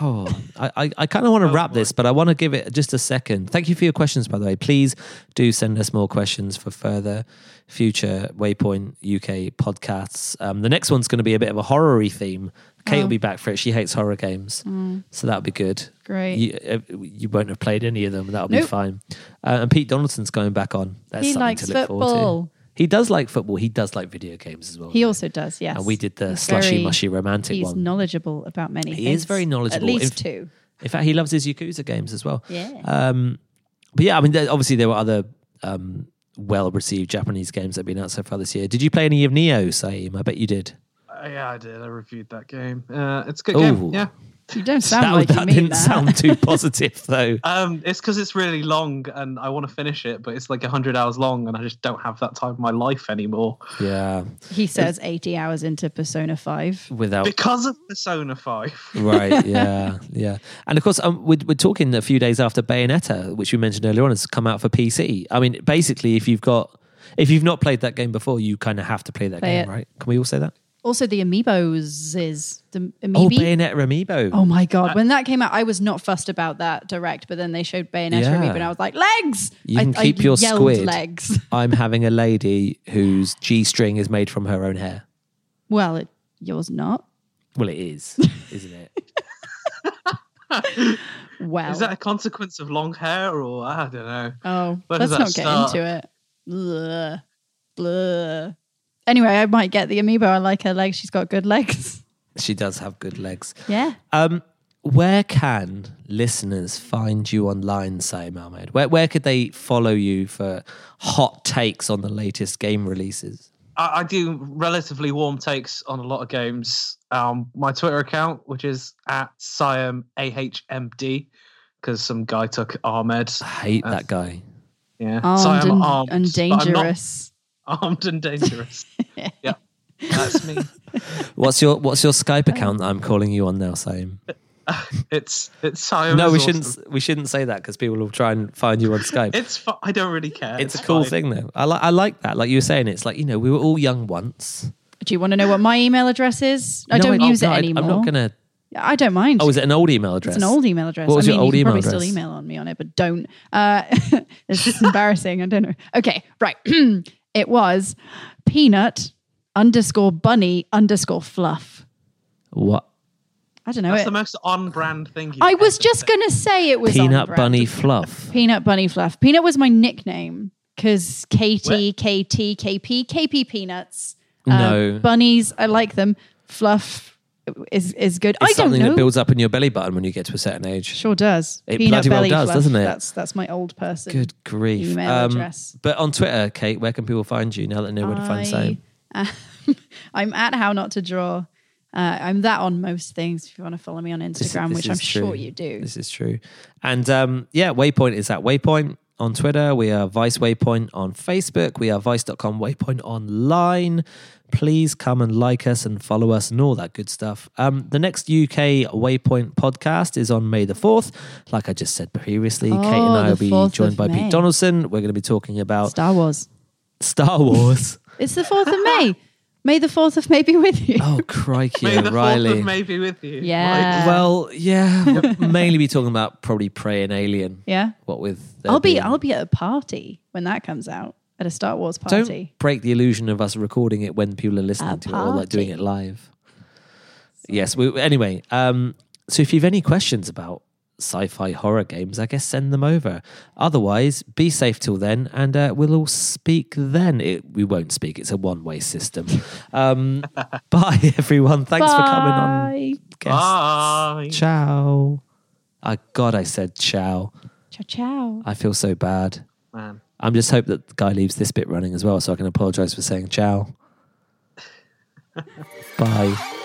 Speaker 1: Oh, I, I, I kind of want to wrap this, but I want to give it just a second. Thank you for your questions, by the way. Please do send us more questions for further future Waypoint UK podcasts. Um, the next one's going to be a bit of a horror theme. Kate
Speaker 3: Oh.
Speaker 1: will be back for it. She hates horror games, so that'll be good.
Speaker 3: Mm. Great.
Speaker 1: You, uh, you won't have played any of them. That'll be
Speaker 3: Nope.
Speaker 1: fine. Uh, and Pete Donaldson's going back on. That's
Speaker 3: He
Speaker 1: something
Speaker 3: likes
Speaker 1: to look forward to.
Speaker 3: football.
Speaker 1: He does like football. He does like video games as well.
Speaker 3: He
Speaker 1: doesn't
Speaker 3: also does, yes.
Speaker 1: and we did the
Speaker 3: He's
Speaker 1: slushy
Speaker 3: very-
Speaker 1: mushy romantic
Speaker 3: He's
Speaker 1: one.
Speaker 3: knowledgeable about many
Speaker 1: He
Speaker 3: things.
Speaker 1: is very
Speaker 3: At
Speaker 1: knowledgeable.
Speaker 3: least
Speaker 1: In-
Speaker 3: two.
Speaker 1: In fact, he loves his Yakuza games as well.
Speaker 3: Yeah.
Speaker 1: Um, but yeah, I mean, there, obviously there were other um, well-received Japanese games that have been out so far this year. Did you play any of Neo, Saeem? I bet you did.
Speaker 2: Uh, yeah, I did. I reviewed that game. Uh, it's a good
Speaker 1: Ooh.
Speaker 2: game. Yeah.
Speaker 3: You don't sound
Speaker 1: that
Speaker 3: like
Speaker 1: that
Speaker 3: you mean
Speaker 1: didn't
Speaker 3: that.
Speaker 1: sound
Speaker 3: [LAUGHS]
Speaker 1: too positive, though.
Speaker 2: Um, it's because it's really long and I want to finish it, but it's like 100 hours long and I just don't have that time in my life anymore.
Speaker 1: Yeah,
Speaker 3: He says 80 hours into Persona 5.
Speaker 1: without
Speaker 2: Because of Persona 5.
Speaker 1: right yeah yeah and of course um, we're, we're talking a few days after bayonetta which we mentioned earlier on has come out for pc i mean basically if you've got if you've not played that game before you kind of have to play that
Speaker 3: Play
Speaker 1: game
Speaker 3: it.
Speaker 1: right can we all say that
Speaker 3: Also, the Amiibos is the
Speaker 1: oh
Speaker 3: Amiibo.
Speaker 1: bayonetta amiibo
Speaker 3: Oh my
Speaker 1: Uh,
Speaker 3: god! When that came out, I was not fussed about that direct, but then they showed Bayonetta
Speaker 1: Yeah.
Speaker 3: Amiibo, and I was like, legs.
Speaker 1: you
Speaker 3: I-
Speaker 1: can
Speaker 3: I
Speaker 1: keep your
Speaker 3: yelled
Speaker 1: squid
Speaker 3: legs.
Speaker 1: [LAUGHS] i'm having a lady whose g-string is made from her own hair
Speaker 3: Well, it, yours not.
Speaker 1: well it is isn't it
Speaker 3: [LAUGHS] Well,
Speaker 2: [LAUGHS] Is that a consequence of long hair or I don't know?
Speaker 3: oh,
Speaker 2: where does
Speaker 3: let's
Speaker 2: that
Speaker 3: not
Speaker 2: start?
Speaker 3: get into it. Blah, blah. Anyway, I might get the Amiibo. I like her legs. She's got good
Speaker 1: [LAUGHS]
Speaker 3: legs.
Speaker 1: she does have good legs
Speaker 3: Yeah.
Speaker 1: Um, where can listeners find you online, Saeed Ahmed? Where where could they follow you for hot takes on the latest game releases?
Speaker 2: I, I do relatively warm takes on a lot of games. Um, my Twitter account, which is at Siam AHMD, because some guy took Ahmed.
Speaker 1: I hate
Speaker 2: Uh,
Speaker 1: that guy.
Speaker 2: Yeah,
Speaker 3: Armed
Speaker 2: Siam
Speaker 3: and,
Speaker 2: armed,
Speaker 3: and
Speaker 2: but I'm not
Speaker 3: dangerous.
Speaker 2: [LAUGHS] armed and dangerous. yeah, that's me.
Speaker 1: [LAUGHS] What's your what's your Skype account that I'm calling you on now, Saeed?
Speaker 2: It's it's Siam.
Speaker 1: No,
Speaker 2: is
Speaker 1: we
Speaker 2: awesome.
Speaker 1: shouldn't we shouldn't say that because people will try and find you on Skype.
Speaker 2: It's fu- I don't really care.
Speaker 1: it's a cool
Speaker 2: fine.
Speaker 1: thing though. I like I like that. Like you were saying, it's like you know we were all young once.
Speaker 3: Do you want to know what my email address is? I
Speaker 1: No,
Speaker 3: don't
Speaker 1: oh,
Speaker 3: use
Speaker 1: no,
Speaker 3: it
Speaker 1: I-
Speaker 3: anymore.
Speaker 1: I'm not gonna.
Speaker 3: I don't mind.
Speaker 1: Oh, is it an old email address?
Speaker 3: It's an old email address.
Speaker 1: What was
Speaker 3: I
Speaker 1: your
Speaker 3: mean,
Speaker 1: old
Speaker 3: you can
Speaker 1: email
Speaker 3: probably
Speaker 1: address?
Speaker 3: still email on me on it, but don't. Uh, [LAUGHS] this is embarrassing. I don't know. Okay, right. [CLEARS THROAT] it was peanut underscore bunny underscore fluff.
Speaker 1: What
Speaker 3: I don't know.
Speaker 2: That's
Speaker 3: It,
Speaker 2: the most on-brand thing. You've
Speaker 3: I was
Speaker 2: ever
Speaker 3: just
Speaker 2: said.
Speaker 3: going to say it was on
Speaker 1: peanut
Speaker 3: brand.
Speaker 1: bunny fluff?
Speaker 3: Peanut bunny fluff. Peanut was my nickname because Katie, KT, KP, KP peanuts. Uh,
Speaker 1: No.
Speaker 3: bunnies. I like them. Fluff is is good.
Speaker 1: It's
Speaker 3: I don't
Speaker 1: something
Speaker 3: know.
Speaker 1: that builds up in your belly button when you get to a certain age.
Speaker 3: Sure does.
Speaker 1: It bloody well does, doesn't it?
Speaker 3: That's that's my old person.
Speaker 1: Good grief. Um,
Speaker 3: email address.
Speaker 1: But on Twitter, Kate, where can people find you now that they know where to find Sam?
Speaker 3: I- um, [LAUGHS] I'm at How Not to Draw. Uh, I'm that on most things. If you want to follow me on
Speaker 1: This-
Speaker 3: Instagram,
Speaker 1: this
Speaker 3: which I'm
Speaker 1: is true.
Speaker 3: sure you do.
Speaker 1: This is true. And um, yeah, Waypoint is at Waypoint on Twitter. We are Vice Waypoint on Facebook. We are vice.com Waypoint online. Please come and like us and follow us and all that good stuff. Um, the next UK Waypoint podcast is on May the 4th. Like I just said previously, Kate and
Speaker 3: Oh,
Speaker 1: I
Speaker 3: the
Speaker 1: will be
Speaker 3: 4th
Speaker 1: joined
Speaker 3: of
Speaker 1: by
Speaker 3: May.
Speaker 1: Pete Donaldson. We're going to be talking about
Speaker 3: Star Wars.
Speaker 1: Star
Speaker 3: [LAUGHS]
Speaker 1: Wars.
Speaker 3: It's the fourth of
Speaker 1: [LAUGHS]
Speaker 3: May. May the fourth of May be with you.
Speaker 1: oh, crikey,
Speaker 2: May the
Speaker 1: Riley.
Speaker 2: fourth of May be with you.
Speaker 3: Yeah.
Speaker 1: Well, yeah,
Speaker 3: [LAUGHS]
Speaker 1: we'll mainly be talking about probably Prey and Alien.
Speaker 3: [LAUGHS] Yeah.
Speaker 1: What with there
Speaker 3: I'll be
Speaker 1: being-
Speaker 3: I'll be at a party when that comes out at a Star Wars
Speaker 1: Don't
Speaker 3: party.
Speaker 1: break the illusion of us recording it when people are listening
Speaker 3: A
Speaker 1: to it or like doing it
Speaker 3: party.
Speaker 1: live. Yes. We, anyway, um, so if you've any questions about sci-fi horror games, I guess send them over. Otherwise, be safe till then, and uh, we'll all speak then. It, we won't speak. It's a one-way system.
Speaker 3: [LAUGHS]
Speaker 1: Um, bye, everyone. Thanks for coming on.
Speaker 3: Bye.
Speaker 1: Guests.
Speaker 2: Bye.
Speaker 1: Ciao. I God, I said ciao.
Speaker 3: Ciao ciao.
Speaker 1: I feel so bad.
Speaker 2: Man.
Speaker 1: I'm just hope that the guy leaves this bit running as well, so I can apologise for saying ciao. Bye.